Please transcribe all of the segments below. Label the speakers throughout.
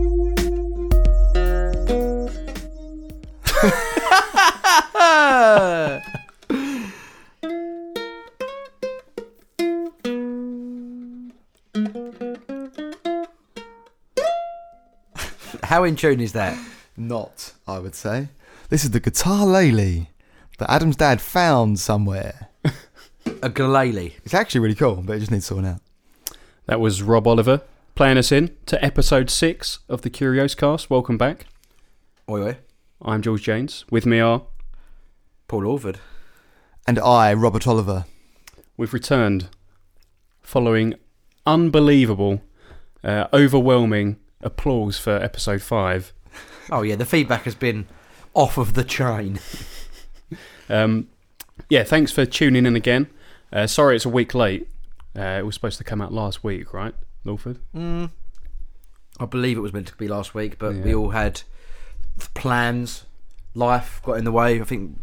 Speaker 1: How in tune is that?
Speaker 2: Not, I would say. This is the guitar lele that Adam's dad found somewhere.
Speaker 1: A galele.
Speaker 2: It's actually really cool, but it just needs sorting out.
Speaker 3: That was Rob Oliver playing us in to episode six of the Curios Cast. Welcome back.
Speaker 1: Oi, oi.
Speaker 3: I'm George James. With me are
Speaker 1: Paul Orford.
Speaker 2: And I, Robert Oliver.
Speaker 3: we've returned following unbelievable, uh, overwhelming applause for episode five.
Speaker 1: Oh, yeah, the feedback has been off of the chain.
Speaker 3: Um, yeah, thanks for tuning in again. Uh, sorry, it's a week late. Uh, it was supposed to come out last week, right, Lawford?
Speaker 1: Mm. I believe it was meant to be last week, but
Speaker 3: Yeah.
Speaker 1: we all had plans. Life got in the way. I think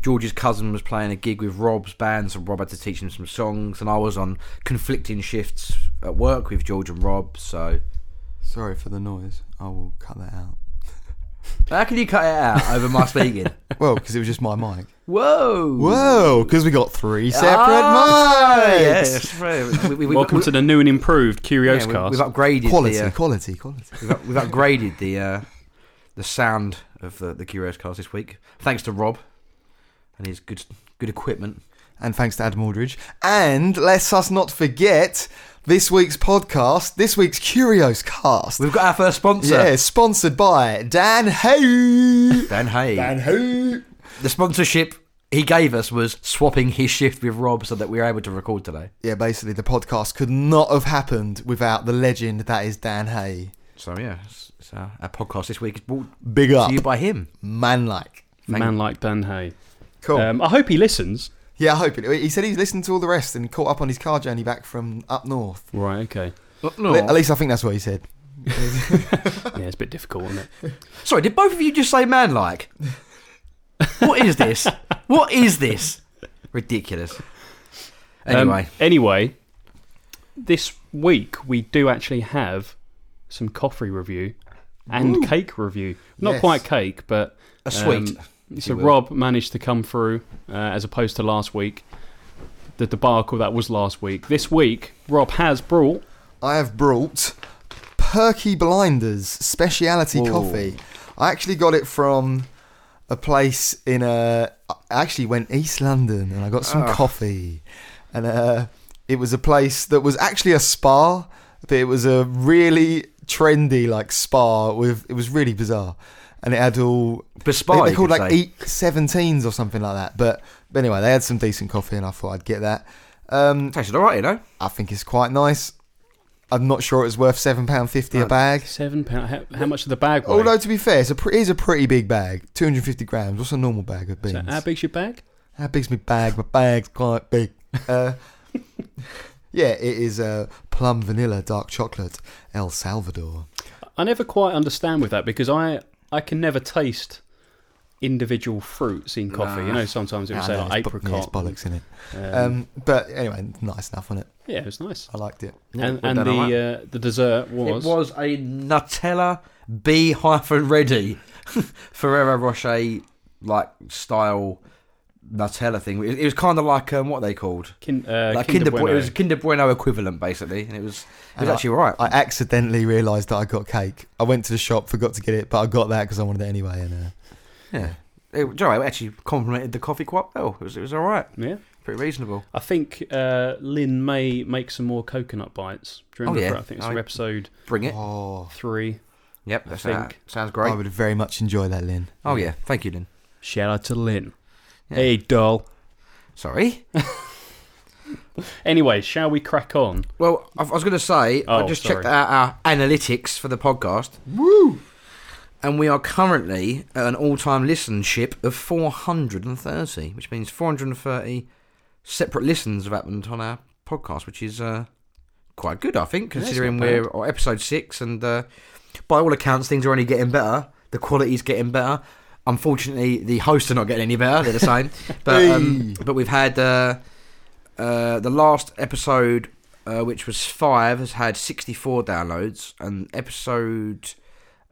Speaker 1: George's cousin was playing a gig with Rob's band, so Rob had to teach him some songs, and I was on conflicting shifts at work with George and Rob. So
Speaker 2: Sorry for the noise. I will cut that out.
Speaker 1: how can you cut it out over my speaking?
Speaker 2: Well, because it was just my mic.
Speaker 1: Whoa!
Speaker 2: Whoa, because we got three separate
Speaker 1: Ah,
Speaker 2: mics.
Speaker 1: yeah, that's right. We- we- we-
Speaker 3: Welcome
Speaker 1: we-
Speaker 3: to the new and improved
Speaker 1: yeah,
Speaker 3: Curios
Speaker 1: we-
Speaker 3: Cast.
Speaker 1: We've upgraded
Speaker 2: Quality,
Speaker 1: the uh,
Speaker 2: quality, quality.
Speaker 1: we've, up, we've upgraded the uh, the sound of the the Curious Cars this week, thanks to Rob and his good good equipment.
Speaker 2: And thanks to Adam Aldridge. And let us not forget this week's podcast, this week's Curios Cast.
Speaker 1: We've got our first sponsor,
Speaker 2: Yeah, sponsored by Dan Hay.
Speaker 1: Dan Hay.
Speaker 2: Hay.
Speaker 1: The sponsorship he gave us was swapping his shift with Rob so that we were able to record today.
Speaker 2: Yeah, basically, the podcast could not have happened without the legend that is Dan Hay.
Speaker 1: So yeah, it's, it's our, our podcast this week is brought
Speaker 2: Big up.
Speaker 1: to you by him.
Speaker 2: Man like.
Speaker 3: Man like Dan Hay.
Speaker 2: Cool.
Speaker 3: Um, I hope he listens.
Speaker 2: yeah, I hope it. He said he's listened to all the rest and caught up on his car journey back from up north.
Speaker 3: Right, okay.
Speaker 1: Oh,
Speaker 2: Le-
Speaker 1: uh,
Speaker 2: At least I think that's what he said.
Speaker 3: Yeah, it's a bit difficult, isn't it?
Speaker 1: Sorry, did both of you just say man like? what is this? What is this? Ridiculous.
Speaker 3: Um,
Speaker 1: Anyway,
Speaker 3: anyway, this week we do actually have some coffee review and cake review. Not
Speaker 2: Yes.
Speaker 3: quite cake, but
Speaker 1: a sweet.
Speaker 3: um, so
Speaker 1: you will.
Speaker 3: Rob managed to come through uh, as opposed to last week. The debacle that was last week. This week, Rob has brought.
Speaker 2: I have brought Perky Blinders speciality
Speaker 1: Whoa.
Speaker 2: coffee. I actually got it from a place in a. I actually went East London and I got some
Speaker 1: Ah.
Speaker 2: coffee, and uh, it was a place that was actually a spa, but it was a really trendy like spa with. It was really bizarre, and it had all. I
Speaker 1: Bespy.
Speaker 2: think they E called like
Speaker 1: say.
Speaker 2: eight seventeens or something like that. But, but anyway, they had some decent coffee, and I thought I'd get that. Um,
Speaker 1: Tasted alright, you know.
Speaker 2: I think it's quite nice. I'm not sure it's worth seven pound fifty a
Speaker 1: Oh.
Speaker 2: bag.
Speaker 3: Seven pound. How, how much of the bag? weigh?
Speaker 2: Although to be fair, it's a pre- it is a pretty big bag, two hundred fifty grams. What's a normal bag of beans?
Speaker 3: So how big's your bag?
Speaker 2: How big's my bag? My bag's quite big. Uh, yeah, it is uh, plum vanilla dark chocolate El Salvador.
Speaker 3: I never quite understand with that because I I can never taste individual fruits in coffee. You
Speaker 1: Nah.
Speaker 3: know, sometimes it
Speaker 2: Nah,
Speaker 3: would say
Speaker 2: Ah, no,
Speaker 3: like
Speaker 2: it's bo- yeah, it's
Speaker 3: apricot.
Speaker 2: bollocks in it.
Speaker 3: um,
Speaker 2: Um, but anyway, nice enough on it.
Speaker 3: yeah, it was nice.
Speaker 2: I liked it.
Speaker 3: And,
Speaker 1: well
Speaker 3: and
Speaker 1: done, alright.
Speaker 3: the uh, the dessert was,
Speaker 1: It was a Nutella B hyphen ready Ferrero Rocher like style Nutella thing. It, it was kind of like um, what are they called
Speaker 3: kin- uh,
Speaker 1: like
Speaker 3: Kinder, Bueno.
Speaker 1: It was Kinder Bueno equivalent basically, and it was it was
Speaker 2: And I-
Speaker 1: actually all right.
Speaker 2: I accidentally realised that I got cake. I went to the shop, forgot to get it, but I got that because I wanted it anyway. And uh,
Speaker 1: yeah. It, do you know, it actually complimented the coffee quite well. It was, it was all right,
Speaker 3: yeah.
Speaker 1: pretty reasonable.
Speaker 3: I think uh, Lynn may make some more coconut bites. Do you
Speaker 1: Oh,
Speaker 3: remember?
Speaker 1: yeah.
Speaker 3: from- I think it's from
Speaker 1: I-
Speaker 3: episode
Speaker 1: Bring it.
Speaker 2: oh,
Speaker 3: three.
Speaker 1: yep,
Speaker 3: I
Speaker 1: that's
Speaker 3: think-
Speaker 1: that. Sounds
Speaker 2: I
Speaker 1: great.
Speaker 2: would very much enjoy that, Lynn.
Speaker 1: oh yeah, thank you, Lynn.
Speaker 3: Shout out to Lynn.
Speaker 1: Yeah.
Speaker 3: Hey, doll.
Speaker 1: Sorry.
Speaker 3: Anyway, shall we crack on?
Speaker 1: Well, I I was going to say, I
Speaker 3: Oh,
Speaker 1: just checked
Speaker 3: sorry.
Speaker 1: out our analytics for the podcast. Woo! And we are currently at an all time listenership of 430, which means 430 separate listens have happened on our podcast, which is uh, quite good, I think,
Speaker 3: Yeah, it's
Speaker 1: considering
Speaker 3: not
Speaker 1: we're
Speaker 3: bad.
Speaker 1: on episode six. And uh, by all accounts, things are only getting better. The quality's getting better. Unfortunately, the hosts are not getting any better. They're the same. but, um, but we've had. Uh, uh, the last episode, uh, which was five, has had 64 downloads, and episode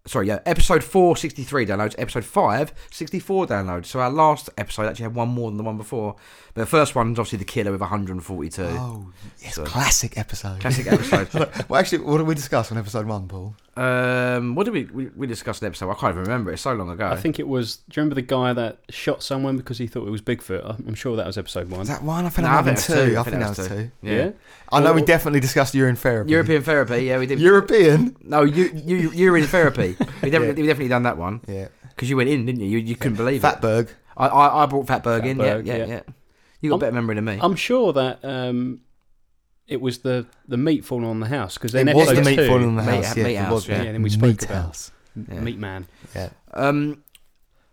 Speaker 1: Sorry, yeah, episode 463 downloads, episode 564 downloads. So our last episode actually had one more than the one before. But the first one's obviously The Killer with 142.
Speaker 2: Oh, yes,
Speaker 1: So-
Speaker 2: classic episode.
Speaker 1: Classic episode.
Speaker 2: well, actually, what did we discuss on episode one, Paul?
Speaker 1: um, what did we, we we discussed an episode? I can't even remember. It's so long ago.
Speaker 3: I think it was. Do you remember the guy that shot someone because he thought it was Bigfoot? I'm I'm sure that was episode one.
Speaker 2: Was that one? I think
Speaker 1: No,
Speaker 2: I
Speaker 1: I think
Speaker 2: was two. I think
Speaker 1: it
Speaker 2: that was two.
Speaker 1: Yeah.
Speaker 2: I know we
Speaker 3: Or-
Speaker 2: definitely discussed urine therapy.
Speaker 1: European therapy. Yeah, we did.
Speaker 2: European.
Speaker 1: no, you you urine therapy. We definitely we definitely done that one
Speaker 2: Yeah.
Speaker 1: because you went in, didn't you? You, you couldn't believe it.
Speaker 2: Fatberg.
Speaker 1: I, I I brought Fatberg in.
Speaker 3: Fatberg,
Speaker 1: yeah, yeah,
Speaker 3: yeah.
Speaker 1: yeah, You got
Speaker 2: Um,
Speaker 3: I'm-
Speaker 1: better memory than me.
Speaker 3: I'm sure that um, it was the the meat falling on the house because then
Speaker 2: It was
Speaker 3: episode
Speaker 2: the meat
Speaker 3: two,
Speaker 2: falling on the
Speaker 1: Meat-
Speaker 2: house.
Speaker 1: meat
Speaker 2: yeah, it
Speaker 1: house,
Speaker 2: was,
Speaker 1: yeah.
Speaker 3: Yeah, then we spoke
Speaker 2: Meat
Speaker 3: about-
Speaker 2: house.
Speaker 1: Yeah.
Speaker 3: meat man.
Speaker 2: Yeah.
Speaker 1: Um,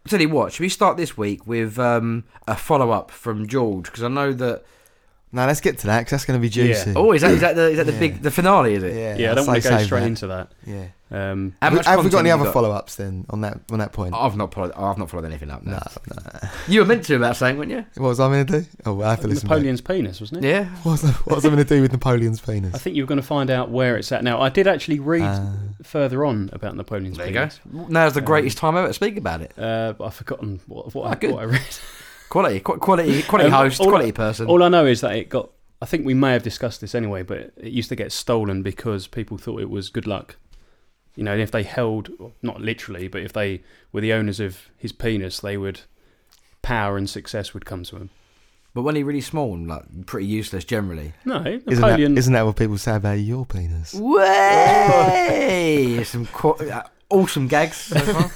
Speaker 1: tell you what, should we start this week with um, a follow up from George? Because I know that.
Speaker 2: Now let's get to that because that's going to be
Speaker 3: Yeah.
Speaker 2: juicy.
Speaker 1: Oh, is that is that the, is that the
Speaker 2: Yeah.
Speaker 1: big the finale? Is it?
Speaker 2: yeah.
Speaker 3: Yeah, I don't
Speaker 2: say
Speaker 3: want to go
Speaker 2: save
Speaker 3: straight
Speaker 2: that.
Speaker 3: into that.
Speaker 2: Yeah.
Speaker 3: Um,
Speaker 1: How much
Speaker 2: Have we got
Speaker 1: content
Speaker 2: any
Speaker 1: you
Speaker 2: other follow-ups then on that on that point?
Speaker 1: I've not followed. I've not followed anything up. No.
Speaker 2: no,
Speaker 1: You were meant to about saying, weren't you?
Speaker 2: What was I going to do? Oh, well, I have to listen. back.
Speaker 3: Napoleon's penis, wasn't it?
Speaker 1: Yeah.
Speaker 2: What was I, what was I going to do with Napoleon's
Speaker 3: I
Speaker 2: penis?
Speaker 3: think you were going to find out where it's at. Now, I did actually read
Speaker 2: Uh,
Speaker 3: further on about Napoleon's
Speaker 1: There you go.
Speaker 3: penis.
Speaker 1: Now's the
Speaker 2: Um,
Speaker 1: greatest time ever to speak about it.
Speaker 3: Uh, but I've forgotten what, what,
Speaker 1: Ah,
Speaker 3: I,
Speaker 1: good.
Speaker 3: what I read.
Speaker 1: Quality, qu- quality, quality
Speaker 3: Um,
Speaker 1: host,
Speaker 3: all I-
Speaker 1: quality person.
Speaker 3: All I know is that it got. I think we may have discussed this anyway, but it used to get stolen because people thought it was good luck. You know, and if they held, not literally, but if they were the owners of his penis, they would power and success would come to him.
Speaker 1: but when he really small and like pretty useless generally.
Speaker 3: No,
Speaker 2: isn't that,
Speaker 3: Napoleon.
Speaker 2: isn't that what people say about your penis?
Speaker 1: Way! Some qu- uh, awesome gags so far.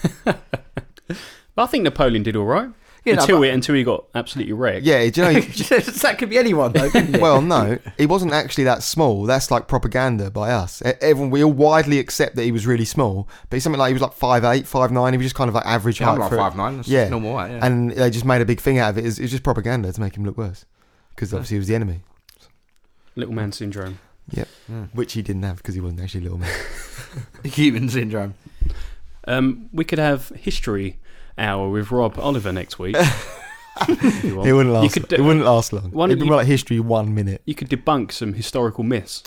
Speaker 3: but I think Napoleon did all right
Speaker 1: You know,
Speaker 3: until
Speaker 1: but-
Speaker 3: it until he got absolutely wrecked.
Speaker 2: Yeah, do you know,
Speaker 1: that could be anyone though. Couldn't it?
Speaker 2: well, no, he wasn't actually that small. That's like propaganda by us. E- Everyone, we all widely accept that he was really small, but he's something like he was like five eight, five nine. He was just kind of like average
Speaker 1: Yeah,
Speaker 2: height.
Speaker 1: I'm like
Speaker 2: for-
Speaker 1: five nine. That's
Speaker 2: Yeah.
Speaker 1: normal. Right? Yeah.
Speaker 2: And they just made a big thing out of it. It's, it's just propaganda to make him look worse, because obviously he was the enemy,
Speaker 3: Little man syndrome.
Speaker 2: which he didn't have because he wasn't actually little man.
Speaker 1: Human syndrome.
Speaker 3: Um, we could have history hour with Rob Oliver next week. If you want.
Speaker 2: It wouldn't
Speaker 3: You
Speaker 2: last.
Speaker 3: could do-
Speaker 2: it wouldn't last long.
Speaker 3: Why don't
Speaker 2: It'd be
Speaker 3: you-
Speaker 2: more like history one minute.
Speaker 3: You could debunk some historical myths.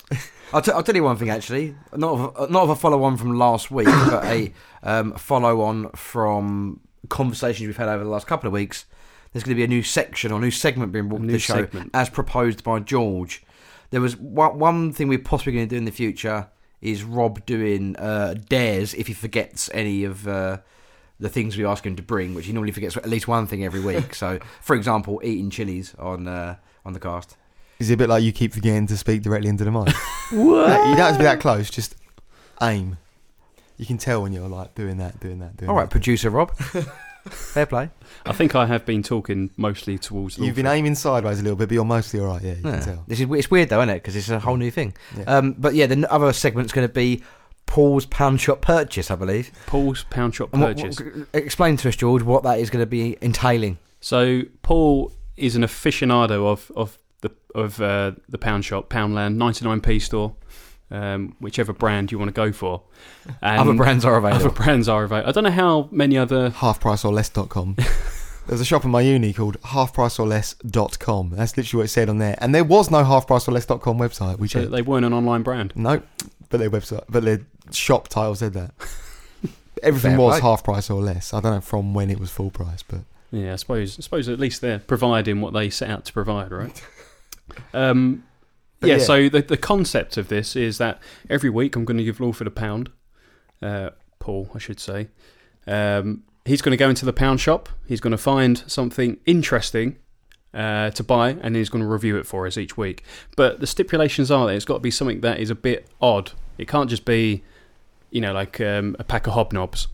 Speaker 1: I'll, t- I'll tell you one thing actually. Not of a, uh, not of a follow on from last week, but a um, follow on from conversations we've had over the last couple of weeks. There's going to be a new section or new segment being brought to
Speaker 3: New
Speaker 1: the show
Speaker 3: segment.
Speaker 1: as proposed by George. There was one, one thing we're possibly going to do in the future is Rob doing uh, dares if he forgets any of uh, the things we ask him to bring, which he normally forgets at least one thing every week. so, for example, eating chilies on uh, on the cast.
Speaker 2: Is it a bit like you keep forgetting to speak directly into the mic? No, you don't have to be that close. Just aim. You can tell when you're like doing that, doing that, doing
Speaker 1: All right,
Speaker 2: that.
Speaker 1: producer Rob. Fair play.
Speaker 3: I think I have been talking mostly towards. the
Speaker 2: You've been
Speaker 3: author.
Speaker 2: aiming sideways a little bit, but you're mostly all right. Yeah, you can
Speaker 1: Yeah.
Speaker 2: tell.
Speaker 1: This is it's weird though, isn't it? Because it's a whole new thing.
Speaker 2: Yeah.
Speaker 1: Um, but yeah, the n- other segment's going to be Paul's pound shop purchase, I believe.
Speaker 3: Paul's pound shop
Speaker 1: And what-
Speaker 3: purchase.
Speaker 1: what- explain to us, George, what that is going to be entailing.
Speaker 3: so Paul is an aficionado of of the of uh, the pound shop, Poundland, ninety nine p store, um, whichever brand you want to go for. And
Speaker 1: other brands are
Speaker 3: other
Speaker 1: available.
Speaker 3: brands are available. I don't know how many other.
Speaker 2: Halfpriceorless.com. There's a shop in my uni called halfpriceorless.com. That's literally what it said on there. And there was no halfpriceorless.com website. We
Speaker 3: So
Speaker 2: checked.
Speaker 3: they weren't an online brand.
Speaker 2: Nope. But their website, but their shop title said that. Everything
Speaker 1: Fair
Speaker 2: was
Speaker 1: play.
Speaker 2: half price or less. I don't know from when it was full price, but
Speaker 3: Yeah, I suppose. I suppose at least they're providing what they set out to provide, right? Um,
Speaker 2: But
Speaker 3: yeah,
Speaker 2: yeah.
Speaker 3: So the the concept of this is that every week I'm going to give Lawford a pound, uh, Paul, I should say. Um, he's going to go into the pound shop. He's going to find something interesting uh, to buy, and he's going to review it for us each week. But the stipulations are that it's got to be something that is a bit odd. It can't just be, you know, like um, a pack of hobnobs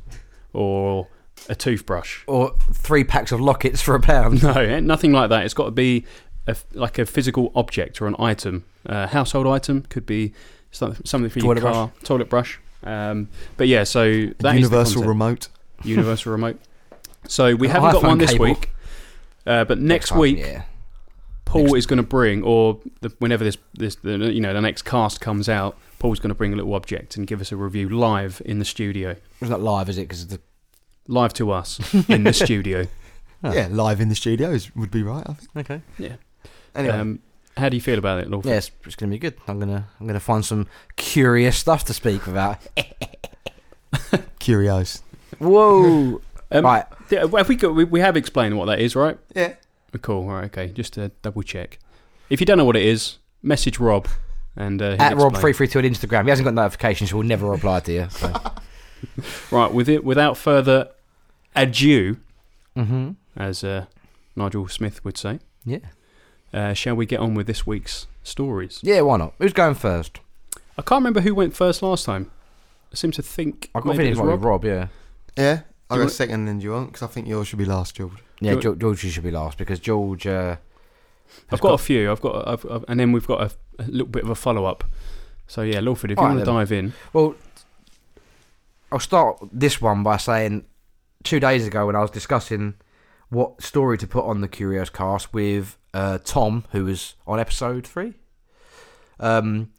Speaker 3: or a toothbrush.
Speaker 1: Or three packs of lockets for a pound.
Speaker 3: No, eh, nothing like that. It's got to be a, like a physical object or an item, a household item. Could be some- something for
Speaker 1: Toilet
Speaker 3: your car, toilet brush. Um, but yeah, so
Speaker 2: a
Speaker 3: that is the
Speaker 2: universal
Speaker 3: concept.
Speaker 2: remote.
Speaker 3: universal remote. So we
Speaker 1: An
Speaker 3: haven't got
Speaker 1: iPhone
Speaker 3: one this
Speaker 1: cable.
Speaker 3: week, uh, but next
Speaker 1: time,
Speaker 3: week
Speaker 1: yeah.
Speaker 3: Paul
Speaker 1: Next-
Speaker 3: is going to bring, or the, whenever this this the, you know the next cast comes out, Paul's going to bring a little object and give us a review live in the studio,
Speaker 1: It's not live, is it? Because the
Speaker 3: live to us in the studio.
Speaker 1: Oh.
Speaker 2: Yeah, live in the studios would be right, I think.
Speaker 1: okay.
Speaker 2: Anyway,
Speaker 3: Um, how do you feel about it, Lawford?
Speaker 1: Yes, it's going to be good. I'm gonna I'm gonna find some curious stuff to speak about.
Speaker 2: curios.
Speaker 1: Whoa.
Speaker 3: Um,
Speaker 1: right.
Speaker 3: yeah, well, have we, got, we we have explained what that is, right?
Speaker 2: Yeah.
Speaker 3: Cool. All right. Okay. Just to double check. If you don't know what it is, message Rob and uh, he'll
Speaker 1: At
Speaker 3: explain.
Speaker 1: Rob three three two on Instagram. He hasn't got notifications, so we'll never reply to you. So.
Speaker 3: Right. With it, without further ado,
Speaker 1: mm-hmm.
Speaker 3: as uh, Nigel Smith would say,
Speaker 1: Yeah.
Speaker 3: uh, shall we get on with this week's stories?
Speaker 1: Yeah. Why not? Who's going first?
Speaker 3: I can't remember who went first last time. I seem to think
Speaker 1: I got a
Speaker 3: maybe
Speaker 1: feeling
Speaker 3: it
Speaker 1: it's
Speaker 3: was
Speaker 1: Rob. Rob.
Speaker 3: Rob.
Speaker 1: Yeah.
Speaker 2: Yeah.
Speaker 3: Do
Speaker 2: I
Speaker 3: you
Speaker 2: got
Speaker 3: want-
Speaker 2: second than you want because I think yours should be last, George.
Speaker 1: Yeah.
Speaker 3: Do-
Speaker 1: George, George you should be last because George. Uh,
Speaker 3: I've got a few. I've got, I've, I've, and then we've got a, a little bit of a follow up. So yeah, Lawford, if you
Speaker 1: All right,
Speaker 3: want to
Speaker 1: then.
Speaker 3: dive in,
Speaker 1: Well, I'll start this one by saying two days ago when I was discussing what story to put on the Curious Cast with uh, Tom, who was on episode three, um,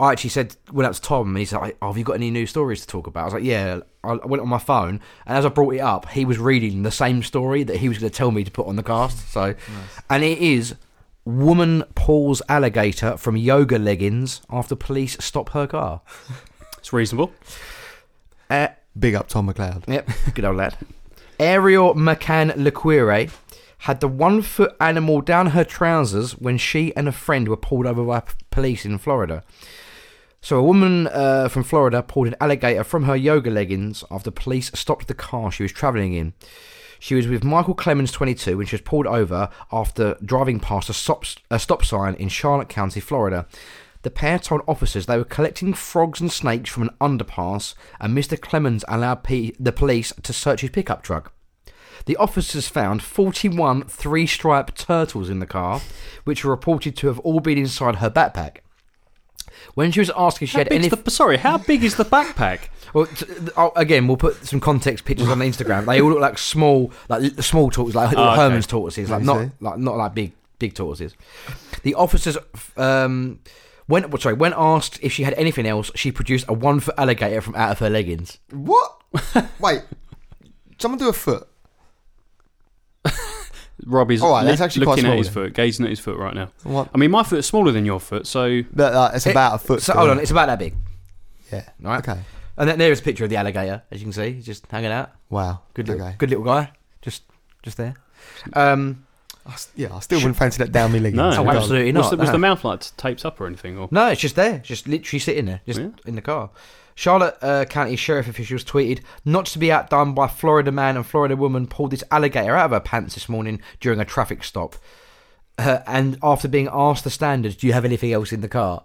Speaker 1: I actually said, went up to Tom and he's like, oh, Have you got any new stories to talk about? I was like, Yeah. I I went on my phone and as I brought it up, he was reading the same story that he was going to tell me to put on the cast. So, and it is. Woman pulls alligator from yoga leggings after police stop her car.
Speaker 3: it's reasonable.
Speaker 1: Uh,
Speaker 2: Big up Tom McLeod.
Speaker 1: Yep, good old lad. Ariel McCann Lequire had the one foot animal down her trousers when she and a friend were pulled over by p- police in Florida. So, a woman uh, from Florida pulled an alligator from her yoga leggings after police stopped the car she was travelling in. She was with Michael Clemens, 22, when she was pulled over after driving past a stop, a stop sign in Charlotte County, Florida. The pair told officers they were collecting frogs and snakes from an underpass, and Mr. Clemens allowed P- the police to search his pickup truck. The officers found 41 three striped turtles in the car, which were reported to have all been inside her backpack. When she was asked if she
Speaker 3: How
Speaker 1: had
Speaker 3: big's
Speaker 1: any.
Speaker 3: the- sorry, how big is the backpack?
Speaker 1: Well, t- th- oh, again, we'll put some context pictures on Instagram. They all look like small, like l- small tortoises, like little
Speaker 3: Oh, okay.
Speaker 1: Herman's tortoises, like
Speaker 2: I
Speaker 1: not
Speaker 2: see.
Speaker 1: like not like big big tortoises. The officers, um, when well, sorry, when asked if she had anything else, she produced a one foot alligator from out of her leggings.
Speaker 2: What? Wait. Someone do a foot.
Speaker 3: Rob is
Speaker 2: All right,
Speaker 3: li-
Speaker 2: that's actually quite
Speaker 3: looking at
Speaker 2: small
Speaker 3: his
Speaker 2: then.
Speaker 3: foot, gazing at his foot right now.
Speaker 2: What?
Speaker 3: I mean, my foot's smaller than your foot, so
Speaker 2: But, uh, it's
Speaker 1: It-
Speaker 2: about a foot.
Speaker 1: So
Speaker 2: still.
Speaker 1: hold on, it's about that big,
Speaker 2: Yeah.
Speaker 1: right?
Speaker 2: Okay.
Speaker 1: And then there is a picture of the alligator, as you can see, he's just hanging out.
Speaker 2: Wow.
Speaker 1: Good little,
Speaker 2: Okay.
Speaker 1: good little guy, just just there. Um,
Speaker 2: I s- yeah, I still wouldn't fancy that down me leggings.
Speaker 3: no,
Speaker 1: Oh,
Speaker 3: no.
Speaker 1: absolutely
Speaker 3: Was
Speaker 1: not,
Speaker 3: the, was
Speaker 1: no.
Speaker 3: the mouth like taped up or anything? Or
Speaker 1: No, it's just there, just literally sitting there, just
Speaker 3: Yeah.
Speaker 1: in the car. Charlotte uh, County Sheriff officials tweeted, "Not to be outdone by Florida man and Florida woman pulled this alligator out of her pants this morning during a traffic stop." Uh, and after being asked the standards, do you have anything else in the car?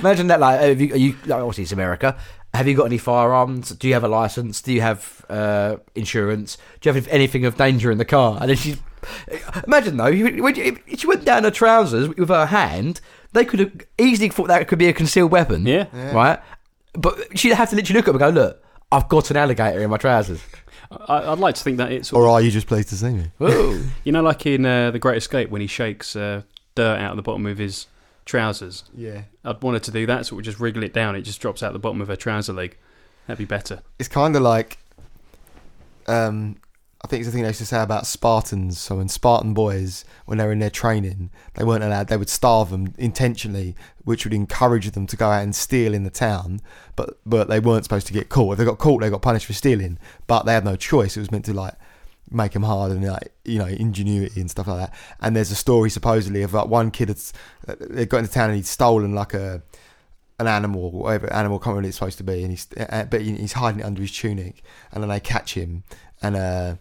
Speaker 1: Imagine that, like, have you, are you like, obviously it's America. Have you got any firearms? Do you have a license? Do you have uh, insurance? Do you have anything of danger in the car? And then she Imagine though, you- when you- if she went down her trousers with her hand, they could have easily thought that could be a concealed weapon.
Speaker 3: yeah,
Speaker 1: Right? But she'd have to literally look at them and go, look, I've got an alligator in my trousers.
Speaker 3: I, I'd like to think that it's
Speaker 2: Or are you just pleased to see me?
Speaker 1: Ooh.
Speaker 3: you know, like in uh, The Great Escape when he shakes uh, dirt out of the bottom of his trousers.
Speaker 2: Yeah.
Speaker 3: I'd wanted to do that, so we just wriggle it down. It just drops out the bottom of her trouser leg. That'd be better.
Speaker 2: It's kind of like, um, I think it's the thing they used to say about Spartans. So when Spartan boys, when they were in their training, they weren't allowed. They would starve them intentionally, which would encourage them to go out and steal in the town. But but they weren't supposed to get caught. If they got caught, they got punished for stealing. But they had no choice. It was meant to like make them hard and like you know ingenuity and stuff like that. And there's a story supposedly of like one kid that's they got into town and he'd stolen like a an animal, whatever animal, can't remember what it's supposed to be, and he's uh, but he- he's hiding it under his tunic, and then they catch him, and uh,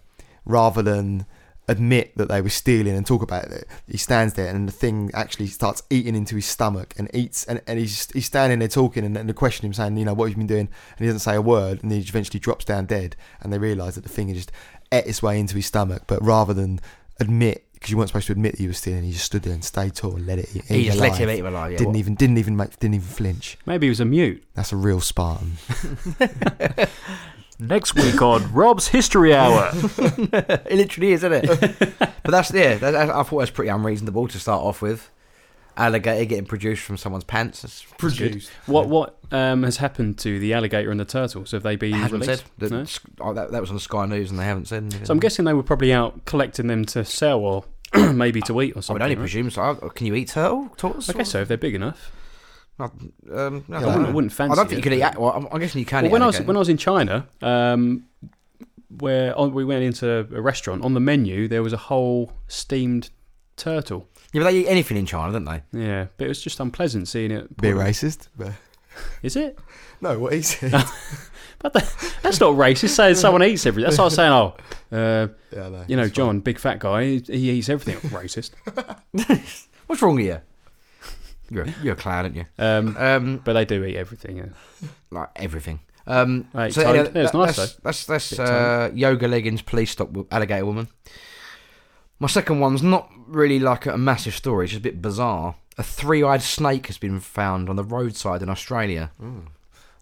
Speaker 2: rather than admit that they were stealing and talk about it, he stands there, and the thing actually starts eating into his stomach, and eats, and, and he's he's standing there talking, and, and they question him saying, you know, what have you been doing, and he doesn't say a word, and he eventually drops down dead, and they realise that the thing had just ate its way into his stomach, but rather than admit. Because you weren't supposed to admit that you were stealing, he just stood there and stayed tall, and let it eat.
Speaker 1: he
Speaker 2: him
Speaker 1: just let
Speaker 2: alive.
Speaker 1: him eat him alive. Yeah,
Speaker 2: Didn't
Speaker 1: what-
Speaker 2: even didn't even make didn't even flinch.
Speaker 3: Maybe he was a mute.
Speaker 2: That's a real Spartan.
Speaker 3: Next week on Rob's History Hour.
Speaker 1: it literally is, isn't it? but that's, yeah, that, that- I thought that's pretty unreasonable to start off with. Alligator getting produced from someone's pants. That's
Speaker 3: Produced. What what um, has happened to the alligator and the turtle? So have they
Speaker 1: they
Speaker 3: been
Speaker 1: haven't
Speaker 3: released?
Speaker 1: said. That,
Speaker 3: No?
Speaker 1: oh, that, that was on Sky News and they haven't said anything.
Speaker 3: So I'm guessing they were probably out collecting them to sell or maybe to eat
Speaker 1: I
Speaker 3: or
Speaker 1: would
Speaker 3: something.
Speaker 1: only Uh,
Speaker 3: right?
Speaker 1: presume so. Can you eat turtle? Tortoise?
Speaker 3: I guess so if they're big enough.
Speaker 1: I, um, no, I
Speaker 2: Yeah,
Speaker 3: I,
Speaker 1: don't
Speaker 3: wouldn't, I
Speaker 1: know.
Speaker 3: wouldn't fancy.
Speaker 1: I don't think
Speaker 3: it,
Speaker 1: you can eat.
Speaker 3: but-
Speaker 1: a- Well, I guess you can.
Speaker 3: Well,
Speaker 1: eat
Speaker 3: when I was
Speaker 1: alligator.
Speaker 3: when I was in China, um, where on, we went into a restaurant, on the menu there was a whole steamed turtle.
Speaker 1: yeah, but they eat anything in China, don't they?
Speaker 3: Yeah, but it was just unpleasant seeing it.
Speaker 2: Be racist. But
Speaker 3: Is it?
Speaker 2: no, what he said.
Speaker 3: But that, that's not racist. Saying someone eats everything. That's like saying, oh, uh,
Speaker 2: yeah, no,
Speaker 3: you know,
Speaker 2: it's fine.
Speaker 3: John, big fat guy, he, he eats everything. racist.
Speaker 1: What's wrong with you? You're a, you're a clown, aren't you?
Speaker 3: Um,
Speaker 1: Um,
Speaker 3: but they do eat everything. Yeah.
Speaker 1: like everything. Um,
Speaker 3: I ate
Speaker 1: anyway,
Speaker 3: toad. Yeah, it's nice,
Speaker 1: that's, that's that's
Speaker 3: Bit of
Speaker 1: uh, yoga leggings. Please stop, wo- alligator woman. My second one's not really like a massive story. It's just a bit bizarre. A three-eyed snake has been found on the roadside in Australia.
Speaker 2: Mm.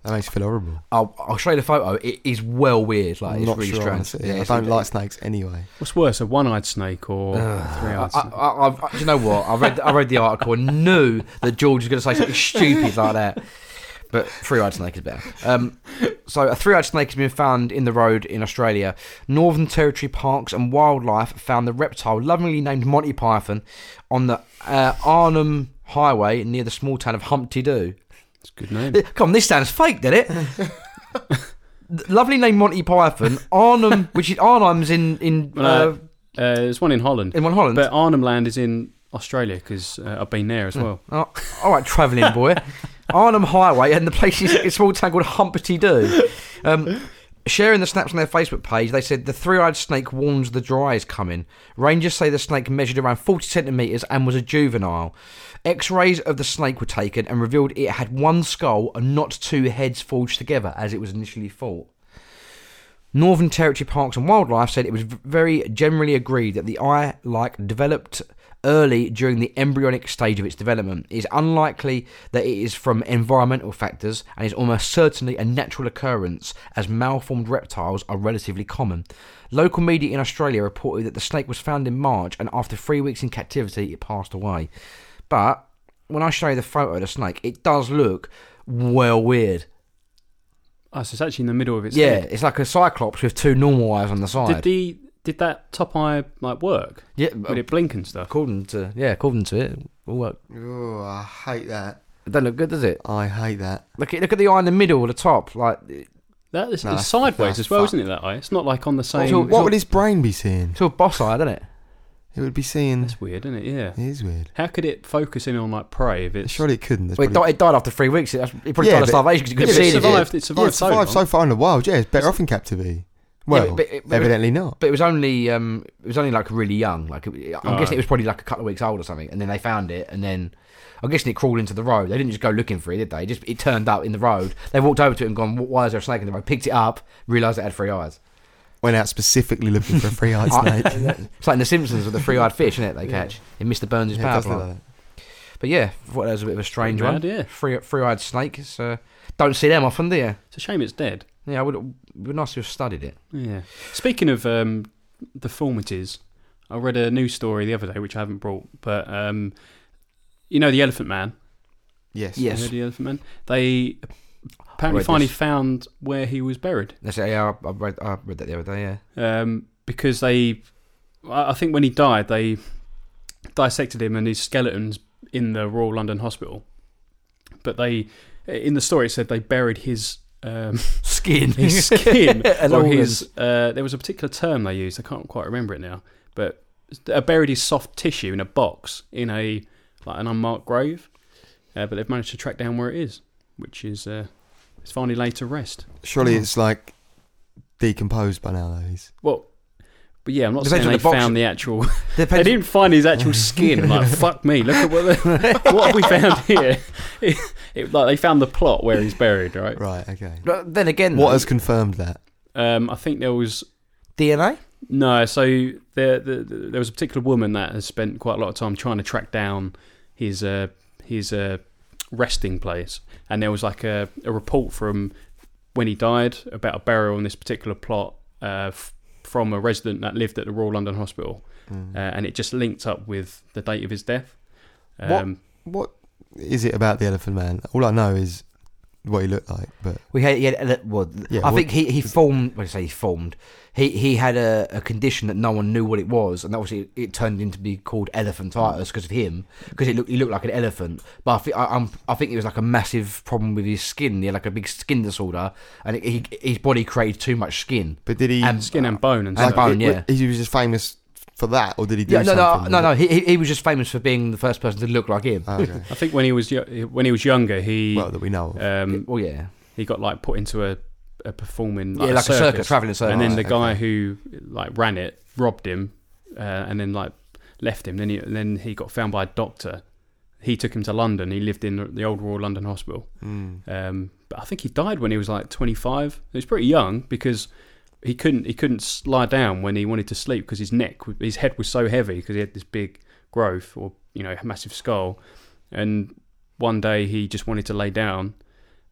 Speaker 2: That makes you feel horrible.
Speaker 1: I'll, I'll show you the photo. It is well weird. Like
Speaker 2: I'm
Speaker 1: it's
Speaker 2: not
Speaker 1: really
Speaker 2: sure I wanna
Speaker 1: strange.
Speaker 2: see it. I
Speaker 1: it's
Speaker 2: don't
Speaker 1: really-
Speaker 2: like snakes anyway.
Speaker 3: What's worse, a one-eyed snake or
Speaker 1: I,
Speaker 3: three-eyed?
Speaker 1: I,
Speaker 3: snake?
Speaker 1: I, I, do you know what? I read I read the article and knew that George was going to say something stupid like that. But three-eyed snake is better. Um, so a three-eyed snake has been found in the road in Australia. Northern Territory Parks and Wildlife found the reptile, lovingly named Monty Python, on the uh, Arnhem Highway near the small town of Humpty Doo.
Speaker 3: It's a good name.
Speaker 1: Th- Come on, this sounds fake, did it? Th- Lovely name Monty Python. Arnhem, which is Arnhem's in in
Speaker 3: Well,
Speaker 1: uh,
Speaker 3: Uh, there's one in Holland,
Speaker 1: in one Holland.
Speaker 3: but Arnhem Land is in Australia because uh, I've been there as well.
Speaker 1: Oh, all right, travelling boy. Arnhem Highway and the place is a small town called Humpty Doo. Um, sharing the snaps on their Facebook page, they said the three-eyed snake warns the dry is coming. Rangers say the snake measured around 40 centimetres and was a juvenile. X-rays of the snake were taken and revealed it had one skull and not two heads forged together, as it was initially thought. Northern Territory Parks and Wildlife said it was v- very generally agreed that the eye like developed early during the embryonic stage of its development. It is unlikely that it is from environmental factors and is almost certainly a natural occurrence as malformed reptiles are relatively common. Local media in Australia reported that the snake was found in March and after three weeks in captivity it passed away. But when I show you the photo of the snake, it does look well weird.
Speaker 3: Oh, so it's actually in the middle of its
Speaker 1: Yeah,
Speaker 3: head.
Speaker 1: it's like a cyclops with two normal eyes on the side.
Speaker 3: Did the did that top eye like work?
Speaker 1: Yeah,
Speaker 3: Would it blink and stuff?
Speaker 1: according to yeah, according to it, all work.
Speaker 2: Oh, I hate that.
Speaker 1: It don't look good, does it?
Speaker 2: I hate that.
Speaker 1: Look, at- look at the eye in the middle, or the top. Like, it's
Speaker 3: That is
Speaker 2: No,
Speaker 3: it's
Speaker 2: that's-
Speaker 3: sideways
Speaker 2: that's
Speaker 3: as well,
Speaker 2: fucked.
Speaker 3: isn't it? That eye. It's not like on the same.
Speaker 1: all-
Speaker 2: What would his brain be seeing?
Speaker 1: all boss eye, isn't it?
Speaker 2: It would be seeing. It
Speaker 3: That's weird, isn't it? Yeah.
Speaker 2: is weird.
Speaker 3: How could it focus in on like prey if it's
Speaker 2: Surely it couldn't. There's
Speaker 1: Well, it,
Speaker 2: probably-
Speaker 1: died, it died after three weeks. It, that's- it probably
Speaker 2: Yeah,
Speaker 1: died of
Speaker 2: but-
Speaker 1: starvation because you
Speaker 3: Yeah,
Speaker 1: couldn't
Speaker 3: but
Speaker 1: see
Speaker 3: it
Speaker 1: it.
Speaker 3: survived.
Speaker 1: Yeah,
Speaker 3: It survived
Speaker 2: yeah, it survived
Speaker 3: so long.
Speaker 2: so far in the wild. Yeah, it's better off in captivity.
Speaker 1: but-
Speaker 2: Well,
Speaker 1: but, it, but, it,
Speaker 2: evidently not.
Speaker 1: but it was only um, it was only like really young. Like, it- I'm
Speaker 3: Oh.
Speaker 1: guessing it was probably like a couple of weeks old or something. And then they found it, and then I'm guessing it crawled into the road. They didn't just go looking for it, did they? It just it turned up in the road. They walked over to it and gone, "Why is there a snake in the road?" Picked it up, realised it had three eyes.
Speaker 2: Went out specifically looking for a three-eyed
Speaker 1: I-
Speaker 2: snake. yeah,
Speaker 1: It's like in The Simpsons with the three-eyed fish, isn't it? They
Speaker 2: Yeah.
Speaker 1: catch in Mr. Burns'
Speaker 2: it
Speaker 1: power
Speaker 2: does look
Speaker 1: plant.
Speaker 2: like that.
Speaker 1: But yeah, I thought that was a bit of a strange
Speaker 3: Pretty
Speaker 1: one.
Speaker 3: mad, yeah.
Speaker 1: Free free eyed snake. It's, uh, don't see them often, do you?
Speaker 3: It's a shame it's dead.
Speaker 1: Yeah, I would it would nice to have studied it.
Speaker 3: Yeah. Speaking of um, deformities, I read a news story the other day which I haven't brought, but um, you know the Elephant Man.
Speaker 2: Yes.
Speaker 1: Yeah.
Speaker 3: You
Speaker 1: Yes.
Speaker 3: know the Elephant Man. They
Speaker 1: I
Speaker 3: apparently
Speaker 1: read
Speaker 3: finally
Speaker 1: this.
Speaker 3: found where he was buried
Speaker 1: That's it, yeah, I, I, read, I read that the other day. Yeah,
Speaker 3: um, because they, I I think when he died, they dissected him and his skeletons in the Royal London Hospital. But they, in the story, it said they buried his. Um,
Speaker 1: skin.
Speaker 3: his skin
Speaker 1: And
Speaker 3: or
Speaker 1: organs.
Speaker 3: his uh, there was a particular term they used i can't quite remember it now but uh, buried his soft tissue in a box in a like an unmarked grave uh, but they've managed to track down where it is which is uh, it's finally laid to rest
Speaker 2: Surely it's like decomposed by now, though. He's
Speaker 3: well but yeah i'm not
Speaker 1: Depends
Speaker 3: saying
Speaker 1: on
Speaker 3: they
Speaker 1: the box.
Speaker 3: found the actual they
Speaker 1: Depends-
Speaker 3: didn't find his actual skin like fuck me look at what, the, what have we found here it, it, like they found the plot where he's buried right
Speaker 2: right. Okay.
Speaker 1: But then again,
Speaker 2: What
Speaker 1: though,
Speaker 2: has confirmed that?
Speaker 3: um, i think there was
Speaker 1: DNA?
Speaker 3: No, so there, the, the, there was a particular woman that has spent quite a lot of time trying to track down his uh, his uh, resting place, and there was like a, a report from when he died about a burial in this particular plot uh, f- from a resident that lived at the Royal London Hospital,
Speaker 2: Mm.
Speaker 3: uh, and it just linked up with the date of his death.
Speaker 2: What?
Speaker 3: Um,
Speaker 2: what is it about the Elephant Man? All I know is what he looked like, but
Speaker 1: We had, he had a- well,
Speaker 2: Yeah,
Speaker 1: I
Speaker 2: well,
Speaker 1: think he, he formed. When I say he formed, he he had a, a condition that no one knew what it was, and obviously it, it turned into be called elephantitis because of him, because it looked he looked like an elephant. But I think I, I'm, I think it was like a massive problem with his skin. He had like a big skin disorder, and it, he, his body created too much skin.
Speaker 2: but did he?
Speaker 1: And-
Speaker 3: Skin and bone and
Speaker 1: And
Speaker 3: stuff.
Speaker 1: bone.
Speaker 2: it-
Speaker 1: yeah.
Speaker 2: he was just famous for that, or did he do
Speaker 1: Yeah, no, no,
Speaker 2: something?
Speaker 1: no, no. He, he he was just famous for being the first person to look like him.
Speaker 2: Oh, okay.
Speaker 3: I think when he was yo- when he was younger, he
Speaker 2: well, that we know.
Speaker 1: Uh,
Speaker 2: Of.
Speaker 3: um,
Speaker 1: well, yeah,
Speaker 3: he got like put into a, a performing like,
Speaker 1: yeah, like a circus, traveling circus.
Speaker 3: and then the
Speaker 2: Right,
Speaker 3: guy who like ran it robbed him, uh, and then like left him. Then he then he got found by a doctor. He took him to London. He lived in the old Royal London Hospital.
Speaker 2: Mm.
Speaker 3: Um, but I think he died when he was like 25. He was pretty young because he couldn't he couldn't s- lie down when he wanted to sleep because his neck w- his head was so heavy because he had this big growth or you know massive skull. And one day he just wanted to lay down,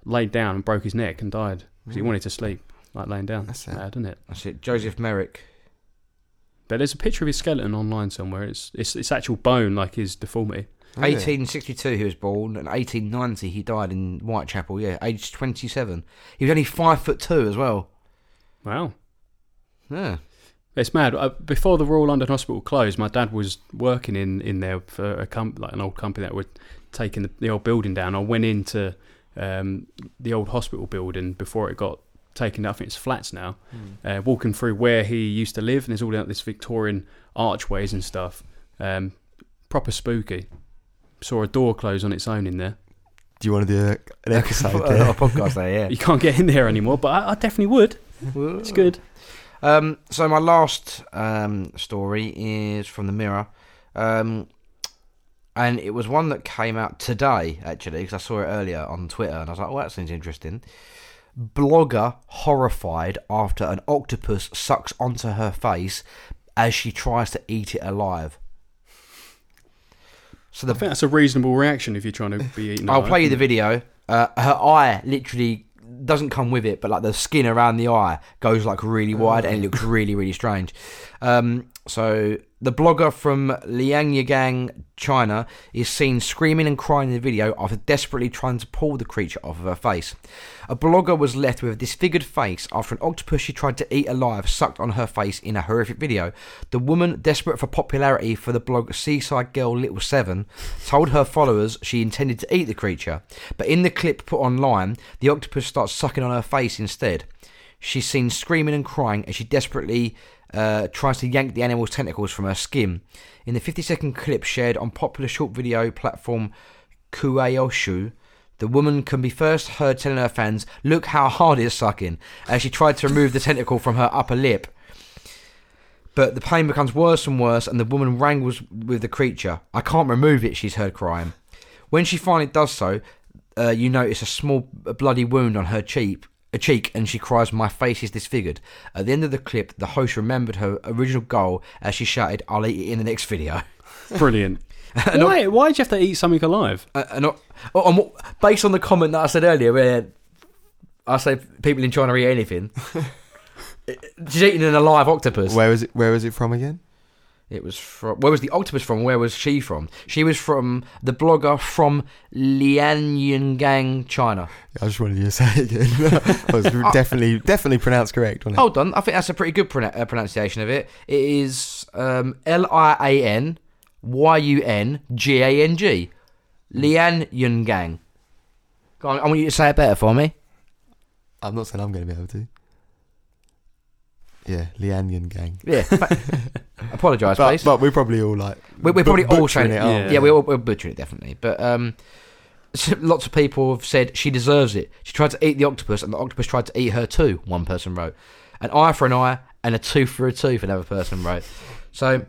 Speaker 3: laid down and broke his neck and died because he wanted to sleep like laying down.
Speaker 2: Mm. That's sad.
Speaker 3: mad, isn't it?
Speaker 1: That's it. Joseph Merrick.
Speaker 3: But there's a picture of his skeleton online somewhere. It's it's, it's actual bone like his deformity.
Speaker 2: Really?
Speaker 1: 1862 he was born, and 1890 he died in Whitechapel. Yeah, aged 27. He was only five foot two as well.
Speaker 3: Wow.
Speaker 1: Yeah,
Speaker 3: It's mad. Uh, Before the Royal London Hospital closed, my dad was working in, in there for a com- like an old company that were taking the, the old building down. I went into um, the old hospital building before it got taken down. I think it's flats now. Uh, walking through where he used to live, and there's all like, this Victorian archways and stuff. Um, proper spooky. Saw a door close on its own in there.
Speaker 2: Do you want to do a- an episode
Speaker 1: uh, a lot
Speaker 2: there?
Speaker 1: of podcasts there.
Speaker 3: You can't get in there anymore, but I, I definitely would.
Speaker 1: Yeah,
Speaker 3: It's good.
Speaker 1: Um, so my last um, story is from the Mirror, um, and it was one that came out today actually because I saw it earlier on Twitter and I was like, "Oh, that seems interesting." Blogger horrified after an octopus sucks onto her face as she tries to eat it alive. So
Speaker 3: I
Speaker 1: the
Speaker 3: think that's a reasonable reaction if you're trying to be eaten.
Speaker 1: I'll
Speaker 3: alive.
Speaker 1: play you the video. Uh, her eye literally doesn't come with it, but like the skin around the eye goes like really wide and it looks really, really strange. Um, so the blogger from Liangyagang, China, is seen screaming and crying in the video after desperately trying to pull the creature off of her face. A blogger was left with a disfigured face after an octopus she tried to eat alive sucked on her face in a horrific video. The woman, desperate for popularity for the blog Seaside Girl Little Seven, told her followers she intended to eat the creature, but in the clip put online, the octopus starts sucking on her face instead. She's seen screaming and crying as she desperately uh, tries to yank the animal's tentacles from her skin. In the 50 second clip shared on popular short video platform Kueoshu, the woman can be first heard telling her fans, Look how hard it's sucking, as she tried to remove the tentacle from her upper lip. But the pain becomes worse and worse, and the woman wrangles with the creature. I can't remove it, she's heard crying. When she finally does so, uh, you notice a small bloody wound on her cheek, a cheek, and she cries, "My face is disfigured." At the end of the clip, the host remembered her original goal as she shouted, "I'll eat it in the next video."
Speaker 3: Brilliant. why? Why did you have to eat something alive?
Speaker 1: Uh, and uh, oh, and what- based on the comment that I said earlier, where I say people in China eat anything, she's eating an alive octopus.
Speaker 2: Where is it? Where is it from again?
Speaker 1: It was from. Where was the octopus from? Where was she from? She was from the blogger from Lianyungang, China.
Speaker 2: I just wanted you to say it again. That was
Speaker 1: Oh.
Speaker 2: definitely, definitely pronounced correct. Wasn't it?
Speaker 1: Hold on, I think that's a pretty good prona- uh, pronunciation of it. It is um, L I A N Y U N G A N G. Lianyungang. Go on, I want you to say it better for me.
Speaker 2: I'm not saying I'm going to be able to. Yeah, Lianyan gang.
Speaker 1: Yeah. Apologise,
Speaker 2: But,
Speaker 1: please.
Speaker 2: but we're probably all like
Speaker 1: We're- we're probably all
Speaker 2: butchering
Speaker 1: saying-
Speaker 2: aren't
Speaker 1: yeah, we all, we're butchering it definitely. But um, lots of people have said she deserves it. She tried to eat the octopus, and the octopus tried to eat her too. One person wrote, "An eye for an eye, and a tooth for a tooth." Another person wrote. So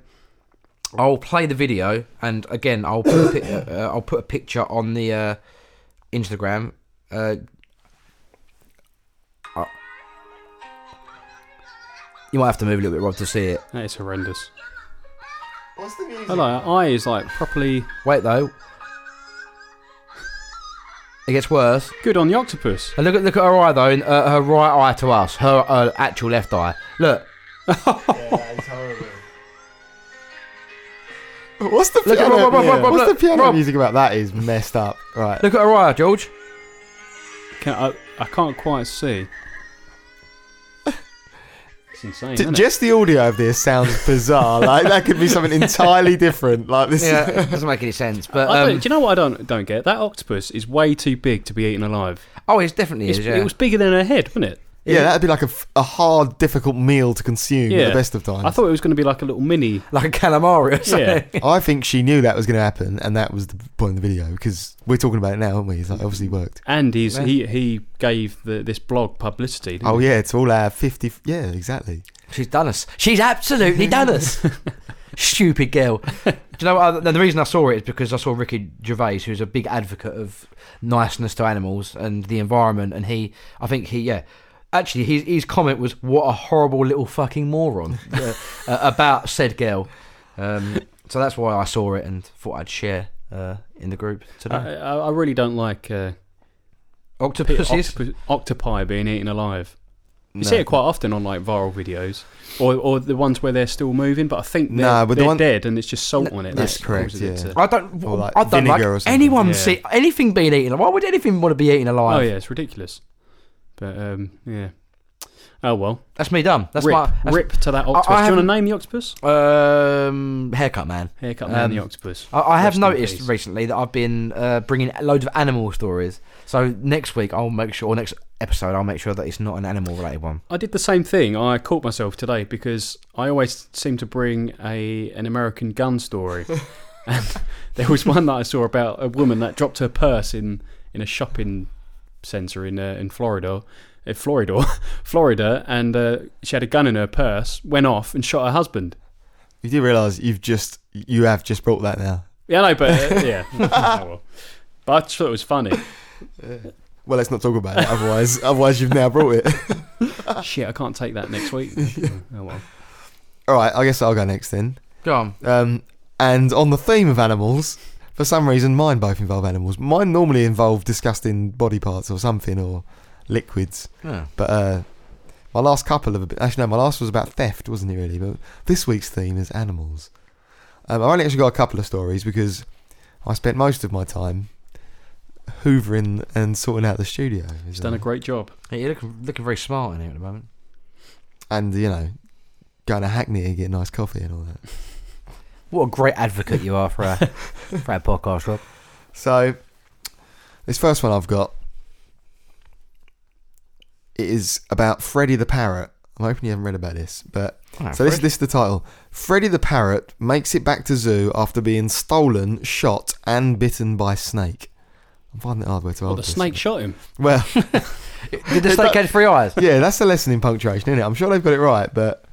Speaker 1: I'll play the video, and again, I'll put a pic- uh, I'll put a picture on the uh, Instagram. Uh, I- you might have to move a little bit, Rob, to see it.
Speaker 3: That is horrendous.
Speaker 2: What's the music?
Speaker 3: I like her eye is like properly
Speaker 1: Wait though. It gets worse.
Speaker 3: good on the octopus.
Speaker 1: And look at look at her eye though, and, uh, her right eye to us, her uh, actual left eye. Look,
Speaker 2: Yeah, it's horrible. What's the
Speaker 1: Look at
Speaker 2: piano?
Speaker 1: Rob, Rob, Rob,
Speaker 2: yeah.
Speaker 1: Rob,
Speaker 2: What's
Speaker 1: look,
Speaker 2: the piano
Speaker 1: Rob.
Speaker 2: music about? That is messed up. Right.
Speaker 1: look at her eye, George.
Speaker 3: Can, I, I can't quite see. It's insane.
Speaker 2: J-
Speaker 3: isn't it?
Speaker 2: just the audio of this sounds bizarre. like that could be something entirely different. Like this.
Speaker 1: Yeah,
Speaker 2: Is,
Speaker 1: it doesn't make any sense. But
Speaker 3: I don't,
Speaker 1: um,
Speaker 3: do you know what I don't don't get? That octopus is way too big to be eaten alive.
Speaker 1: oh, it's definitely
Speaker 3: It's-
Speaker 1: is. Yeah.
Speaker 3: It was bigger than her head, wasn't it?
Speaker 2: yeah, that'd be like a, f- a hard, difficult meal to consume at
Speaker 3: Yeah.
Speaker 2: the best of times.
Speaker 3: I thought it was going to be like a little mini.
Speaker 1: like a calamari. Or something.
Speaker 3: Yeah.
Speaker 2: I think she knew that was going to happen, and that was the point of the video because we're talking about it now, aren't we? It's like obviously worked.
Speaker 3: And he's
Speaker 1: Yeah.
Speaker 3: he he gave the, this blog publicity. didn't
Speaker 2: Oh
Speaker 3: he?
Speaker 2: yeah, it's all our fifty. Yeah, exactly.
Speaker 1: She's done us. She's absolutely done us. Stupid girl. Do you know what? I, the reason I saw it is because I saw Ricky Gervais, who's a big advocate of niceness to animals and the environment, and he, I think he, yeah. Actually, his, his comment was, "What a horrible little fucking moron," uh, uh, about said girl. Um, so that's why I saw it and thought I'd share uh, in the group today.
Speaker 3: I, I, I really don't like uh, pe-
Speaker 1: Octopuses.
Speaker 3: octopus- octopi being eaten alive. You
Speaker 2: No.
Speaker 3: see it quite often on like viral videos, or or the ones where they're still moving. But I think they're,
Speaker 2: No, but the
Speaker 3: they're
Speaker 2: one-
Speaker 3: dead, and it's just salt on it.
Speaker 2: That's
Speaker 3: that
Speaker 2: correct,
Speaker 3: causes it
Speaker 2: yeah.
Speaker 3: to-
Speaker 1: I don't.
Speaker 2: Or like
Speaker 1: I don't like
Speaker 2: vinegar or something.
Speaker 1: anyone
Speaker 3: Yeah.
Speaker 1: see anything being eaten. Why would anything want to be eaten alive?
Speaker 3: oh yeah, it's ridiculous. But um, yeah. Oh well.
Speaker 1: That's me done. That's
Speaker 3: rip,
Speaker 1: my that's
Speaker 3: rip to that octopus. Do you want
Speaker 1: haven't-
Speaker 3: to name the octopus?
Speaker 1: Um, haircut man.
Speaker 3: Haircut man,
Speaker 1: Um,
Speaker 3: the octopus.
Speaker 1: I, I have
Speaker 3: Rest in
Speaker 1: noticed
Speaker 3: peace.
Speaker 1: recently that I've been uh, bringing loads of animal stories. So next week I'll make sure, or next episode I'll make sure that it's not an animal related one.
Speaker 3: I did the same thing. I caught myself today because I always seem to bring a an American gun story. and there was one that I saw about a woman that dropped her purse in in a shopping center in uh, in Florida, uh, Florida, Florida, and uh, she had a gun in her purse. Went off and shot her husband.
Speaker 2: You do realise you've just you have just brought that now.
Speaker 3: Yeah, no, but uh, yeah. Oh, well. But I just thought it was funny.
Speaker 2: Well, let's not talk about it. Otherwise, otherwise you've now brought it.
Speaker 3: Shit, I can't take that next week. Oh well.
Speaker 2: All right, I guess I'll go next then.
Speaker 1: Go on.
Speaker 2: Um, and on the theme of animals, for some reason, mine both involve animals. Mine normally involve disgusting body parts or something or liquids.
Speaker 1: Yeah.
Speaker 2: But uh, my last couple of actually no, my last was about theft, wasn't it really? But this week's theme is animals. Um, I only actually got a couple of stories because I spent most of my time hoovering and sorting out the studio.
Speaker 3: She's done a great job.
Speaker 1: Hey, you're looking looking very smart in here at the moment.
Speaker 2: and you know, going to Hackney and getting nice coffee and all that.
Speaker 1: What a great advocate you are for our for our podcast, Rob.
Speaker 2: So, this first one I've got it is about Freddy the Parrot. I'm hoping you haven't read about this, but
Speaker 1: Oh,
Speaker 2: so this
Speaker 1: Fred.
Speaker 2: this is the title: Freddy the Parrot makes it back to zoo after being stolen, shot, and bitten by snake. I'm finding it hard where to
Speaker 3: Well,
Speaker 2: hold
Speaker 3: the
Speaker 2: this.
Speaker 3: snake shot him.
Speaker 2: Well,
Speaker 1: Did the snake get three eyes?
Speaker 2: yeah, that's a lesson in punctuation, isn't it? I'm sure they've got it right, but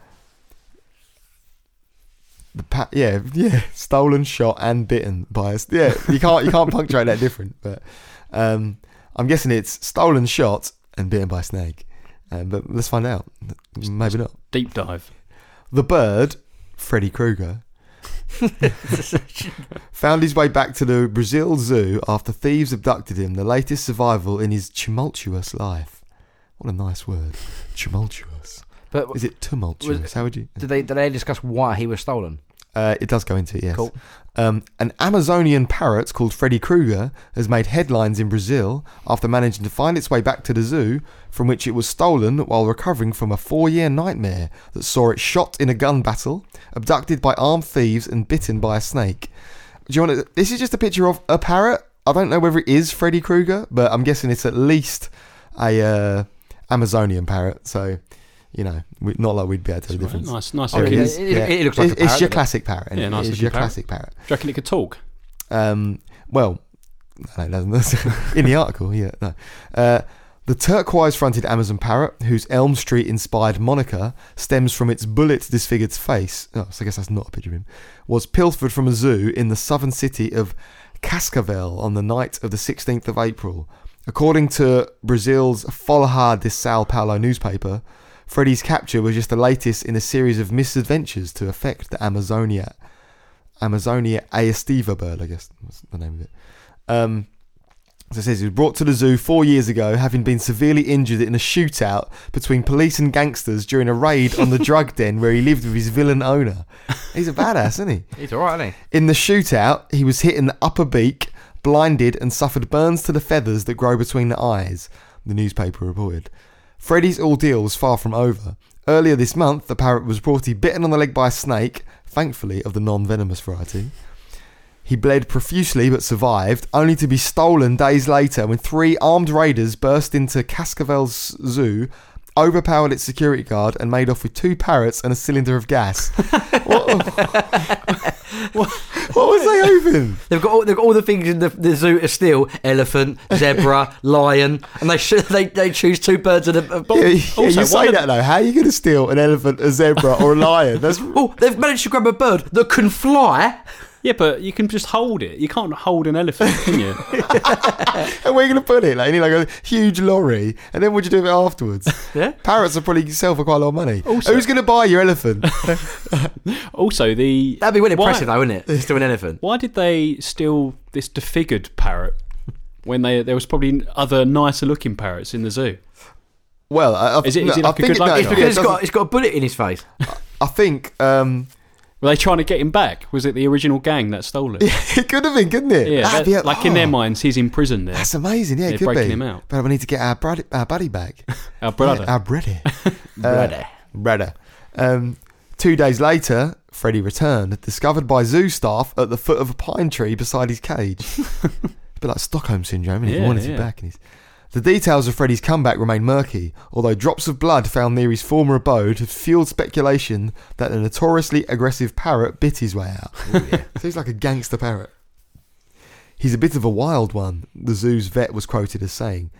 Speaker 2: the pa- yeah, yeah, stolen, shot, and bitten by us. Yeah, you can't you can't punctuate that different. But um, I'm guessing it's stolen, shot, and bitten by a snake. Um, but let's find out. Maybe not.
Speaker 3: Deep dive.
Speaker 2: The bird, Freddy Krueger, found his way back to the Brazil zoo after thieves abducted him, the latest survival in his tumultuous life. What a nice word. Tumultuous.
Speaker 1: But
Speaker 2: Is it tumultuous? How would you?
Speaker 1: did they did they discuss why he was stolen?
Speaker 2: Uh, it does go into it, yes.
Speaker 1: Cool.
Speaker 2: Um, an Amazonian parrot called Freddy Krueger has made headlines in Brazil after managing to find its way back to the zoo, from which it was stolen while recovering from a four year nightmare that saw it shot in a gun battle, abducted by armed thieves, and bitten by a snake. Do you want to? This is just a picture of a parrot. I don't know whether it is Freddy Krueger, but I'm guessing it's at least a uh, Amazonian parrot. So, you know, we, not like we'd be able to tell the
Speaker 3: It's all right.
Speaker 2: difference.
Speaker 3: Nice, nice.
Speaker 1: Oh,
Speaker 3: looking.
Speaker 1: yeah.
Speaker 3: Do
Speaker 1: is- it- it looks like a parrot,
Speaker 2: it's, it's your
Speaker 1: doesn't it?
Speaker 2: classic parrot. isn't
Speaker 3: Yeah,
Speaker 2: it?
Speaker 3: nice
Speaker 2: It's
Speaker 3: looking
Speaker 2: your
Speaker 3: parrot.
Speaker 2: classic parrot.
Speaker 3: you reckon it could talk?
Speaker 2: Um, well, no, it doesn't. in the article, yeah, no. Uh, the turquoise-fronted Amazon parrot, whose Elm Street-inspired moniker stems from its bullet-disfigured face, oh, so I guess that's not a picture of him, was pilfered from a zoo in the southern city of Cascavel on the night of the 16th of April. According to Brazil's Folha de Sao Paulo newspaper, Freddy's capture was just the latest in a series of misadventures to affect the Amazonia Amazonia aestiva bird, I guess that's the name of it. Um, so it says he was brought to the zoo four years ago, having been severely injured in a shootout between police and gangsters during a raid on the drug den where he lived with his villain owner. He's a badass, isn't he?
Speaker 1: He's all right, isn't he?
Speaker 2: In the shootout, he was hit in the upper beak, blinded, and suffered burns to the feathers that grow between the eyes. the newspaper reported. Freddy's ordeal was far from over. Earlier this month, the parrot was reported bitten on the leg by a snake, thankfully of the non venomous variety. He bled profusely but survived, only to be stolen days later when three armed raiders burst into Cascavel's zoo, overpowered its security guard, and made off with two parrots and a cylinder of gas. what, what- what was they hoping?
Speaker 1: They've got all, they've got all the things in the, the zoo to steal: elephant, zebra, lion, and they sh- they they choose two birds and a.
Speaker 2: Yeah,
Speaker 1: a
Speaker 2: yeah,
Speaker 3: also,
Speaker 2: you
Speaker 3: one
Speaker 2: say
Speaker 3: of-
Speaker 2: that though. How are you going to steal an elephant, a zebra, or a lion? That's
Speaker 1: Oh, they've managed to grab a bird that can fly.
Speaker 3: Yeah, but you can just hold it. You can't hold an elephant, can you?
Speaker 2: And where are you going to put it? Like, you need like a huge lorry. And then what do you do with it afterwards?
Speaker 1: Yeah.
Speaker 2: Parrots are probably sell for quite a lot of money.
Speaker 3: Also-
Speaker 2: Who's going to buy your elephant?
Speaker 3: Also, the
Speaker 1: That'd be really
Speaker 3: Why-
Speaker 1: impressive, though, wouldn't it? It's still an elephant.
Speaker 3: Why did they steal this defigured parrot when they there was probably other nicer looking parrots in the zoo?
Speaker 2: well, I, I,
Speaker 3: Is it- is
Speaker 2: no,
Speaker 3: it like
Speaker 2: I
Speaker 3: a
Speaker 2: think
Speaker 3: good
Speaker 2: it, no,
Speaker 3: luck
Speaker 1: It's
Speaker 3: Yeah,
Speaker 2: I think
Speaker 3: charm?
Speaker 1: because
Speaker 2: it
Speaker 1: it's got,
Speaker 2: doesn't-
Speaker 1: it's got a bullet in his face.
Speaker 2: I think um,
Speaker 3: Were they trying to get him back? Was it the original gang that stole it? Yeah,
Speaker 2: it could have been, couldn't it? That'd
Speaker 3: that-
Speaker 2: be a-
Speaker 3: like in
Speaker 2: oh,
Speaker 3: their minds, he's in prison there.
Speaker 2: That's amazing. Yeah,
Speaker 3: They're
Speaker 2: it could
Speaker 3: breaking
Speaker 2: be.
Speaker 3: him out.
Speaker 2: But we need to get our, brad- our buddy back.
Speaker 3: Our brother.
Speaker 2: Yeah, our brother.
Speaker 1: Brother.
Speaker 2: Brother. Um, two days later, Freddy returned, discovered by zoo staff at the foot of a pine tree beside his cage. a bit like Stockholm syndrome, and he
Speaker 3: Yeah,
Speaker 2: wanted
Speaker 3: yeah.
Speaker 2: it back. And he's... The details of Freddy's comeback remain murky, although drops of blood found near his former abode have fueled speculation that the notoriously aggressive parrot bit his way out. so he's like a gangster parrot. He's a bit of a wild one, the zoo's vet was quoted as saying.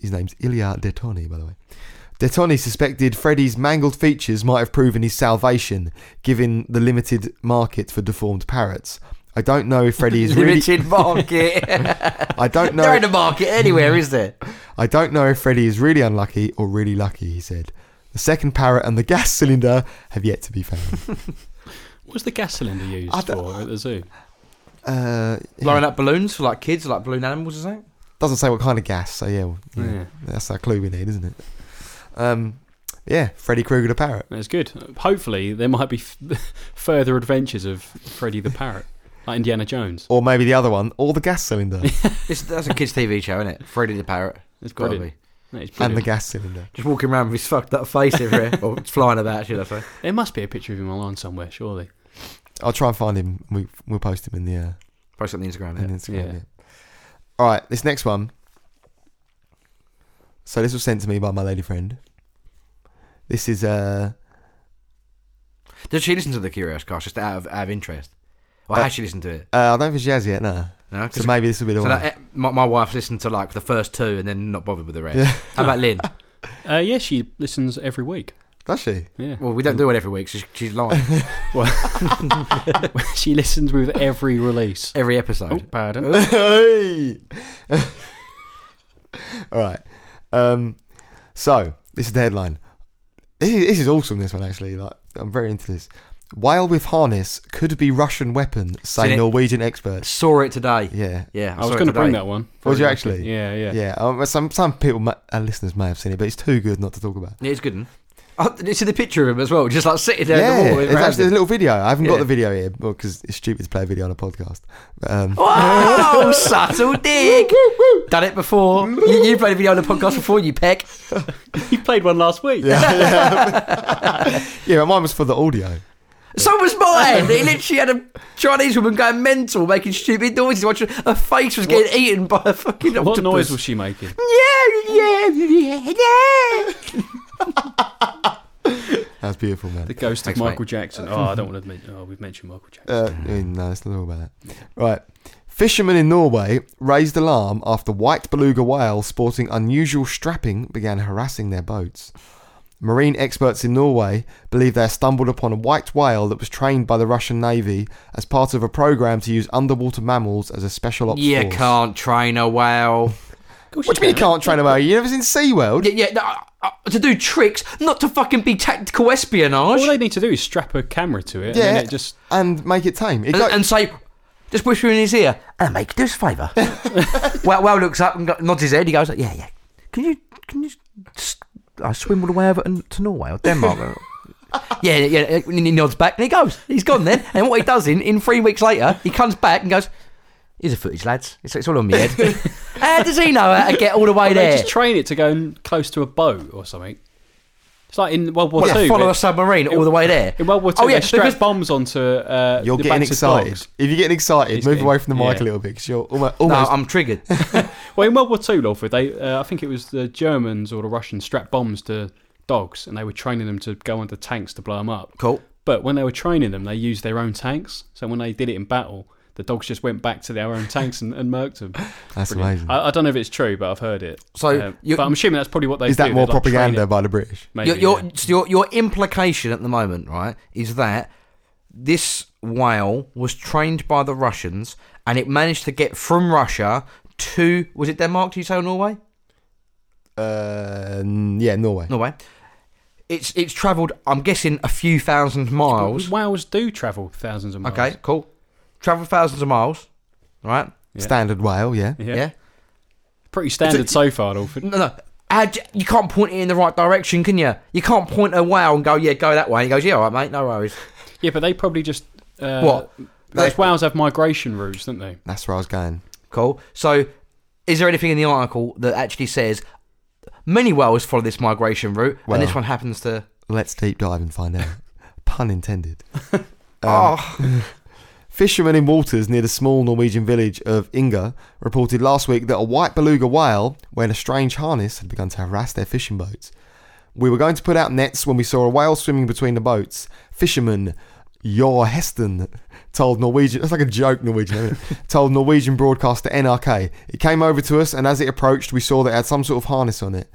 Speaker 2: His name's Ilya Detoni, by the way. Detoni suspected Freddy's mangled features might have proven his salvation, given the limited market for deformed parrots. I don't know if Freddy is really.
Speaker 1: Limited market.
Speaker 2: I don't know.
Speaker 1: They're in the market anywhere, is there?
Speaker 2: I don't know if Freddy is really unlucky or really lucky. He said. The second parrot and the gas cylinder have yet to be found.
Speaker 3: What was the gas cylinder used
Speaker 2: I don't-
Speaker 3: for at the zoo?
Speaker 2: Uh, yeah.
Speaker 1: Blowing up balloons for like kids, like balloon animals, is that?
Speaker 2: doesn't say what kind of gas, so yeah, well,
Speaker 3: Yeah.
Speaker 2: yeah, that's our clue we need, isn't it? Um, yeah, Freddy Krueger the parrot.
Speaker 3: That's good. Hopefully, there might be f- further adventures of Freddy the Parrot, like Indiana Jones.
Speaker 2: Or maybe the other one, or the gas cylinder.
Speaker 1: It's, that's a kids' TV show, isn't it? Freddy the Parrot.
Speaker 3: It's
Speaker 1: Got to
Speaker 3: brilliant.
Speaker 1: be.
Speaker 3: That is
Speaker 2: and
Speaker 3: brilliant.
Speaker 2: the gas cylinder.
Speaker 1: Just walking around with his fucked up face everywhere, or flying about, should I say?
Speaker 3: there must be a picture of him online somewhere, surely.
Speaker 2: I'll try and find him. We, we'll post him in the, uh,
Speaker 1: Post it on the Instagram.
Speaker 2: in
Speaker 1: Yeah.
Speaker 2: the Instagram.
Speaker 3: Yeah.
Speaker 2: Yeah. All right, this next one. So this was sent to me by my lady friend. This is uh,
Speaker 1: Did she listen to the Curious Cast just out of, out of interest? Or
Speaker 2: Uh,
Speaker 1: has she listened to it?
Speaker 2: uh I don't think she has yet. No,
Speaker 1: No.
Speaker 2: so
Speaker 1: 'Cause-
Speaker 2: maybe this will be the
Speaker 1: so
Speaker 2: one.
Speaker 1: that, eh, my, my wife's listened to like the first two and then not bothered with the rest.
Speaker 2: Yeah.
Speaker 1: How about Lynn?
Speaker 3: Uh, yeah, she listens every week.
Speaker 2: Does she?
Speaker 3: Yeah.
Speaker 1: Well, we don't do it every week. So she- she's lying
Speaker 3: she listens with every release.
Speaker 1: every episode.
Speaker 3: Oh, pardon.
Speaker 2: Hey! All right. Um, so this is the headline. This is, this is awesome. This one actually, like I'm very into this. Whale with harness could be Russian weapon, say
Speaker 1: Seen it?
Speaker 2: Norwegian experts.
Speaker 1: Saw it today.
Speaker 2: Yeah,
Speaker 1: Yeah,
Speaker 3: I was
Speaker 1: saw it
Speaker 3: going to bring
Speaker 1: today.
Speaker 3: that one.
Speaker 2: Was you
Speaker 3: Very
Speaker 2: actually?
Speaker 3: lucky. Yeah, yeah.
Speaker 2: yeah. Um, some some people, ma- our listeners, may have seen it, but it's too good not to talk about.
Speaker 1: Yeah, it's good. One. Oh, did you see the picture of him as well? Just like sitting there in the
Speaker 2: yeah,
Speaker 1: water.
Speaker 2: it's actually there's a
Speaker 1: grounded.
Speaker 2: little video. I haven't
Speaker 1: Yeah.
Speaker 2: got the video here because it's stupid to play a video on a podcast. But, um,
Speaker 1: Wow, subtle dig. Done it before. You, you played a video on the podcast before, you peck.
Speaker 3: You played one last week.
Speaker 2: yeah, but mine was for the audio.
Speaker 1: So was mine. He literally had a Chinese woman going mental, making stupid noises. Watching her face was getting eaten by a fucking
Speaker 3: What
Speaker 1: octopus.
Speaker 3: noise was she making?
Speaker 1: Yeah, yeah, yeah, yeah.
Speaker 2: That's beautiful, man.
Speaker 3: The ghost
Speaker 1: Thanks,
Speaker 3: of
Speaker 1: mate.
Speaker 3: Michael Jackson. Oh, I don't want to admit. Oh, we've mentioned Michael Jackson.
Speaker 2: Uh, I mean, no, let's not talk about that. Right. Fishermen in Norway raised alarm after white beluga whale sporting unusual strapping began harassing their boats. Marine experts in Norway believe they stumbled upon a white whale that was trained by the Russian Navy as part of a program to use underwater mammals as a special ops
Speaker 1: You
Speaker 2: force.
Speaker 1: can't train a whale.
Speaker 3: Of course
Speaker 2: What do you mean you can't train a whale? You never seen SeaWorld?
Speaker 1: Yeah, yeah, no, uh, uh, to do tricks, not to fucking be tactical espionage.
Speaker 3: All they need to do is strap a camera to it, and
Speaker 2: Yeah.
Speaker 3: then it just
Speaker 2: And make it tame. It
Speaker 1: and,
Speaker 2: go-
Speaker 1: and say, just whisper in his ear, and make do us a favour. well, well, looks up and go- nods his head. He goes, yeah, yeah. Can you can you s- uh, swim all the way over n- to Norway or Denmark? or-" yeah, yeah. yeah, And he nods back and he goes. He's gone then. And what he does in in three weeks later, he comes back and goes. Here's a footage, lads. It's, it's all on my head. How does he know how to get all the way
Speaker 3: Well, they
Speaker 1: there?
Speaker 3: just train it to go in close to a boat or something. It's like in World War
Speaker 1: What,
Speaker 3: Two.
Speaker 1: follow
Speaker 3: they-
Speaker 1: a submarine all the way there.
Speaker 3: in World War Two,
Speaker 1: Oh, yeah,
Speaker 3: they strap
Speaker 1: because-
Speaker 3: bombs onto uh,
Speaker 2: You're
Speaker 3: the
Speaker 2: getting
Speaker 3: backs of
Speaker 2: excited.
Speaker 3: dogs.
Speaker 2: If you're getting excited,
Speaker 3: He's
Speaker 2: move
Speaker 3: getting-
Speaker 2: away from the mic
Speaker 3: yeah.
Speaker 2: a little bit because you're almost.
Speaker 1: No,
Speaker 2: almost
Speaker 1: I'm triggered.
Speaker 3: Well, in World War Two, Lawford, they uh, I think it was the Germans or the Russians strapped bombs to dogs, and they were training them to go under tanks to blow them up.
Speaker 1: Cool.
Speaker 3: But when they were training them, they used their own tanks. So when they did it in battle, the dogs just went back to their own tanks and, and murked them.
Speaker 2: that's
Speaker 3: Brilliant.
Speaker 2: amazing.
Speaker 3: I, I don't know if it's true, but I've heard it.
Speaker 1: So
Speaker 3: Um,
Speaker 1: you-
Speaker 3: but I'm assuming that's probably what they
Speaker 2: Is
Speaker 3: do.
Speaker 2: that more
Speaker 3: They, like, train
Speaker 2: propaganda
Speaker 3: it,
Speaker 2: by the British?
Speaker 3: maybe,
Speaker 1: Your, your,
Speaker 3: yeah.
Speaker 1: so your your implication at the moment, right, is that this whale was trained by the Russians and it managed to get from Russia to was it Denmark? Do you say or Norway?
Speaker 2: Uh, n- yeah, Norway.
Speaker 1: Norway. It's it's travelled. I'm guessing a few thousand miles.
Speaker 3: Whales do travel thousands of miles.
Speaker 1: Okay, cool. Travelled thousands of miles, right?
Speaker 3: Yeah.
Speaker 2: Standard whale, yeah.
Speaker 3: Yeah.
Speaker 1: Yeah.
Speaker 3: Pretty standard so far, Alfred.
Speaker 1: No, no. How d- you can't point it in the right direction, can you? You can't point a whale and go, yeah, go that way. He goes, yeah, all right, mate, no worries.
Speaker 3: Yeah, but they probably just. Uh,
Speaker 1: What?
Speaker 3: Those
Speaker 1: They-
Speaker 3: whales have migration routes, don't they?
Speaker 2: That's where I was going.
Speaker 1: Cool. So, is there anything in the article that actually says many whales follow this migration route,
Speaker 2: Well.
Speaker 1: and this one happens to?
Speaker 2: Let's deep dive and find out. Pun intended. Um,
Speaker 1: oh,
Speaker 2: Fishermen in waters near the small Norwegian village of Inga reported last week that a white beluga whale wearing a strange harness had begun to harass their fishing boats. We were going to put out nets when we saw a whale swimming between the boats. Fisherman Jor Heston told Norwegian, that's like a joke, Norwegian, isn't it? told Norwegian broadcaster NRK. It came over to us, and as it approached, we saw that it had some sort of harness on it.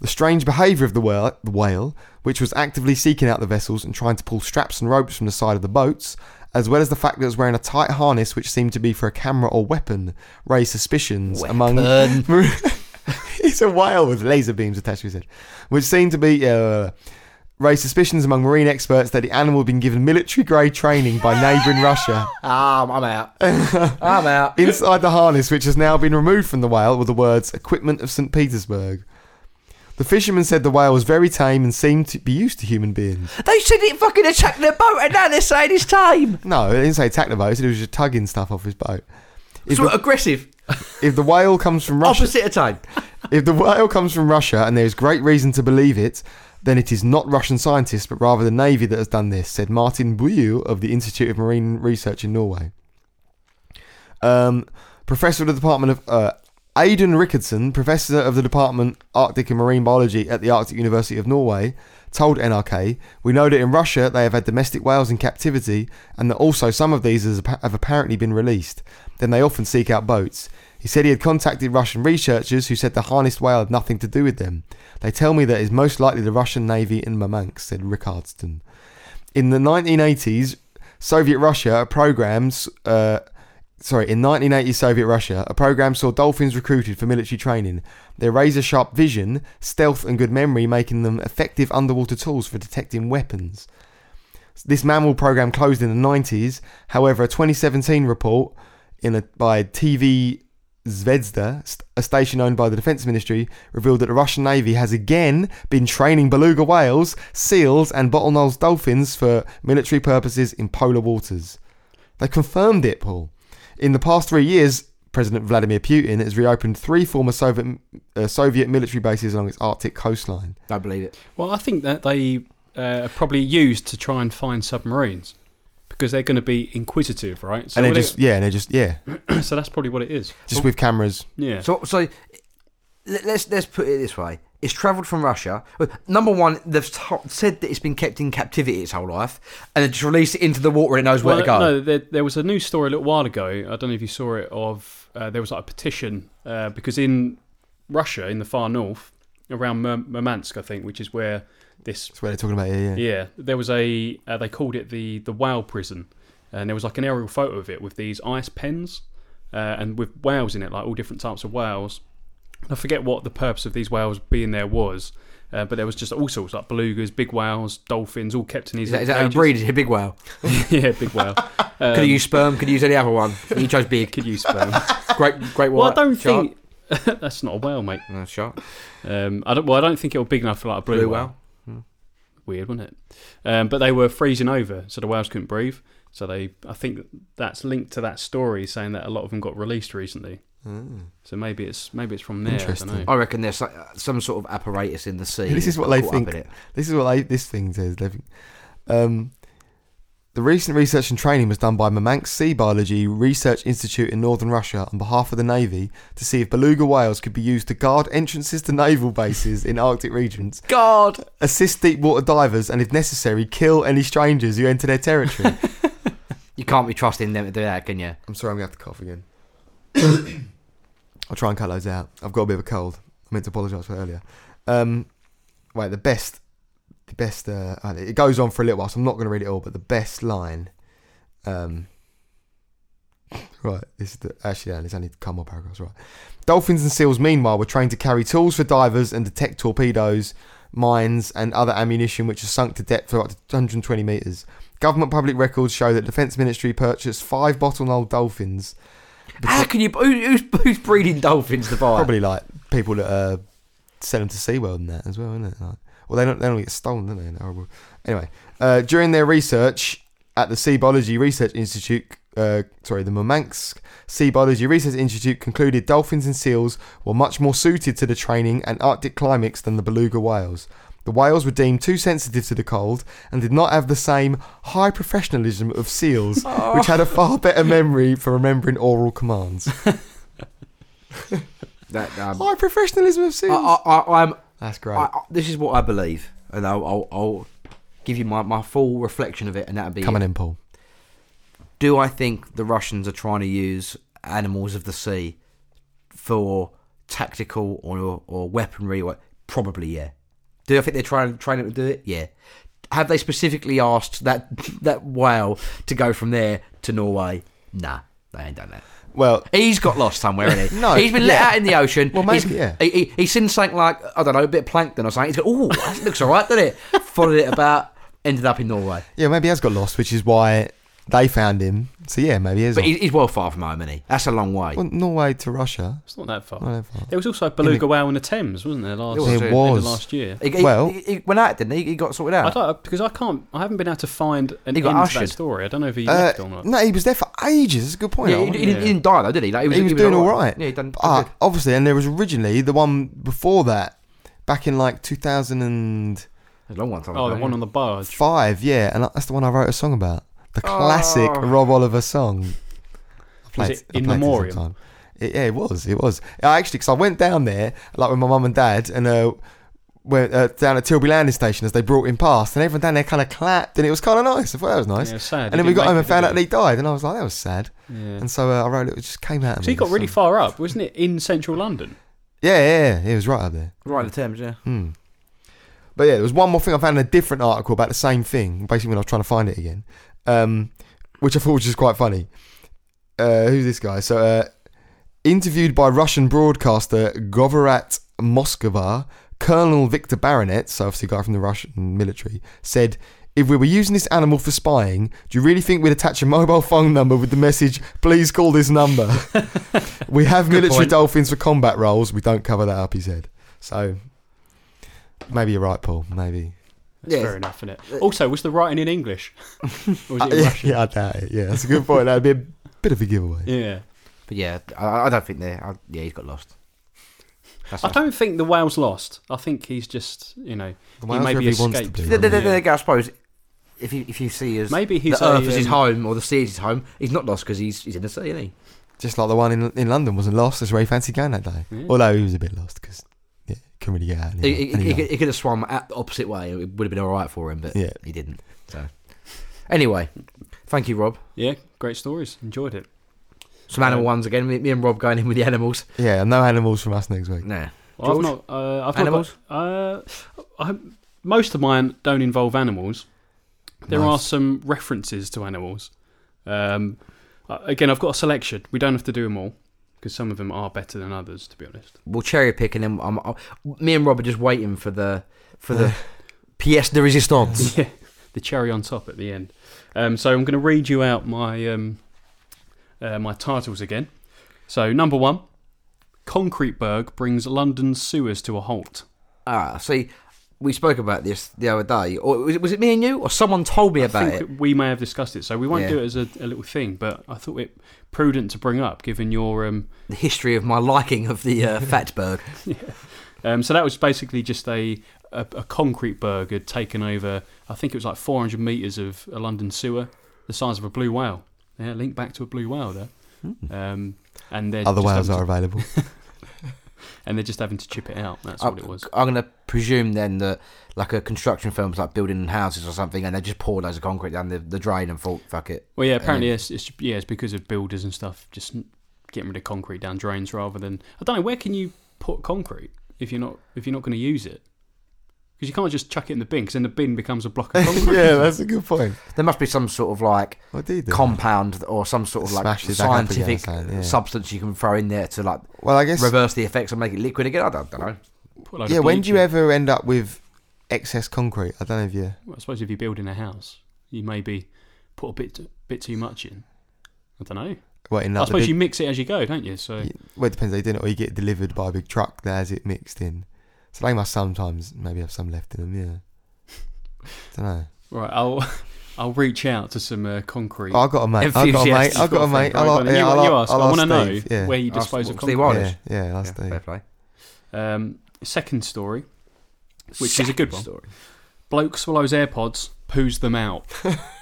Speaker 2: The strange behaviour of the whale, the whale, which was actively seeking out the vessels and trying to pull straps and ropes from the side of the boats, as well as the fact that it was wearing a tight harness which seemed to be for a camera or weapon, raised suspicions among
Speaker 1: Burn.
Speaker 2: it's a whale with laser beams attached to his head, which seemed to be uh, raised suspicions among marine experts that the animal had been given military-grade training by neighbouring Russia.
Speaker 1: Ah, I'm out. I'm out.
Speaker 2: Inside the harness, which has now been removed from the whale, were the words "Equipment of St. Petersburg." The fisherman said the whale was very tame and seemed to be used to human beings.
Speaker 1: They said it fucking attacked their boat, and now they're saying it's time.
Speaker 2: No, they didn't say attack the boat. They said it was just tugging stuff off his boat. If,
Speaker 1: It's
Speaker 2: the,
Speaker 1: aggressive,
Speaker 2: if the whale comes from Russia,
Speaker 1: opposite of time.
Speaker 2: If the whale comes from Russia and there is great reason to believe it, then it is not Russian scientists, but rather the Navy that has done this, said Martin Buyu of the Institute of Marine Research in Norway. Um, professor of the Department of. Uh, Aidan Rickardson, professor of the Department Arctic and Marine Biology at the Arctic University of Norway, told NRK, We know that in Russia they have had domestic whales in captivity and that also some of these has- have apparently been released. Then they often seek out boats. He said he had contacted Russian researchers who said the harnessed whale had nothing to do with them. They tell me that it's most likely the Russian Navy in Murmansk, said Rickardston. In the 1980s, Soviet Russia programs. Uh, Sorry, in 1980 Soviet Russia, a program saw dolphins recruited for military training. Their razor sharp vision, stealth, and good memory making them effective underwater tools for detecting weapons. This mammal program closed in the 90s. However, a 2017 report in a, by TV Zvezda, st- a station owned by the Defense Ministry, revealed that the Russian Navy has again been training beluga whales, seals, and bottlenose dolphins for military purposes in polar waters. They confirmed it, Paul. In the past three years, President Vladimir Putin has reopened three former Soviet, uh, Soviet military bases along its Arctic coastline.
Speaker 1: I believe it.
Speaker 3: Well, I think that they uh, are probably used to try and find submarines because they're going to be inquisitive, right? So,
Speaker 2: and they're
Speaker 3: what it- Oh.
Speaker 2: just, yeah, and they're just, yeah,
Speaker 3: so that's probably what it is.
Speaker 2: just with cameras.
Speaker 3: Yeah.
Speaker 1: So, so let- let's let's put it this way: it's travelled from Russia. Well, Number one, they've t- said that it's been kept in captivity its whole life, and they just released it into the water and it knows where to go.
Speaker 3: No, there, there was a news story a little while ago. I don't know if you saw it. Of uh, there was like a petition uh, because in Russia, in the far north, around Mur- Murmansk, I think, which is where this
Speaker 2: That's what they're talking about here, yeah.
Speaker 3: yeah, there was a uh, they called it the the whale prison, and there was like an aerial photo of it with these ice pens, uh, and with whales in it, like all different types of whales. And I forget what the purpose of these whales being there was, uh, but there was just all sorts like belugas, big whales, dolphins, all kept in these.
Speaker 1: Is that, is
Speaker 3: little
Speaker 1: that a
Speaker 3: cages.
Speaker 1: breed? Is it a big whale?
Speaker 3: yeah, big whale. Um,
Speaker 1: Could have used sperm. Could have used any other one. You chose big.
Speaker 3: could use sperm.
Speaker 1: Great, great
Speaker 3: well,
Speaker 1: white.
Speaker 3: I don't
Speaker 1: shark.
Speaker 3: think that's not a whale, mate.
Speaker 1: No, shark.
Speaker 3: Um, I don't. Well, I don't think it was big enough for like a blue,
Speaker 1: Blue
Speaker 3: whale.
Speaker 1: whale.
Speaker 3: Weird, wasn't it? Um, but they were freezing over, so the whales couldn't breathe. So they, I think that's linked to that story, saying that a lot of them got released recently.
Speaker 2: Mm.
Speaker 3: So maybe it's maybe it's from there. I
Speaker 2: Interesting.
Speaker 3: don't know.
Speaker 1: I reckon there's like, uh, some sort of apparatus in the sea.
Speaker 2: This is what
Speaker 1: that's
Speaker 2: they
Speaker 1: caught up
Speaker 2: think.
Speaker 1: in it.
Speaker 2: This is what I, this thing says. They think, Um, the recent research and training was done by Mamansk Sea Biology Research Institute in northern Russia on behalf of the Navy to see if beluga whales could be used to guard entrances to naval bases in Arctic regions,
Speaker 1: God,
Speaker 2: assist deep water divers, and if necessary, kill any strangers who enter their territory.
Speaker 1: you can't be trusting them to do that, can you?
Speaker 2: I'm sorry, I'm going to have to cough again. I'll try and cut those out. I've got a bit of a cold. I meant to apologise for earlier. Um, right, the best, the best. Uh, uh, it goes on for a little while, so I'm not going to read it all. But the best line. Um, right, this is the, actually yeah, there's only a couple more paragraphs. Right, dolphins and seals meanwhile were trained to carry tools for divers and detect torpedoes, mines, and other ammunition which are sunk to depth of up to 120 meters. Government public records show that Defence Ministry purchased five bottlenose dolphins.
Speaker 1: How can you? Who, who's, who's breeding dolphins to buy?
Speaker 2: Probably like people that uh, sell them to SeaWorld and that as well, isn't it? Like, well, they don't, they don't get stolen, do they? They're horrible. Anyway, uh, during their research at the Sea Biology Research Institute, uh, sorry, the Murmansk Sea Biology Research Institute concluded dolphins and seals were much more suited to the training and Arctic climates than the beluga whales. The whales were deemed too sensitive to the cold and did not have the same high professionalism of seals, which had a far better memory for remembering oral commands.
Speaker 1: That, um, I,
Speaker 2: High professionalism of seals.
Speaker 1: I, I, I'm
Speaker 2: That's great.
Speaker 1: I, I, this is what I believe, and I'll, I'll, I'll give you my, my full reflection of it, and that'll be.
Speaker 2: Coming in, Paul.
Speaker 1: Do I think the Russians are trying to use animals of the sea for tactical or or weaponry? Or, probably, yeah. Do I think they're trying trying to do it? Yeah. Have they specifically asked that that whale to go from there to Norway? Nah, they ain't done that.
Speaker 2: Well,
Speaker 1: He's got lost somewhere, hasn't he?
Speaker 2: No,
Speaker 1: he's been let
Speaker 2: yeah.
Speaker 1: out in the ocean.
Speaker 2: Well, maybe,
Speaker 1: he's,
Speaker 2: yeah.
Speaker 1: He, he, he's seen something like I don't know, a bit of plankton or something. He's oh, that looks all right, doesn't it? Followed it about, ended up in Norway.
Speaker 2: yeah, maybe he has got lost, which is why they found him. So yeah, maybe he is.
Speaker 1: But
Speaker 2: on-
Speaker 1: he, he's well far from home, isn't he? That's a long way.
Speaker 2: well, Norway to Russia.
Speaker 3: It's not that far.
Speaker 2: Not that far.
Speaker 3: There was also a beluga whale in the Thames, wasn't there? Last
Speaker 1: There
Speaker 3: end of
Speaker 2: was.
Speaker 3: last year.
Speaker 1: He- he-
Speaker 2: well-
Speaker 1: he, he went out, didn't he? He got sorted
Speaker 3: I
Speaker 1: out.
Speaker 3: don't because I can't. I haven't been able to find an
Speaker 1: He
Speaker 3: end
Speaker 1: got
Speaker 3: to that
Speaker 1: ushered.
Speaker 3: story. I don't know if he
Speaker 2: Uh,
Speaker 3: left or not.
Speaker 2: no, he was there for ages. That's a good point.
Speaker 1: Yeah, he,
Speaker 2: Alan.
Speaker 1: he didn't, he didn't die though, did he? Like,
Speaker 2: He was doing all right.
Speaker 1: Yeah, he done.
Speaker 2: Ah,
Speaker 1: good.
Speaker 2: obviously, and there was originally the one before that, back in like 2005.
Speaker 1: It was a long one. Time
Speaker 3: Oh, the
Speaker 1: ago.
Speaker 3: one on the barge.
Speaker 2: Yeah, and that's the one I wrote a song about. The classic
Speaker 1: Oh.
Speaker 2: Rob Oliver song. I played
Speaker 3: it
Speaker 2: I played
Speaker 3: In
Speaker 2: some
Speaker 3: Memoriam?
Speaker 2: time. It, yeah, it was. It was. I actually, because I went down there, like with my mum and dad, and uh, went uh, down at Tilby Landing Station as they brought him past, and everyone down there kind of clapped, and it was kind of nice. I thought that was nice.
Speaker 3: Yeah, it's sad.
Speaker 2: and
Speaker 3: He
Speaker 2: then we
Speaker 3: didn't
Speaker 2: got home
Speaker 3: make
Speaker 2: and
Speaker 3: it,
Speaker 2: found
Speaker 3: did
Speaker 2: out that he died, and I was like, that was sad.
Speaker 3: he? Yeah.
Speaker 2: And so uh, I wrote it, it just came out. of
Speaker 3: So
Speaker 2: me,
Speaker 3: he got
Speaker 2: this
Speaker 3: really
Speaker 2: song.
Speaker 3: far up, wasn't it? In central London.
Speaker 2: Yeah, yeah, yeah, it was right up there.
Speaker 1: right in the Thames, yeah.
Speaker 2: Hmm. But yeah, there was one more thing I found in a different article about the same thing, basically when I was trying to find it again, um, which I thought was just quite funny. Uh, who's this guy? So, uh, interviewed by Russian broadcaster Govorat Moskva, Colonel Viktor Baronet, so obviously a guy from the Russian military, said, If we were using this animal for spying, do you really think we'd attach a mobile phone number with the message, please call this number? we have
Speaker 3: Good
Speaker 2: military
Speaker 3: point.
Speaker 2: dolphins for combat roles. We don't cover that up, he said. So, maybe you're right, Paul. Maybe.
Speaker 3: That's
Speaker 1: Yeah. Uh,
Speaker 3: fair enough, isn't it? Also, was the writing in English? or was it in
Speaker 2: yeah,
Speaker 3: Russian?
Speaker 2: Uh, yeah, I doubt it. Yeah, that's a good point. That'd be a bit of a giveaway.
Speaker 3: yeah.
Speaker 1: But yeah, I, I don't think they. I, yeah, he's got lost. That's
Speaker 3: I
Speaker 1: all.
Speaker 3: don't think the whale's lost. I think he's just, you know,
Speaker 2: The
Speaker 3: he
Speaker 2: whales
Speaker 3: maybe
Speaker 2: wherever he wants to
Speaker 3: escaped.
Speaker 2: be,
Speaker 1: There,
Speaker 2: doesn't
Speaker 1: there,
Speaker 2: he?
Speaker 1: there, there you go, I suppose if you if you see as
Speaker 3: Maybe he's
Speaker 1: the earth
Speaker 3: a,
Speaker 1: as his
Speaker 3: um,
Speaker 1: home or the sea as his home, he's not lost because he's he's in the sea, isn't he?
Speaker 2: Just like the one in, in London wasn't lost. That's where he fancied going that day.
Speaker 3: Yeah.
Speaker 2: Although he was a bit lost because yeah, couldn't really get out. and
Speaker 1: He,
Speaker 2: he-
Speaker 1: he,
Speaker 2: and he
Speaker 1: he
Speaker 2: died.
Speaker 1: could- he could have swum at the opposite way. It would have been all right for him, but
Speaker 2: Yeah.
Speaker 1: he didn't. So anyway, thank you, Rob.
Speaker 3: Yeah, great stories. Enjoyed it.
Speaker 1: Some animal
Speaker 3: Uh,
Speaker 1: ones again. Me, me and Rob going in with the animals.
Speaker 2: Yeah, no animals from us next week.
Speaker 1: Nah.
Speaker 3: Well,
Speaker 1: George?
Speaker 3: I've not. Uh, I've
Speaker 1: Animals?
Speaker 3: Not got, uh, I, most of mine don't involve animals. There are
Speaker 2: Nice.
Speaker 3: some references to animals. Um, uh, again, I've got a selection. We don't have to do them all because some of them are better than others. To be honest,
Speaker 1: We'll cherry pick, and then I'm, i me and Rob are just waiting for the for the pièce de résistance.
Speaker 3: yeah, the cherry on top at the end. Um, so I'm going to read you out my um, uh, my titles again. So number one, Concreteberg brings London's sewers to a halt.
Speaker 1: Ah, see, we spoke about this the other day, or was it, was it me and you, or someone told me
Speaker 3: I
Speaker 1: about
Speaker 3: think
Speaker 1: it?
Speaker 3: we may have discussed it, so we won't
Speaker 1: Yeah.
Speaker 3: do it as a, a little thing. But I thought it prudent to bring up, given your um,
Speaker 1: The history of my liking of the uh, Fatberg.
Speaker 3: Um, so that was basically just a, a, a concrete berg had taken over, I think it was like 400 metres of a London sewer, the size of a blue whale. Yeah, link back to a blue whale there. Um, and they're
Speaker 2: Other
Speaker 3: just
Speaker 2: whales are
Speaker 3: having to,
Speaker 2: available.
Speaker 3: and they're just having to chip it out. That's
Speaker 1: I-
Speaker 3: what it was.
Speaker 1: I'm going to presume then that like a construction firm's like building houses or something, and they just poured loads of concrete down the, the drain and thought, fuck it.
Speaker 3: Well, yeah, apparently it's, it's yeah, it's because of builders and stuff just n- getting rid of concrete down drains rather than I don't know where can you put concrete if you're not if you're not going to use it because you can't just chuck it in the bin because then the bin becomes a block of concrete.
Speaker 2: yeah, that's a good point.
Speaker 1: There must be some sort of like
Speaker 2: I did.
Speaker 1: compound or some sort of like
Speaker 2: Smash it back up again,
Speaker 1: scientific
Speaker 2: so, yeah.
Speaker 1: substance you can throw in there to like
Speaker 2: Well, I guess.
Speaker 1: reverse the effects and make it liquid again. I don't, know.
Speaker 3: Put a load of
Speaker 2: Yeah, when do
Speaker 3: bleach
Speaker 2: you
Speaker 3: in.
Speaker 2: ever end up with excess concrete? I don't know if you.
Speaker 3: Well, I suppose if you're building a house, you maybe put a bit bit too much in. I don't know.
Speaker 2: Well, in like
Speaker 3: I
Speaker 2: the
Speaker 3: suppose
Speaker 2: big-
Speaker 3: you mix it as you go, don't you? So
Speaker 2: Yeah, well, it depends. They didn't, or you get it delivered by a big truck that has it mixed in. So they must sometimes maybe have some left in them. Yeah. Don't know.
Speaker 3: right, I'll I'll reach out to some uh, concrete.
Speaker 2: I got a mate. I got a mate. I got a mate. I'll,
Speaker 3: Right,
Speaker 2: yeah,
Speaker 3: you,
Speaker 2: I'll,
Speaker 3: you ask.
Speaker 2: I'll
Speaker 3: I want to know
Speaker 2: Steve, yeah.
Speaker 3: where you
Speaker 1: Ask
Speaker 3: dispose of
Speaker 1: what- Steve
Speaker 3: concrete.
Speaker 1: Honest.
Speaker 2: Yeah, yeah, I'll
Speaker 1: Yeah,
Speaker 2: ask Steve.
Speaker 1: fair play.
Speaker 3: Um, second story, which is a good one.
Speaker 1: Story.
Speaker 3: Bloke swallows AirPods, poos them out.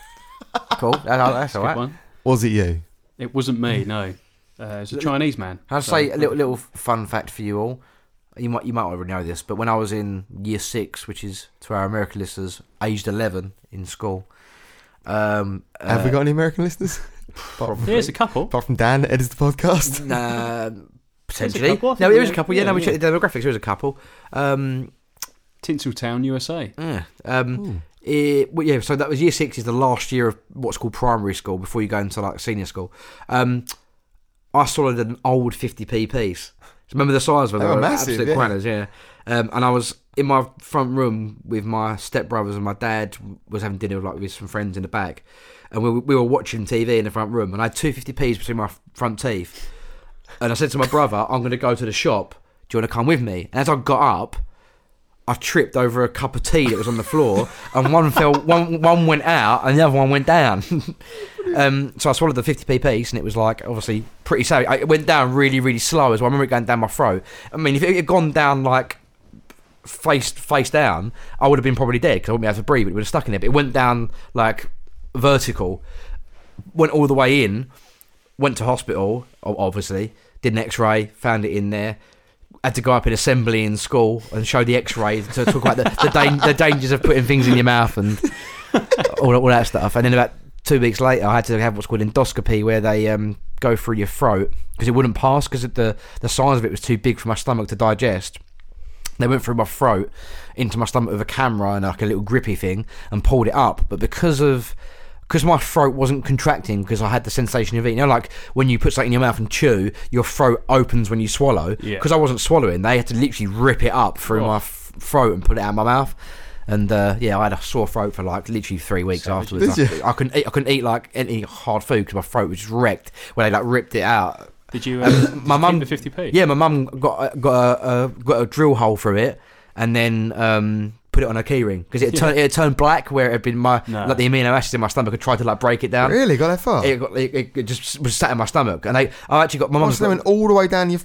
Speaker 1: Cool. That- that's
Speaker 3: Good
Speaker 1: all right. Mm.
Speaker 3: one.
Speaker 2: Was it you?
Speaker 3: It wasn't me. No, uh, it's a Chinese man.
Speaker 1: Can I
Speaker 3: So-
Speaker 1: say a little little fun fact for you all? You might you might already know this, but when I was in year six, which is to our American listeners, aged eleven in school, um,
Speaker 2: Have we
Speaker 1: uh,
Speaker 2: got any American listeners? Apart from-
Speaker 3: Here's a couple.
Speaker 2: Apart from Dan that edits the podcast.
Speaker 1: uh, nah,
Speaker 3: There's a
Speaker 1: potentially
Speaker 3: couple, I
Speaker 1: no,
Speaker 3: think,
Speaker 1: there is a
Speaker 3: yeah.
Speaker 1: couple. Yeah,
Speaker 3: Yeah,
Speaker 1: no, we
Speaker 3: yeah.
Speaker 1: checked the demographics. There is a couple. Um,
Speaker 3: Tinseltown, USA.
Speaker 1: yeah, um,
Speaker 2: Ooh.
Speaker 1: Eh, well, yeah, so that was year six is the last year of what's called primary school before you go into like senior school. Um, I swallowed an old 50p piece. Remember the size of them?
Speaker 2: They were
Speaker 1: They were
Speaker 2: massive,
Speaker 1: absolute
Speaker 2: yeah.
Speaker 1: quanners, yeah. Um, and I was in my front room with my stepbrothers and my dad was having dinner like with some friends in the back, and we, were- we were watching TV in the front room. And I had two 50p's between my f- front teeth, and I said to my brother, "I'm going to go to the shop. Do you want to come with me?" And as I got up, I tripped over a cup of tea that was on the floor, and one fell, one one went out, and the other one went down. um, so I swallowed the fifty p piece, and it was like obviously pretty savage. I- It went down really, really slow as well. I remember it going down my throat. I mean, if it had gone down like face face down, I would have been probably dead because I wouldn't be able to breathe. It would have stuck in there. But it went down like vertical, went all the way in, went to hospital. o- Obviously, did an X ray, found it in there had to go up in assembly in school and show the X-ray to talk about the the, dan- the dangers of putting things in your mouth and all, all that stuff. And then about two weeks later, I had to have what's called endoscopy, where they um, go through your throat because it wouldn't pass because the the size of it was too big for my stomach to digest. They went through my throat into my stomach with a camera and like a little grippy thing and pulled it up. But because of because my throat wasn't contracting because I had the sensation of eating. You know, like when you put something in your mouth and chew, your throat opens when you swallow.
Speaker 3: Yeah.
Speaker 1: Because I wasn't swallowing, they had to literally rip it up through
Speaker 3: Oh.
Speaker 1: my f- throat and put it out of my mouth. And uh, yeah, I had a sore throat for like literally three weeks
Speaker 3: Savage.
Speaker 1: afterwards.
Speaker 2: Did
Speaker 1: I, I couldn't eat. I couldn't eat like any hard food because my throat was just wrecked when they like ripped it out.
Speaker 3: Did you? Uh,
Speaker 1: Um, My mum
Speaker 3: the 50p.
Speaker 1: yeah, my mum got a- got a uh, got a drill hole through it, and then um, put it on a keyring because it turned it turned black where it had been my
Speaker 3: No.
Speaker 1: like the amino acids in my stomach had tried to like break it down.
Speaker 3: Um,
Speaker 2: Really? Got that far?
Speaker 1: It, got, it, it just was sat in my stomach, and they I actually got my
Speaker 2: Oh,
Speaker 1: mum.
Speaker 2: so they went all the way down. Your,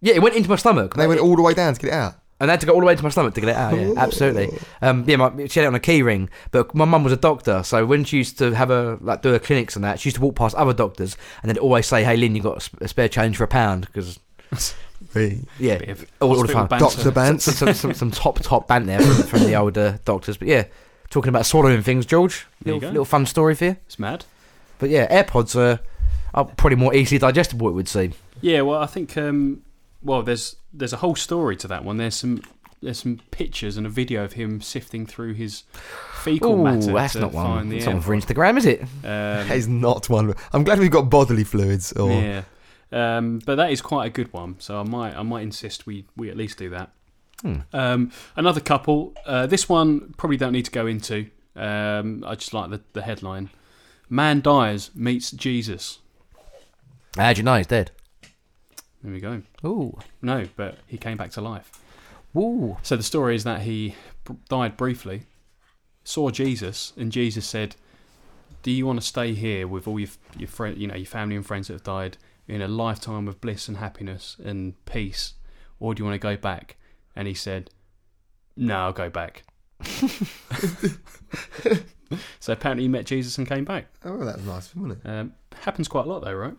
Speaker 1: Yeah, it went into my stomach.
Speaker 2: they went all the way down to get it out.
Speaker 1: And I had to go all the way to my stomach to get it out. Yeah, absolutely. Um, yeah, my, she had it on a key ring. But my mum was a doctor, so when she used to have a like do her clinics and that, she used to walk past other doctors and they'd always say, "Hey, Lynn, you got a sp- a spare change for a pound?" Because
Speaker 2: Really?
Speaker 1: yeah,
Speaker 3: Bit of
Speaker 1: all, all the
Speaker 3: hospital
Speaker 1: time.
Speaker 3: banter.
Speaker 2: Doctor Bance.
Speaker 1: Some, some, some, some top top band there from, from the older doctors. But yeah, talking about swallowing things, George.
Speaker 3: There you
Speaker 1: Little,
Speaker 3: go.
Speaker 1: little fun story for you.
Speaker 3: It's mad.
Speaker 1: But yeah, AirPods are, are probably more easily digestible. It would seem.
Speaker 3: Yeah, well, I think um, well, there's there's a whole story to that one. There's some there's some pictures and a video of him sifting through his fecal
Speaker 1: Ooh,
Speaker 3: matter
Speaker 1: that's
Speaker 3: to
Speaker 1: not one.
Speaker 3: find the
Speaker 1: That's
Speaker 3: air.
Speaker 1: not one for Instagram, is it?
Speaker 2: That
Speaker 3: Um,
Speaker 2: is not one. I'm glad we've got bodily fluids. Or
Speaker 3: yeah, um, but that is quite a good one. So I might I might insist we we at least do that.
Speaker 1: Hmm.
Speaker 3: Um, another couple. Uh, this one probably don't need to go into. Um, I just like the, the headline. Man dies meets Jesus.
Speaker 1: How do you know he's dead?
Speaker 3: There we go.
Speaker 1: Ooh,
Speaker 3: No, but he came back to life.
Speaker 1: ooh.
Speaker 3: So the story is that he b- died briefly, saw Jesus, and Jesus said, "Do you want to stay here with all your f- your friend, you know, your family and friends that have died in a lifetime of bliss and happiness and peace, or do you want to go back?" And he said, "No, I'll go back." so apparently, he met Jesus and came back.
Speaker 2: Oh, well, that was nice, wasn't it?
Speaker 3: Um, happens quite a lot, though, right?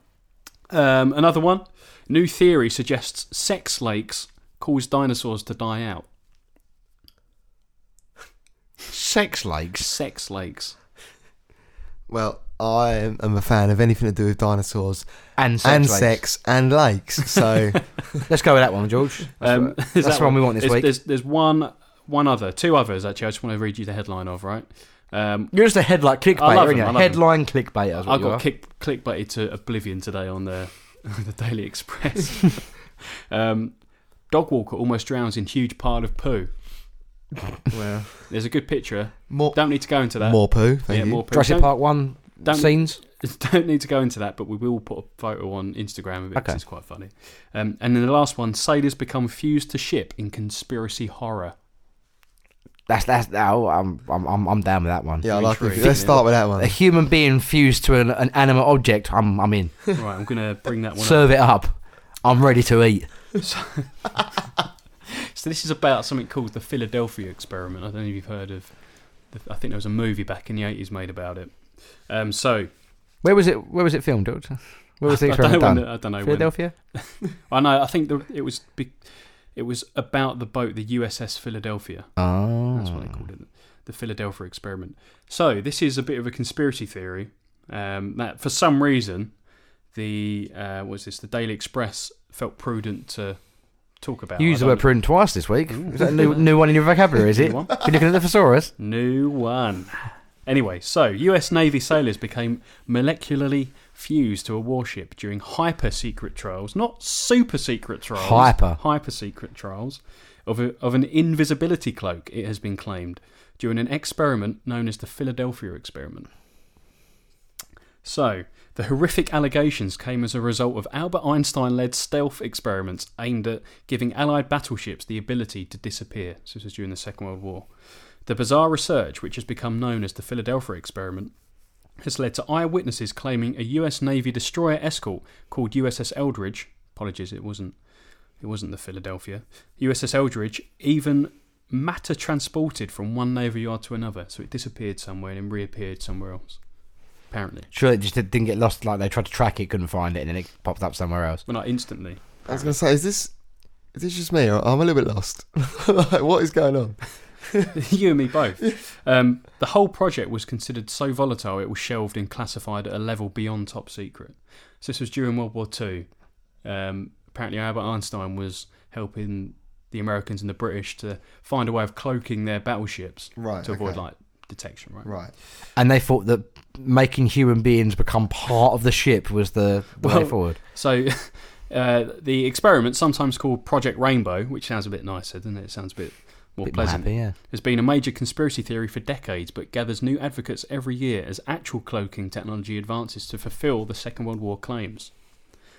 Speaker 3: Um, another one. New theory suggests sex lakes cause dinosaurs to die out.
Speaker 1: Sex lakes.
Speaker 3: Sex lakes.
Speaker 2: Well, I am am a fan of anything to do with dinosaurs
Speaker 1: And sex.
Speaker 2: and
Speaker 1: lakes.
Speaker 2: sex and lakes. So
Speaker 1: Let's go with that one, George. That's,
Speaker 3: Um,
Speaker 1: what- that's
Speaker 3: is that
Speaker 1: the one we want this
Speaker 3: there's,
Speaker 1: week.
Speaker 3: There's, there's one, one other, two others actually. I just want to read you the headline of right. Um,
Speaker 1: You're just a headline
Speaker 3: I
Speaker 1: clickbait,
Speaker 3: love
Speaker 1: aren't you?
Speaker 3: them, I love them.
Speaker 1: Headline clickbait. That's what
Speaker 3: I
Speaker 1: you are.
Speaker 3: got kick, clickbaited to oblivion today on the the Daily Express. um, dog walker almost drowns in huge pile of poo.
Speaker 1: well,
Speaker 3: There's a good picture.
Speaker 2: more
Speaker 3: Don't need to go into that.
Speaker 2: more poo. Thank
Speaker 3: yeah,
Speaker 2: you.
Speaker 3: more poo.
Speaker 1: Jurassic
Speaker 3: Don't-
Speaker 1: Park One
Speaker 3: don't-
Speaker 1: scenes.
Speaker 3: Don't need to go into that, but we will put a photo on Instagram of it 'cause
Speaker 1: Okay.
Speaker 3: it's quite funny. Um, and then the last one: sailors become fused to ship in conspiracy horror.
Speaker 1: That's that's. Oh, I'm I'm I'm I'm down with that one.
Speaker 2: Yeah, I
Speaker 3: You're
Speaker 2: like it.
Speaker 3: intrigued.
Speaker 2: Let's start with that one.
Speaker 1: A human being fused to an, an animate object. I'm I'm in.
Speaker 3: right, I'm gonna bring that one.
Speaker 1: Serve it up. I'm ready to eat.
Speaker 3: up. So this is about something called the Philadelphia experiment. I don't know if you've heard of. The, I think there was a movie back in the eighties made about it. Um, so
Speaker 1: Where was it? Where was it filmed, George? Where was the
Speaker 3: I, I don't
Speaker 1: experiment
Speaker 3: know. When
Speaker 1: done?
Speaker 3: the, I don't know. When,
Speaker 1: Philadelphia.
Speaker 3: I know. I think the, it was. Be, it was about the boat, the USS Philadelphia.
Speaker 1: Oh,
Speaker 3: That's what they called it, the Philadelphia experiment. So this is a bit of a conspiracy theory um, that, for some reason, the uh, was this the Daily Express felt prudent to talk about.
Speaker 1: You used the word prudent
Speaker 3: prudent.
Speaker 1: twice this week.
Speaker 3: Ooh.
Speaker 1: Is that a new, new one in your vocabulary, is it?
Speaker 3: New one.
Speaker 1: You're looking at the thesaurus?
Speaker 3: New one. Anyway, so U.S. Navy sailors became molecularly fused to a warship during hyper secret trials, not super secret trials.
Speaker 1: Hyper.
Speaker 3: Hyper secret trials of, a, of an invisibility cloak, it has been claimed, during an experiment known as the Philadelphia experiment. So, the horrific allegations came as a result of Albert Einstein led stealth experiments aimed at giving Allied battleships the ability to disappear. So this was during the Second World War. The bizarre research, which has become known as the Philadelphia experiment, has led to eyewitnesses claiming a US Navy destroyer escort called USS Eldridge, apologies, it wasn't it wasn't the Philadelphia. USS Eldridge even matter transported from one navy yard to another, so it disappeared somewhere and then reappeared somewhere else. Apparently.
Speaker 1: Sure, it just did- didn't get lost. Like they tried to track it, couldn't find it, and then it popped up somewhere else.
Speaker 3: Well, not instantly.
Speaker 2: I was gonna say, is this is this just me? Or I'm a little bit lost. like, what is going on?
Speaker 3: you and me both. Um, the whole project was considered so volatile it was shelved and classified at a level beyond top secret. So this was during World War Two. Um, apparently, Albert Einstein was helping the Americans and the British to find a way of cloaking their battleships
Speaker 2: Right.
Speaker 3: to avoid
Speaker 2: okay.
Speaker 3: like detection. Right.
Speaker 2: Right.
Speaker 1: And they thought that making human beings become part of the ship was the the way
Speaker 3: Well-
Speaker 1: forward.
Speaker 3: So. Uh, the experiment, sometimes called Project Rainbow, which sounds a bit nicer, doesn't it? It sounds a bit more
Speaker 1: Bit more
Speaker 3: pleasant.
Speaker 1: happy, yeah.
Speaker 3: has been a major conspiracy theory for decades, but gathers new advocates every year as actual cloaking technology advances to fulfill the Second World War claims.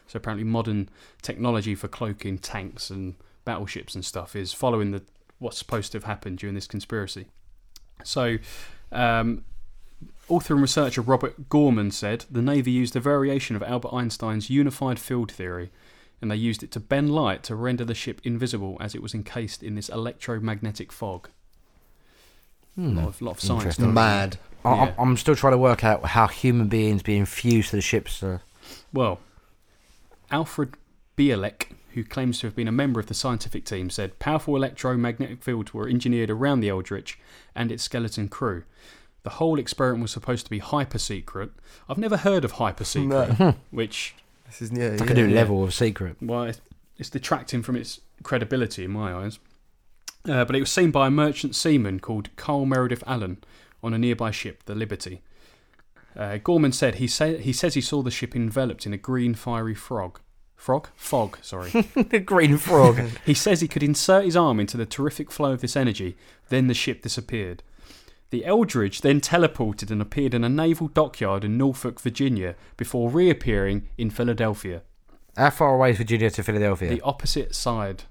Speaker 3: So apparently, modern technology for cloaking tanks and battleships and stuff is following the what's supposed to have happened during this conspiracy. So, um, author and researcher Robert Gorman said the Navy used a variation of Albert Einstein's unified field theory, and they used it to bend light to render the ship invisible as it was encased in this electromagnetic fog.
Speaker 1: Hmm.
Speaker 3: A lot of, lot of science.
Speaker 1: Interesting.
Speaker 2: Mad.
Speaker 1: I, I'm-
Speaker 3: yeah.
Speaker 1: I'm still trying to work out how human beings being fused to the ships. uh, Are,
Speaker 3: Well, Alfred Bielek, who claims to have been a member of the scientific team, said powerful electromagnetic fields were engineered around the Eldritch and its skeleton crew. The whole experiment was supposed to be hyper secret. I've never heard of hyper secret, which
Speaker 2: This is yeah.
Speaker 1: it's like
Speaker 2: yeah.
Speaker 1: a new
Speaker 3: yeah.
Speaker 1: level of secret.
Speaker 3: well, it's- it's detracting from its credibility in my eyes. Uh, but it was seen by a merchant seaman called Carl Meredith Allen on a nearby ship, the Liberty. Uh, Gorman said he say, he says he saw the ship enveloped in a green fiery frog, frog fog. Sorry,
Speaker 1: The green frog.
Speaker 3: he says he could insert his arm into the terrific flow of this energy, then the ship disappeared. The Eldridge then teleported and appeared in a naval dockyard in Norfolk, Virginia, before reappearing in Philadelphia,
Speaker 1: how far away is Virginia to Philadelphia?
Speaker 3: the opposite side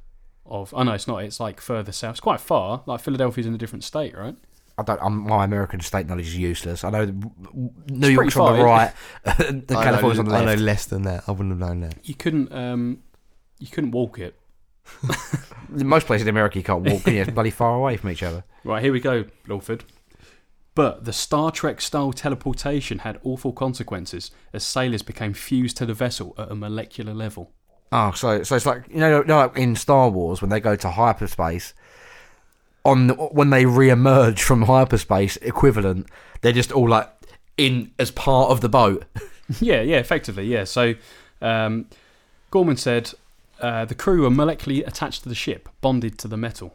Speaker 3: of. Oh no, it's not. It's like further south. It's quite far. Like Philadelphia's in a different state, right?
Speaker 1: I don't. I'm, my American state knowledge is useless. I know the- New
Speaker 3: pretty
Speaker 1: York's on the
Speaker 3: far,
Speaker 1: right, and
Speaker 2: I know-
Speaker 1: California's on the
Speaker 2: I know
Speaker 1: left.
Speaker 2: less than that. I wouldn't have known that.
Speaker 3: You couldn't. Um, you couldn't walk it.
Speaker 1: Most places in America you can't walk. yeah, it's bloody far away from each other.
Speaker 3: Right, here we go, Lawford. But the Star Trek style teleportation had awful consequences as sailors became fused to the vessel at a molecular level.
Speaker 1: Oh, so so it's like you know, you know, like in Star Wars when they go to hyperspace. On the, when they re-emerge from hyperspace equivalent, they're just all like in as part of the boat.
Speaker 3: yeah, yeah, effectively, yeah. So um, Gorman said uh, the crew were molecularly attached to the ship, bonded to the metal.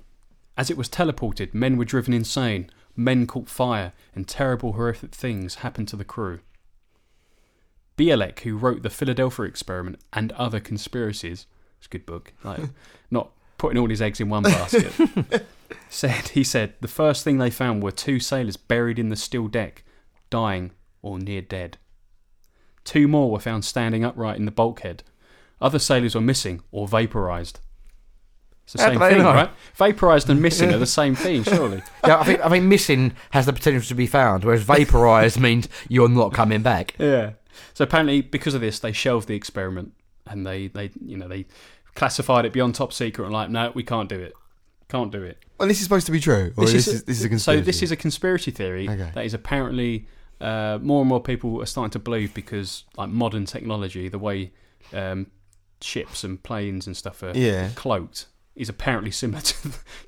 Speaker 3: As it was teleported, men were driven insane, men caught fire, and terrible, horrific things happened to the crew. Bielek, who wrote the Philadelphia Experiment and other conspiracies, it's a good book, like not putting all his eggs in one basket. said he said the first thing they found were two sailors buried in the steel deck, dying or near dead. Two more were found standing upright in the bulkhead. Other sailors were missing or vaporized. It's the
Speaker 1: How
Speaker 3: same
Speaker 1: do they
Speaker 3: thing,
Speaker 1: know?
Speaker 3: right? Vaporized and missing are the same thing, surely.
Speaker 1: yeah, I think I think missing has the potential to be found, whereas vaporized means you're not coming back.
Speaker 3: Yeah. So apparently, because of this, they shelved the experiment and they, they you know, they classified it beyond top secret and like, no, we can't do it. Can't do it.
Speaker 2: Well, this is supposed to be true. Or this, is, this is a conspiracy.
Speaker 3: So this is a conspiracy theory
Speaker 2: Okay.
Speaker 3: that is apparently uh, more and more people are starting to believe because like modern technology, the way um, ships and planes and stuff are
Speaker 2: Yeah.
Speaker 3: cloaked is apparently similar to,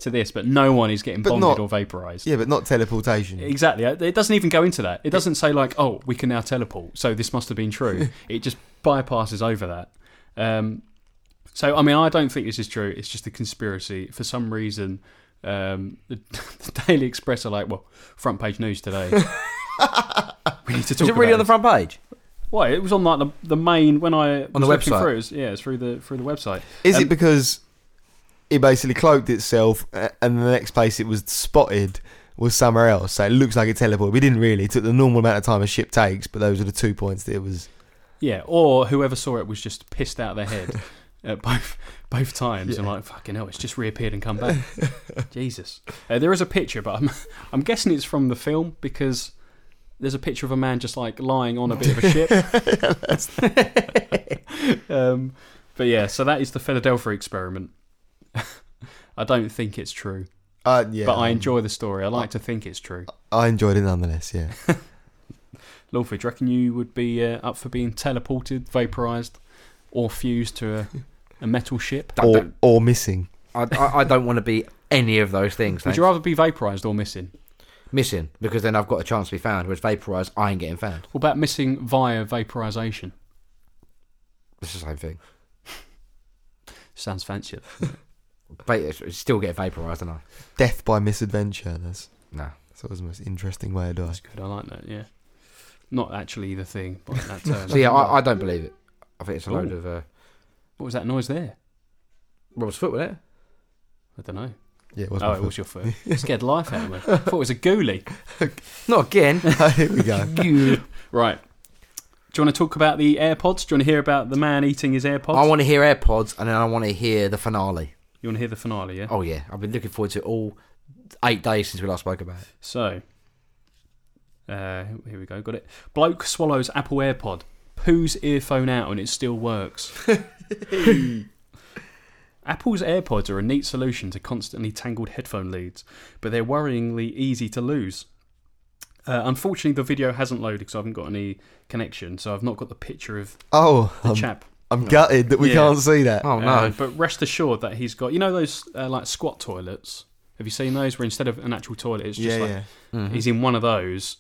Speaker 3: to this, but no one is getting
Speaker 2: But
Speaker 3: bonded
Speaker 2: not-
Speaker 3: or vaporized.
Speaker 2: yeah, but not teleportation.
Speaker 1: Mm.
Speaker 3: Exactly. Uh, It doesn't even go into that. It doesn't say like, oh, we can now teleport, so this must have been true. it just bypasses over that. Um, so I mean, I don't think this is true. It's just a conspiracy for some reason. Um, the, the Daily Express are like, well, front page news today. we need to talk.
Speaker 1: Is it really on
Speaker 3: about
Speaker 1: the
Speaker 3: this.
Speaker 1: front page?
Speaker 3: Why? It was on like the, the main when I
Speaker 1: the
Speaker 3: was looking
Speaker 1: website?
Speaker 3: Through, it was- yeah, it's through the through the website.
Speaker 2: Is
Speaker 3: Um,
Speaker 2: it because it basically cloaked itself, a- and the next place it was spotted was somewhere else? So it looks like it teleported. We didn't really. It took the normal amount of time a ship takes, but those are the two points that it was.
Speaker 3: Yeah, or whoever saw it was just pissed out of their head at both both times and like fucking hell, it's just reappeared and come back. Jesus, uh, there is a picture, but I'm I'm guessing it's from the film because there's a picture of a man just like lying on a bit of a ship. um, but yeah, so that is the Philadelphia experiment. I don't think it's true,
Speaker 2: Uh, yeah,
Speaker 3: but I
Speaker 2: um,
Speaker 3: enjoy the story. I like to think it's true.
Speaker 2: I enjoyed it nonetheless. Yeah.
Speaker 3: Lawford, do you reckon you would be uh, up for being teleported, vaporized, or fused to a, a metal ship?
Speaker 1: Don't-
Speaker 2: or
Speaker 1: don't-
Speaker 2: or missing.
Speaker 1: I, I, I don't want to be any of those things.
Speaker 3: Would
Speaker 1: Thanks.
Speaker 3: you rather be vaporized or missing?
Speaker 1: Missing because then I've got a chance to be found. Whereas vaporized, I ain't getting found.
Speaker 3: What about missing via vaporization?
Speaker 1: It's the same thing.
Speaker 3: Sounds fancy.
Speaker 1: Va- it's- still get vaporized, and I
Speaker 2: Death by misadventure. That's
Speaker 1: no.
Speaker 2: that's always the most interesting way of dying.
Speaker 3: That's good. I like that. Yeah. Not actually the thing, but that term.
Speaker 1: So yeah, I, I don't believe it. I think it's a load
Speaker 3: Ooh.
Speaker 1: of uh,
Speaker 3: what was that noise there?
Speaker 1: Rob's foot, wasn't it?
Speaker 3: I don't know.
Speaker 2: Yeah, it was.
Speaker 3: Oh,
Speaker 2: my
Speaker 3: it was your foot. Scared the life out of me. I thought it was a ghoulie.
Speaker 1: Not again.
Speaker 2: first- Here we go.
Speaker 1: you.
Speaker 3: Right. Do you want to talk about the AirPods? Do you want to hear about the man eating his AirPods?
Speaker 1: I want to hear AirPods, and then I want to hear the finale.
Speaker 3: you want to hear the finale, yeah?
Speaker 1: Oh yeah, I've been looking forward to it all eight days since we last spoke about it.
Speaker 3: So, uh, here we go. Got it. Bloke swallows Apple AirPod, poos earphone out, and it still works. Apple's AirPods are a neat solution to constantly tangled headphone leads, but they're worryingly easy to lose. Uh, unfortunately, the video hasn't loaded because I haven't got any connection, so I've not got the picture of
Speaker 2: Oh,
Speaker 3: the
Speaker 2: I'm,
Speaker 3: chap.
Speaker 2: I'm gutted that we
Speaker 3: Yeah.
Speaker 2: can't see that.
Speaker 1: Oh no,
Speaker 3: Uh, but rest assured that he's got, you know, those uh, like squat toilets. Have you seen those? Where instead of an actual toilet, it's just
Speaker 2: yeah,
Speaker 3: like
Speaker 2: yeah.
Speaker 1: Mm-hmm.
Speaker 3: he's in one of those,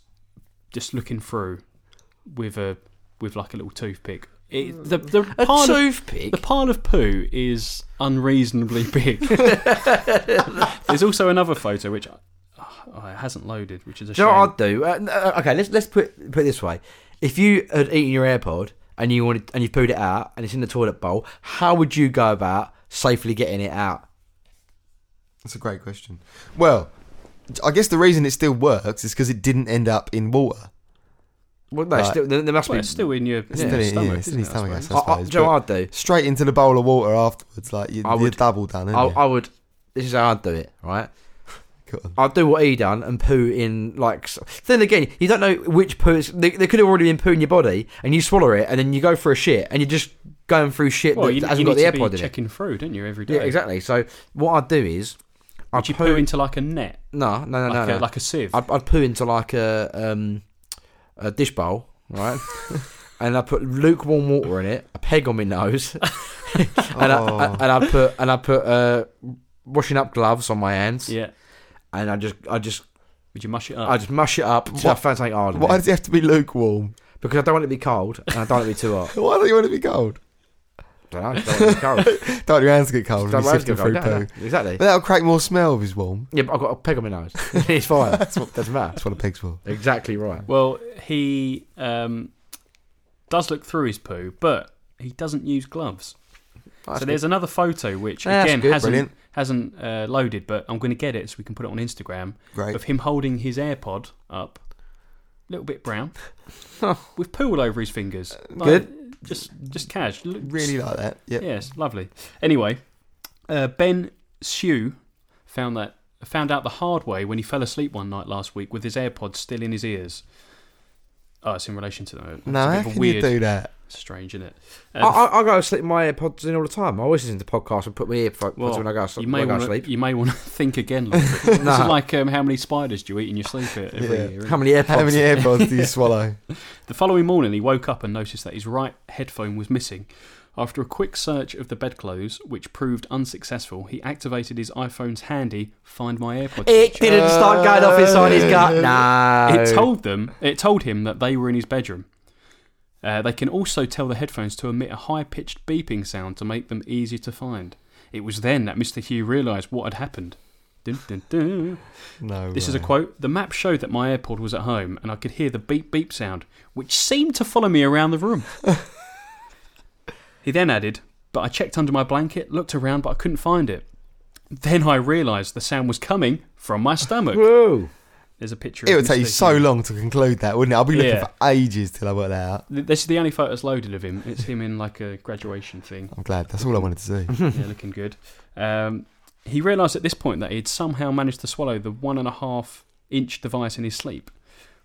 Speaker 3: just looking through with a with like a little toothpick. It, the the
Speaker 1: a
Speaker 3: pile of,
Speaker 1: toothpick.
Speaker 3: the pile of poo is unreasonably big. There's also another photo which oh, it hasn't loaded, which is a
Speaker 1: Do you
Speaker 3: shame.
Speaker 1: know what I'd do? Uh, n- uh, okay, let's let's put put it this way: if you had eaten your AirPod and you wanted and you pooed it out and it's in the toilet bowl, how would you go about safely getting it out?
Speaker 2: That's a great question. Well, I guess the reason it still works is because it didn't end up in water.
Speaker 1: Well, no, it's
Speaker 2: Right.
Speaker 1: still, there there must
Speaker 3: Well,
Speaker 1: be.
Speaker 3: it's still in your
Speaker 1: It's still
Speaker 2: in-
Speaker 3: stomach.
Speaker 2: yeah, it's in
Speaker 3: isn't
Speaker 2: your
Speaker 3: it, I
Speaker 2: stomach, I
Speaker 1: I,
Speaker 3: suppose?
Speaker 1: I,
Speaker 2: suppose,
Speaker 1: do you know
Speaker 2: but-
Speaker 1: what I'd do?
Speaker 2: Straight into the bowl of water afterwards, like you,
Speaker 1: I
Speaker 2: you're
Speaker 1: would-
Speaker 2: double done,
Speaker 1: I,
Speaker 2: aren't
Speaker 1: I would. This is how I'd do it, right?
Speaker 2: you? Go on.
Speaker 1: I'd do what he done and poo in like. s- Then again, you don't know which poo. It's, they, they could have already been poo in your body, and you swallow it, and then you go for a shit, and you're just going through shit
Speaker 3: Well,
Speaker 1: that
Speaker 3: you,
Speaker 1: hasn't
Speaker 3: you
Speaker 1: got the
Speaker 3: need to
Speaker 1: AirPod in
Speaker 3: be
Speaker 1: it.
Speaker 3: checking through, don't you, every day?
Speaker 1: Yeah, exactly. So what I'd do is, I'd
Speaker 3: Would you poo, into like a net,
Speaker 1: No, no, no,
Speaker 3: like,
Speaker 1: no.
Speaker 3: a,
Speaker 1: no.
Speaker 3: like a sieve?
Speaker 1: I'd, I'd poo into like a um, a dish bowl, right? and I put lukewarm water in it, a peg on my nose, and I,
Speaker 2: Oh.
Speaker 1: and I put and I put uh, washing up gloves on my hands,
Speaker 3: yeah.
Speaker 1: and I just I just
Speaker 3: Would you mush it
Speaker 1: I
Speaker 3: up?
Speaker 1: just mush it up until I
Speaker 2: Oh. What-
Speaker 1: found something hard. in
Speaker 2: Why
Speaker 1: it.
Speaker 2: does it have to be lukewarm?
Speaker 1: Because I don't want it to be cold, and I don't want it to be too hot.
Speaker 2: Why do you want it to be cold?
Speaker 1: I don't know. I don't want it to be cold.
Speaker 2: Don't want your hands get cold.
Speaker 1: Don't
Speaker 2: when
Speaker 1: want
Speaker 2: you're
Speaker 1: it to
Speaker 2: sifting
Speaker 1: be cold.
Speaker 2: through
Speaker 1: No,
Speaker 2: poo.
Speaker 1: no, Exactly.
Speaker 2: But that'll create more smell if it's warm.
Speaker 1: Yeah, but I've got a peg on my nose. it's fine.
Speaker 2: That's what.
Speaker 1: Doesn't matter.
Speaker 2: That's what a pig's for.
Speaker 1: Exactly right.
Speaker 3: Well, he um, does look through his poo, but he doesn't use gloves. so there's another photo which
Speaker 1: That's
Speaker 3: again
Speaker 1: good,
Speaker 3: hasn't
Speaker 2: brilliant.
Speaker 3: hasn't uh, loaded, but I'm going to get it so we can put it on Instagram
Speaker 2: Great.
Speaker 3: of him holding his AirPod up, a little bit brown,
Speaker 1: Huh.
Speaker 3: with poo all over his fingers.
Speaker 1: good.
Speaker 3: Just just cash. Look-
Speaker 2: Really like that. Yep.
Speaker 3: Yes, lovely. Anyway, uh, Ben Sue found that found out the hard way when he fell asleep one night last week with his AirPods still in his ears. Oh, it's in relation to that.
Speaker 2: No, how
Speaker 3: it's a bit of
Speaker 2: can
Speaker 3: a weird,
Speaker 2: you do that?
Speaker 3: strange, isn't it? Um,
Speaker 1: I, I, I go to sleep with my AirPods in all the time. I always listen to podcasts and put my earphones
Speaker 3: Well,
Speaker 1: when I go, to
Speaker 3: you
Speaker 1: when
Speaker 3: may
Speaker 1: I go
Speaker 3: want
Speaker 1: to
Speaker 3: to
Speaker 1: sleep.
Speaker 3: you may want to think again. Like, this is
Speaker 1: Nah.
Speaker 3: like um, how many spiders do you eat in your sleep every
Speaker 2: Yeah.
Speaker 3: year? isn't
Speaker 1: How
Speaker 3: it?
Speaker 1: many AirPods?
Speaker 2: How many AirPods do you swallow?
Speaker 3: The following morning, he woke up and noticed that his right headphone was missing. After a quick search of the bedclothes, which proved unsuccessful, he activated his iPhone's handy Find My AirPods.
Speaker 1: it
Speaker 3: feature.
Speaker 1: didn't start going off inside his gut. No.
Speaker 3: It told them. It told him that they were in his bedroom. Uh, they can also tell the headphones to emit a high-pitched beeping sound to make them easier to find. It was then that Mr. Hugh realised what had happened. Dun, dun, dun.
Speaker 2: No.
Speaker 3: This is a
Speaker 2: way.
Speaker 3: quote. The map showed that my AirPod was at home, and I could hear the beep beep sound, which seemed to follow me around the room. he then added, But I checked under my blanket, looked around, but I couldn't find it. Then I realised the sound was coming from my stomach.
Speaker 1: Whoa.
Speaker 3: There's a picture.
Speaker 2: It
Speaker 3: of
Speaker 2: would take you
Speaker 3: Mr.
Speaker 2: so
Speaker 3: Hugh.
Speaker 2: long to conclude that, wouldn't it? I'll be looking
Speaker 3: Yeah.
Speaker 2: for ages till I work that out.
Speaker 3: Th- This is the only photo that's loaded of him. It's him in like a graduation thing.
Speaker 2: I'm glad. That's all I wanted to see.
Speaker 3: yeah, looking good. Um, he realised at this point that he had somehow managed to swallow the one and a half inch device in his sleep.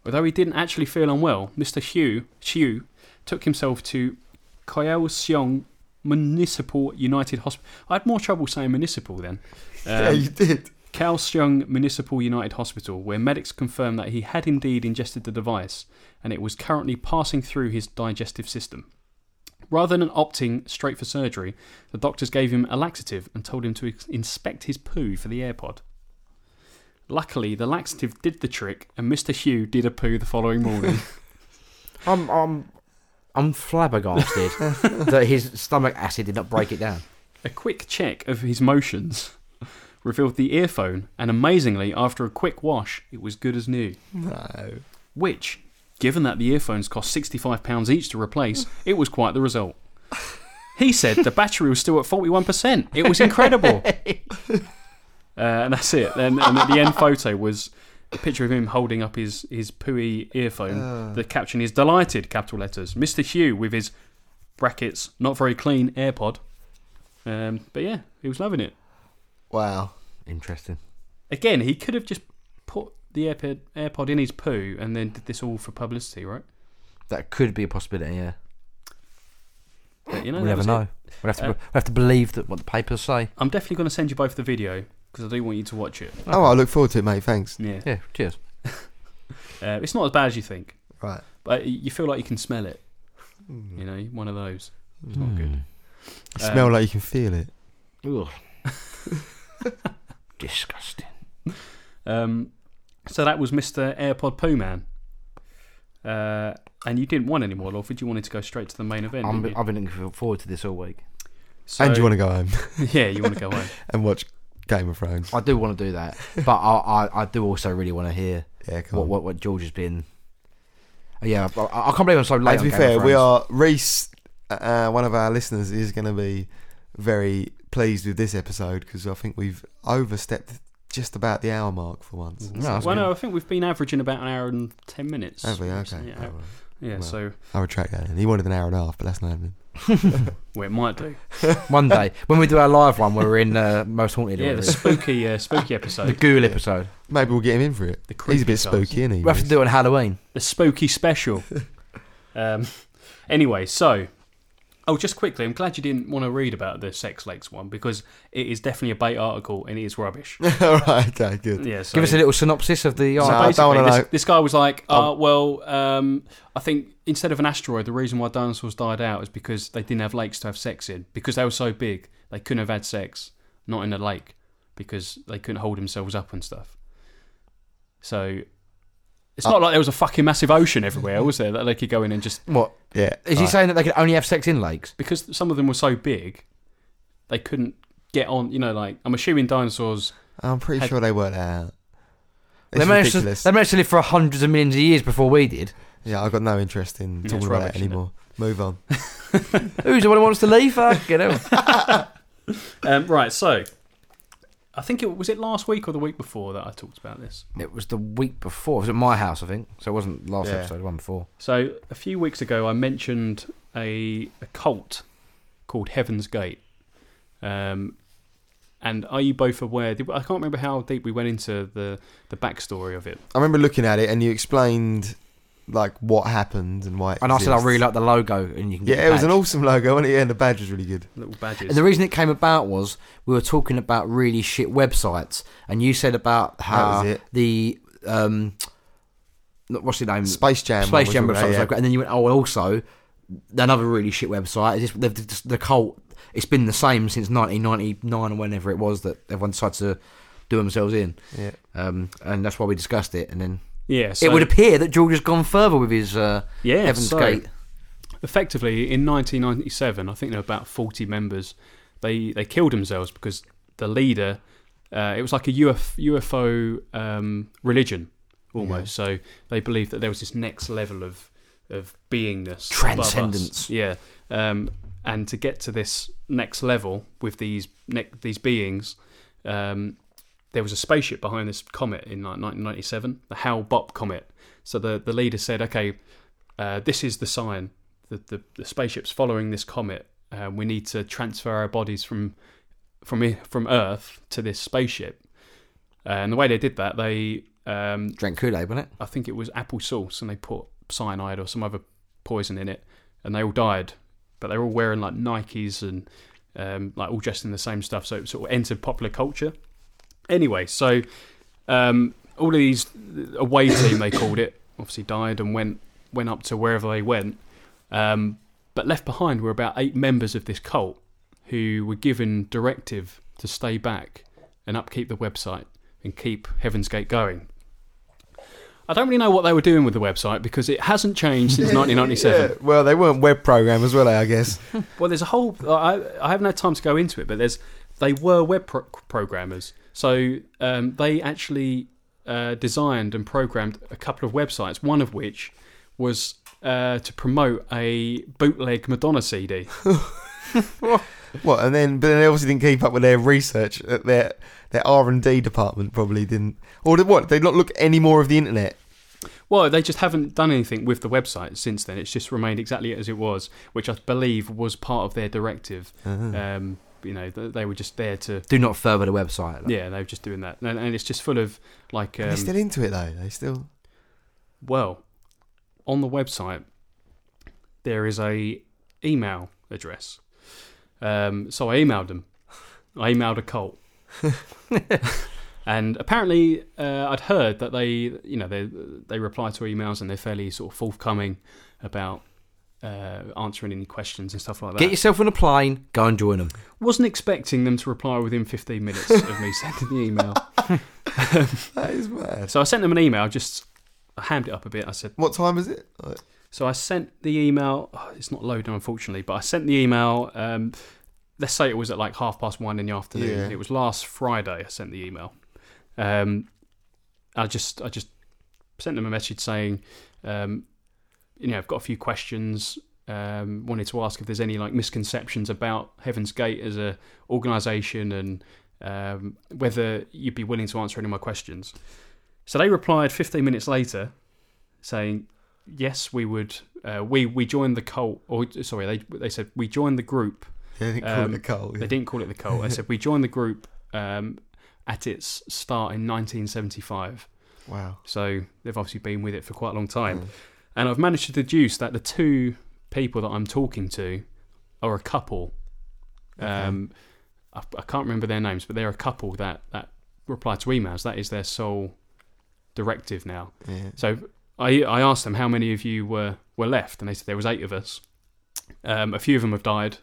Speaker 3: Although he didn't actually feel unwell, Mr. Hugh Hugh took himself to Kaohsiung Municipal United Hospital. I had more trouble saying municipal then.
Speaker 2: yeah,
Speaker 3: Um,
Speaker 2: you did.
Speaker 3: Kaohsiung Municipal United Hospital, where medics confirmed that he had indeed ingested the device and it was currently passing through his digestive system. Rather than opting straight for surgery, the doctors gave him a laxative and told him to ex- inspect his poo for the AirPod. Luckily, the laxative did the trick, and Mr. Hugh did a poo the following morning.
Speaker 1: I'm, I'm, I'm flabbergasted that his stomach acid did not break it down.
Speaker 3: a quick check of his motions revealed the earphone, and amazingly, after a quick wash, it was good as new.
Speaker 2: No.
Speaker 3: which, given that the earphones cost £65 each to replace, it was quite the result. He said the battery was still at 41%. It was incredible. uh, and that's it. Then, and at the end photo was a picture of him holding up his, his pooey earphone. The caption is delighted, capital letters. Mr. Hugh with his brackets, not very clean AirPod. Um, but yeah, he was loving it.
Speaker 2: Wow.
Speaker 1: Interesting.
Speaker 3: Again, he could have just put the AirPod, AirPod in his poo and then did this all for publicity, right?
Speaker 1: That could be a possibility. Yeah.
Speaker 3: But, you know,
Speaker 1: We'll never
Speaker 3: that was it.
Speaker 1: know. We'll have to.
Speaker 3: Uh,
Speaker 1: we'll have to believe that what the papers say.
Speaker 3: I'm definitely going to send you both the video because I do want you to watch it.
Speaker 2: Oh, I look forward to it, mate. Thanks.
Speaker 3: Yeah,
Speaker 1: Yeah. Cheers.
Speaker 3: Uh, it's not as bad as you think,
Speaker 2: Right.
Speaker 3: but y- you feel like you can smell it.
Speaker 1: Hmm.
Speaker 3: You know, one of those. It's not good.
Speaker 2: You
Speaker 3: Um,
Speaker 2: smell like you can feel it.
Speaker 1: Ugh. Disgusting.
Speaker 2: Hmm.
Speaker 3: Um, so that was Mr. AirPod Poo Man. Uh, and you didn't want any more, Lawford. You wanted to go straight to the main event.
Speaker 1: I'm,
Speaker 3: didn't you?
Speaker 1: I've been looking forward to this all week.
Speaker 3: So-
Speaker 2: and you want to go home
Speaker 3: yeah, you want to go home.
Speaker 2: and watch Game of Thrones.
Speaker 1: I do want to do that, but I, I, I do also really want to hear
Speaker 2: Yeah, come
Speaker 1: what,
Speaker 2: on.
Speaker 1: what what George has been. Uh, Yeah, I, I can't believe I'm so late.
Speaker 2: and
Speaker 1: on
Speaker 2: to be
Speaker 1: Game of
Speaker 2: fair, we
Speaker 1: Thrones.
Speaker 2: are Reese, uh, one of our listeners, is going to be very pleased with this episode because I think we've overstepped just about the hour mark for
Speaker 1: No,
Speaker 2: once.
Speaker 1: Mm, that's
Speaker 3: well,
Speaker 1: good.
Speaker 3: no, I think we've been averaging about an hour and ten minutes.
Speaker 2: Have we? Okay.
Speaker 3: Yeah.
Speaker 2: Oh, well.
Speaker 3: Yeah,
Speaker 2: Wow.
Speaker 3: so
Speaker 2: I retract that. Then. He wanted an hour and a half, but that's not happening.
Speaker 3: well, it might do.
Speaker 1: One day when we do our live one, we're in uh, most haunted.
Speaker 3: Yeah,
Speaker 1: Yeah,
Speaker 3: the
Speaker 1: the,
Speaker 3: spooky, uh, spooky
Speaker 1: the
Speaker 3: episode.
Speaker 1: ghoul episode.
Speaker 2: Maybe we'll get him in for it. He's a
Speaker 3: The creepy
Speaker 2: bit
Speaker 3: stuff.
Speaker 2: spooky, isn't he?
Speaker 1: We have to do it on Halloween.
Speaker 3: The spooky special. um, anyway, so oh, just quickly, I'm glad you didn't want to read about the sex legs one because it is definitely a bait article and it is rubbish.
Speaker 2: All right, okay, good.
Speaker 3: Yeah, so
Speaker 1: Give us a little synopsis of the.
Speaker 3: So
Speaker 2: No, I don't
Speaker 3: basically,
Speaker 2: wanna
Speaker 3: this,
Speaker 2: know.
Speaker 3: this guy was like,
Speaker 2: Oh.
Speaker 3: uh, well, um, I think instead of an asteroid, the reason why dinosaurs died out is because they didn't have lakes to have sex in. Because they were so big, they couldn't have had sex, not in a lake, because they couldn't hold themselves up and stuff. So it's
Speaker 2: Uh,
Speaker 3: not like there was a fucking massive ocean everywhere, was there, that they could go in and just.
Speaker 1: What
Speaker 2: Yeah.
Speaker 1: is he
Speaker 2: right.
Speaker 1: saying that they could only have sex in lakes?
Speaker 3: Because some of them were so big, they couldn't get on, you know, like, I'm assuming dinosaurs.
Speaker 2: I'm pretty
Speaker 3: Had-
Speaker 2: sure they worked that out. It's
Speaker 1: they managed
Speaker 2: ridiculous.
Speaker 1: to they managed to live for hundreds of millions of years before we did.
Speaker 2: Yeah, I've got no interest in
Speaker 3: Yeah,
Speaker 2: talking
Speaker 3: it's
Speaker 2: about
Speaker 3: rubbish,
Speaker 2: that
Speaker 3: isn't it?
Speaker 2: anymore. Move on.
Speaker 1: Who's the one who wants to leave? Fuck you know.
Speaker 3: Um, right, so. I think it was it last week or the week before that I talked about this.
Speaker 1: It was the week before. It was at my house, I think. So it wasn't last
Speaker 2: Yeah.
Speaker 1: episode. The one before.
Speaker 3: So a few weeks ago, I mentioned a, a cult called Heaven's Gate. Um, and are you both aware? Did, I can't remember how deep we went into the the backstory of it.
Speaker 2: I remember looking at it and you explained like what happened and why. It
Speaker 1: And I said I
Speaker 2: exists.
Speaker 1: really like the logo, and you can. Get
Speaker 2: Yeah,
Speaker 1: the
Speaker 2: it was an
Speaker 1: badge.
Speaker 2: awesome logo, wasn't it? Yeah, and the badge was really good.
Speaker 3: Little badges.
Speaker 1: And the reason it came about was we were talking about really shit websites, and you said about how
Speaker 2: was it.
Speaker 1: the um, not- what's the name?
Speaker 2: Space Jam.
Speaker 1: Mm. Space Jam
Speaker 2: one was
Speaker 1: website, was
Speaker 2: all
Speaker 1: so
Speaker 2: about,
Speaker 1: great. and then you went, oh, and also another really shit website. Is this, the, the, the cult? It's been the same since 1999 or whenever it was that everyone decided to do themselves in,
Speaker 2: yeah. yeah.
Speaker 1: um, and that's why we discussed it. And then
Speaker 3: yeah, so,
Speaker 1: it would appear that George has gone further with his uh,
Speaker 3: yeah,
Speaker 1: Heaven's
Speaker 3: so
Speaker 1: Gate.
Speaker 3: Effectively, in 1997, I think there were about 40 members. They they killed themselves because the leader. Uh, it was like a Uf, UFO um, religion, almost. So they believed that there was this next level of of beingness, above us.
Speaker 1: Transcendence.
Speaker 3: Yeah, um, and to get to this next level with these ne- these beings, um, there was a spaceship behind this comet in like 1997, the Hal Bopp comet. So the the leader said, okay, uh, this is the sign. The, the the spaceship's following this comet. Uh, we need to transfer our bodies from from i- from Earth to this spaceship. Uh, and the way they did that, they um,
Speaker 1: Drank Kool Aid, wasn't it?
Speaker 3: I think it was apple sauce, and they put cyanide or some other poison in it, and they all died. But they were all wearing like Nikes and um, like all dressed in the same stuff, so it sort of entered popular culture. Anyway, so um, all of these away team they called it obviously died and went went up to wherever they went. Um, but left behind were about eight members of this cult who were given directive to stay back and upkeep the website and keep Heaven's Gate going. I don't really know what they were doing with the website because it hasn't changed since 1997.
Speaker 2: Yeah, Well, they weren't web programmers, were they? I guess.
Speaker 3: Well, there's a whole. I, I haven't had time to go into it, but there's they were web pro- programmers, so um, they actually uh, designed and programmed a couple of websites. One of which was uh, to promote a bootleg Madonna CD.
Speaker 2: what? And then, but then they obviously didn't keep up with their research. uh, Their their R and D department probably didn't. Or did what? They not look any more of the internet.
Speaker 3: Well, they just haven't done anything with the website since then. It's just remained exactly as it was, which I believe was part of their directive. Um, you know, th- they were just there to.
Speaker 1: Do not further the website. Like,
Speaker 3: Yeah, they were just doing that, and, and it's just full of like.
Speaker 2: They're
Speaker 3: Um,
Speaker 2: still into it though. They still.
Speaker 3: Well, on the website there is a email address. Um, so I emailed them. I emailed a cult, and apparently uh, I'd heard that they, you know, they they reply to emails and they're fairly sort of forthcoming about uh, answering any questions and stuff like that.
Speaker 1: Get yourself on a plane, go and join them.
Speaker 3: Wasn't expecting them to reply within 15 minutes of me sending the email.
Speaker 2: That is mad.
Speaker 3: So I sent them an email, just I hammed it up a bit. I said,
Speaker 2: What time is it? Like,
Speaker 3: So I sent the email. oh, it's not loading, unfortunately, but I sent the email. Um, let's say it was at like half past one in the afternoon.
Speaker 2: Yeah.
Speaker 3: It was last Friday. I sent the email. Um, I just I just sent them a message saying, um, you know, I've got a few questions. Um, wanted to ask if there's any like misconceptions about Heaven's Gate as a organisation and um, whether you'd be willing to answer any of my questions. So they replied 15 minutes later, saying, yes, we would. Uh, we we joined the cult, or sorry, they they said we joined the group.
Speaker 2: They didn't call
Speaker 3: Um,
Speaker 2: it a cult.
Speaker 3: They didn't call it the cult. They said we joined the group um, at its start in 1975.
Speaker 2: Wow.
Speaker 3: So they've obviously been with it for quite a long time. And I've managed to deduce that the two people that I'm talking to are a couple. Um, I, I can't remember their names, but they're a couple that, that reply to emails. That is their sole directive now.
Speaker 2: Yeah.
Speaker 3: So I, I asked them how many of you were, were left, and they said there was eight of us. Um, a few of them have died.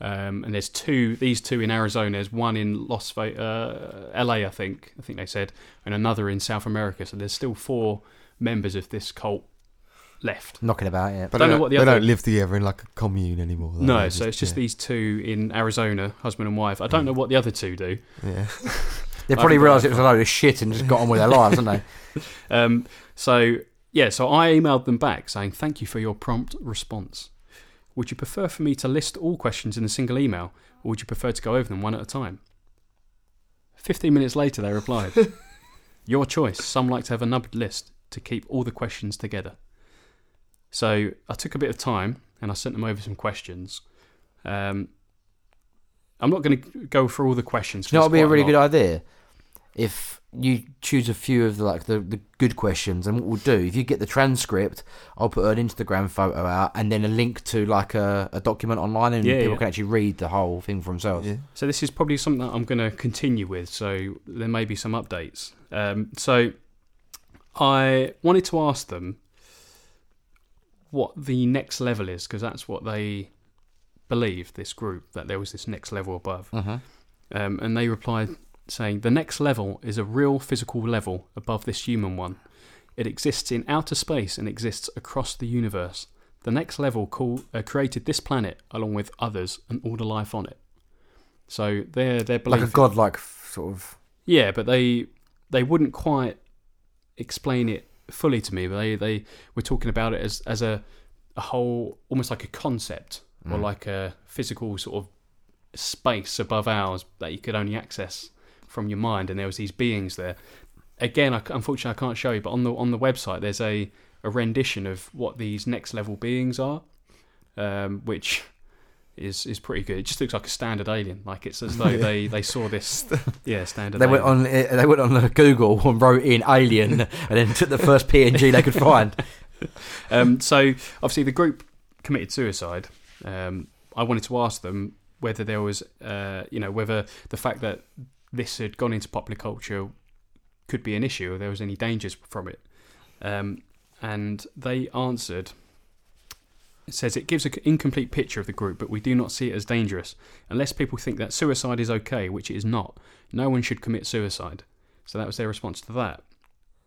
Speaker 3: Um, and there's two, these two in Arizona. There's one in Las Ve- uh, LA, I think. I think they said, and another in South America. So there's still four members of this cult left.
Speaker 1: Knocking about, yeah.
Speaker 2: But
Speaker 3: Don't
Speaker 2: they
Speaker 3: know what the
Speaker 2: they
Speaker 3: other-
Speaker 2: don't live together in like a commune anymore. though.
Speaker 3: No,
Speaker 2: They
Speaker 3: so it's just
Speaker 2: yeah.
Speaker 3: these two in Arizona, husband and wife. I don't know what the other two do.
Speaker 2: Yeah.
Speaker 1: They
Speaker 3: I've
Speaker 1: probably
Speaker 3: got
Speaker 1: realised
Speaker 3: that
Speaker 1: it was a load of shit and just got on with their lives, didn't they?
Speaker 3: Um, so yeah, so I emailed them back saying thank you for your prompt response. Would you prefer for me to list all questions in a single email, or would you prefer to go over them one at a time? Fifteen minutes later, they replied, "Your choice. Some like to have a numbered list to keep all the questions together." So I took a bit of time and I sent them over some questions. Um, I'm not going to go through all the questions.
Speaker 1: Do you know what would be a really
Speaker 3: good
Speaker 1: good idea? If you choose a few of the, like the, the good questions, and what we'll do, if you get the transcript, I'll put an Instagram photo out and then a link to like a, a document online, and
Speaker 3: Yeah,
Speaker 1: people
Speaker 3: yeah.
Speaker 1: can actually read the whole thing for themselves.
Speaker 2: yeah.
Speaker 3: So this is probably something that I'm going to continue with. So there may be some updates. Um, so I wanted to ask them what the next level is because that's what they believed. This group that there was this next level above,
Speaker 1: Mhm.
Speaker 3: um, and they replied saying the next level is a real physical level above this human one. It exists in outer space and exists across the universe. The next level call, uh, created this planet along with others and all the life on it. So they're they're
Speaker 1: Like
Speaker 3: belief
Speaker 1: a godlike f- sort of.
Speaker 3: yeah, but they they wouldn't quite explain it fully to me. But they they were talking about it as as a a whole, almost like a concept or
Speaker 1: Mm.
Speaker 3: like a physical sort of space above ours that you could only access from your mind. And there was these beings there. Again, I, c- unfortunately, I can't show you, but on the on the website there's a a rendition of what these next level beings are, um, which. Is, is pretty good. It just looks like a standard alien. Like it's as though they, they saw this. Yeah, standard.
Speaker 1: They
Speaker 3: alien.
Speaker 1: went on. uh, They went on Google and wrote in alien, and then took the first PNG they could find.
Speaker 3: um, so obviously the group committed suicide. Um, I wanted to ask them whether there was, uh, you know, whether the fact that this had gone into popular culture could be an issue or there was any dangers from it. Um, and they answered. It says it gives an incomplete picture of the group, but we do not see it as dangerous unless people think that suicide is okay, which it is not. No one should commit suicide. So that was their response to that.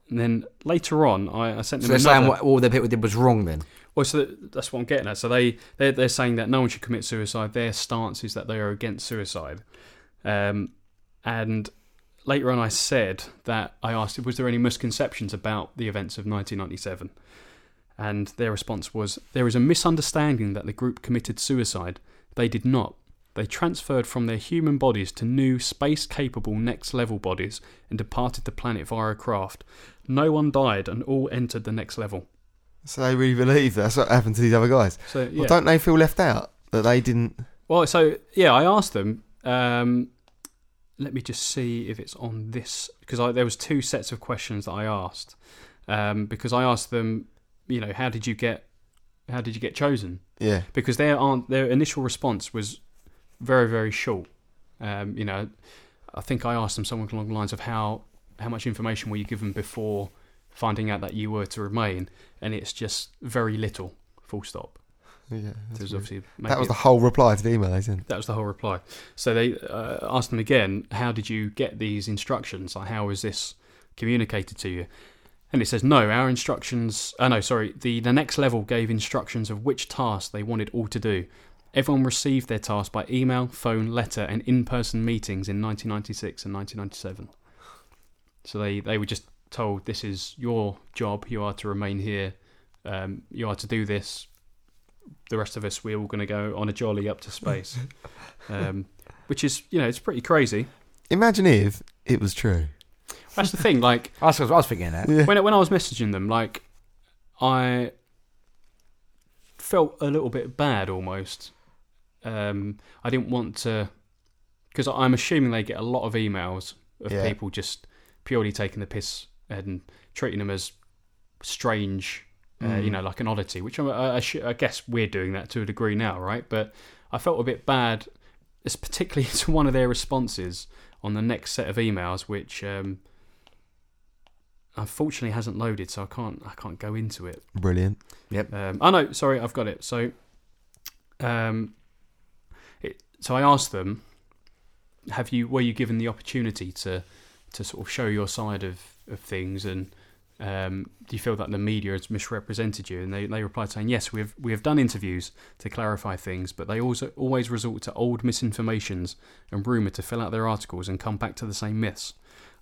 Speaker 3: And then later on, I, I sent
Speaker 1: So
Speaker 3: them.
Speaker 1: they're
Speaker 3: another-
Speaker 1: saying what all the people did was wrong. Then
Speaker 3: well, so that, that's what I'm getting at. So they they're, they're saying that no one should commit suicide. Their stance is that they are against suicide. Um, and later on, I said that I asked, was there any misconceptions about the events of 1997? And their response was, there is a misunderstanding that the group committed suicide. They did not. They transferred from their human bodies to new space capable next level bodies and departed the planet via a craft. No one died and all entered the next level.
Speaker 2: So they really believe that's what happened to these other guys.
Speaker 3: So yeah.
Speaker 2: Well, don't they feel left out that they didn't?
Speaker 3: Well, so yeah, I asked them. Um, let me just see if it's on this because there was two sets of questions that I asked um, because I asked them, you know, how did you get, how did you get chosen?
Speaker 2: Yeah.
Speaker 3: Because their aren't their initial response was very very short. Um, you know, I think I asked them something along the lines of how how much information were you given before finding out that you were to remain, and it's just very little. Full stop.
Speaker 2: Yeah.
Speaker 3: It
Speaker 2: that's
Speaker 3: was
Speaker 2: weird.
Speaker 3: obviously
Speaker 2: That
Speaker 3: maybe-
Speaker 2: was the whole reply to the email they sent.
Speaker 3: that was the whole reply. So they uh, asked them again, how did you get these instructions? Like, how was this communicated to you? And it says, no, our instructions, oh no, sorry, the, the next level gave instructions of which tasks they wanted all to do. Everyone received their task by email, phone, letter, and in person meetings in 1996 and 1997. So they, they were just told, this is your job, you are to remain here, um, you are to do this. The rest of us, we're all going to go on a jolly up to space, um, which is, you know, it's pretty crazy.
Speaker 2: Imagine if it was true.
Speaker 3: That's the thing, like,
Speaker 1: I was, I was thinking that.
Speaker 2: Yeah.
Speaker 3: when when I was messaging them, like I felt a little bit bad almost. Um, I didn't want to, because I'm assuming they get a lot of emails of
Speaker 2: Yeah.
Speaker 3: people just purely taking the piss and treating them as strange, uh, you know, like an oddity. Which I, I, I sh- I guess we're doing that to a degree now, right? But I felt a bit bad, it's particularly to one of their responses on the next set of emails, which um, unfortunately hasn't loaded, so I can't I can't go into it.
Speaker 2: Brilliant.
Speaker 3: Um, oh no, sorry, I've got it. So, um, it, so I asked them, "Have you were you given the opportunity to to sort of show your side of of things, and um, do you feel that the media has misrepresented you?" And they, they replied saying, "Yes, we have we have done interviews to clarify things, but they also always resort to old misinformations and rumour to fill out their articles and come back to the same myths."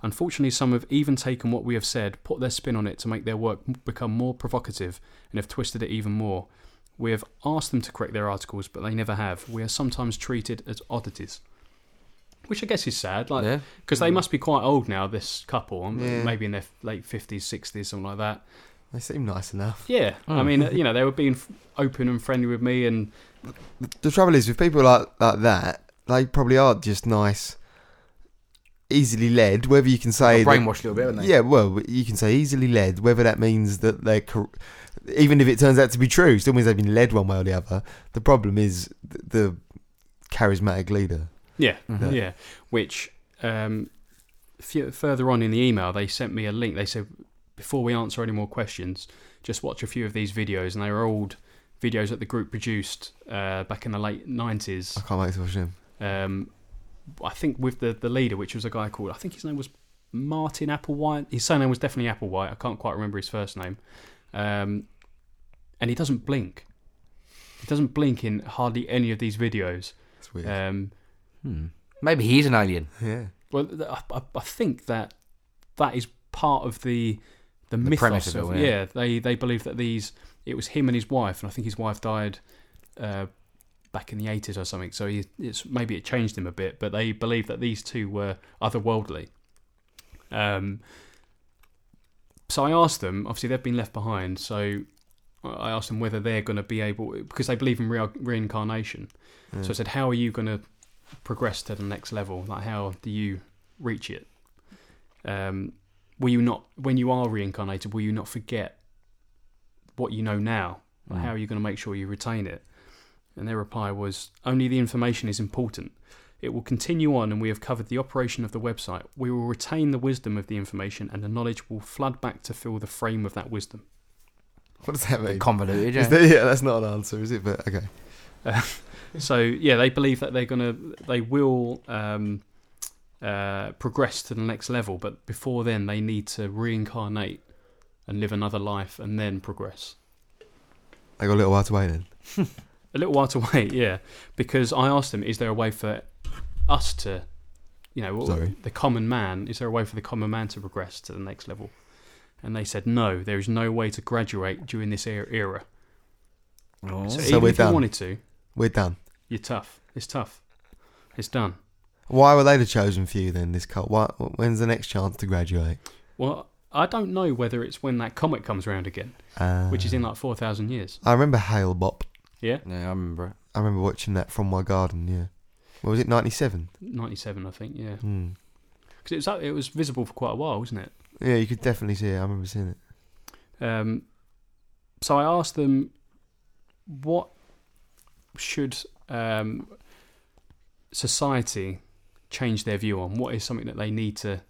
Speaker 3: Unfortunately, some have even taken what we have said, put their spin on it to make their work m- become more provocative, and have twisted it even more. We have asked them to correct their articles, but they never have. We are sometimes treated as oddities, which I guess is sad, like
Speaker 1: yeah.
Speaker 3: because they must be quite old now. This couple, um,
Speaker 2: Yeah.
Speaker 3: maybe in their late fifties, sixties, something like that.
Speaker 2: They seem nice enough.
Speaker 3: Yeah, I
Speaker 1: Oh.
Speaker 3: mean, you know, they were being f- open and friendly with me, and
Speaker 2: The trouble is, with people like like that, they probably are just nice, easily led. Whether you can say that-
Speaker 1: brainwashed a little bit, haven't they?
Speaker 2: Yeah, well, you can say easily led, whether that means that they're, cor- even if it turns out to be true, still means they've been led one way or the other. The problem is th- the charismatic leader.
Speaker 3: Yeah,
Speaker 1: Mhm.
Speaker 3: yeah. Which um, f- further on in the email, they sent me a link. They said, before we answer any more questions, just watch a few of these videos, and they were old videos that the group produced uh, back in the late nineties.
Speaker 2: I can't wait to watch him.
Speaker 3: Um, I think with the the leader, which was a guy called I think his name was Martin Applewhite. His surname was definitely Applewhite. I can't quite remember his first name. Um, and he doesn't blink. He doesn't blink in hardly any of these videos.
Speaker 2: It's weird.
Speaker 3: Um,
Speaker 1: Hmm. Maybe he's an alien.
Speaker 2: yeah.
Speaker 3: Well, th- I, I- I think that that is part of the the,
Speaker 1: The premise
Speaker 3: mythos
Speaker 1: of
Speaker 3: of,
Speaker 1: it,
Speaker 3: yeah.
Speaker 1: yeah.
Speaker 3: They they believe that these it was him and his wife, and I think his wife died uh, back in the eighties or something. So he, it's maybe it changed him a bit, but they believe that these two were otherworldly. Um, so I asked them. Obviously, they've been left behind. So I asked them whether they're going to be able because they believe in re- reincarnation. So I said, "How are you going to progress to the next level? Like, how do you reach it? Um, will you not, when you are reincarnated, will you not forget what you know now? Like,
Speaker 1: Mm.
Speaker 3: How are you going to make sure you retain it?" And their reply was, "Only the information is important. It will continue on, and we have covered the operation of the website. We will retain the wisdom of the information, and the knowledge will flood back to fill the frame of that wisdom."
Speaker 2: What does that mean?
Speaker 1: Convoluted, yeah.
Speaker 2: Is that- yeah, that's not an answer, is it? But okay.
Speaker 3: So yeah, they believe that they're gonna, they will um, uh, progress to the next level, but before then they need to reincarnate and live another life and then progress.
Speaker 2: I got a little while to wait then.
Speaker 3: A little while to wait, yeah, because I asked them, is there a way for us to, you know,
Speaker 2: Sorry.
Speaker 3: the common man, is there a way for the common man to progress to the next level? And they said no, there is no way to graduate during this er- era.
Speaker 1: Oh.
Speaker 3: So,
Speaker 2: So
Speaker 3: even
Speaker 2: we're
Speaker 3: if
Speaker 2: done.
Speaker 3: you wanted to,
Speaker 2: We're done.
Speaker 3: you're tough. It's tough. It's done.
Speaker 2: Why were they the chosen few then, this cult? Why, when's the next chance to graduate?
Speaker 3: Well, I don't know whether it's when that comet comes around again,
Speaker 2: Uh,
Speaker 3: which is in like 4,000 years.
Speaker 2: I remember Hale Bop.
Speaker 3: Yeah?
Speaker 1: Yeah, I remember it.
Speaker 2: I remember watching that from my garden, yeah. What was it, 97?
Speaker 3: 97, I think, yeah.
Speaker 2: Hmm.
Speaker 3: Because it was, out- it was visible for quite a while, wasn't it?
Speaker 2: Yeah, you could definitely see it. I remember seeing it.
Speaker 3: Um, so I asked them, what should um, society change their view on? What is something that they need to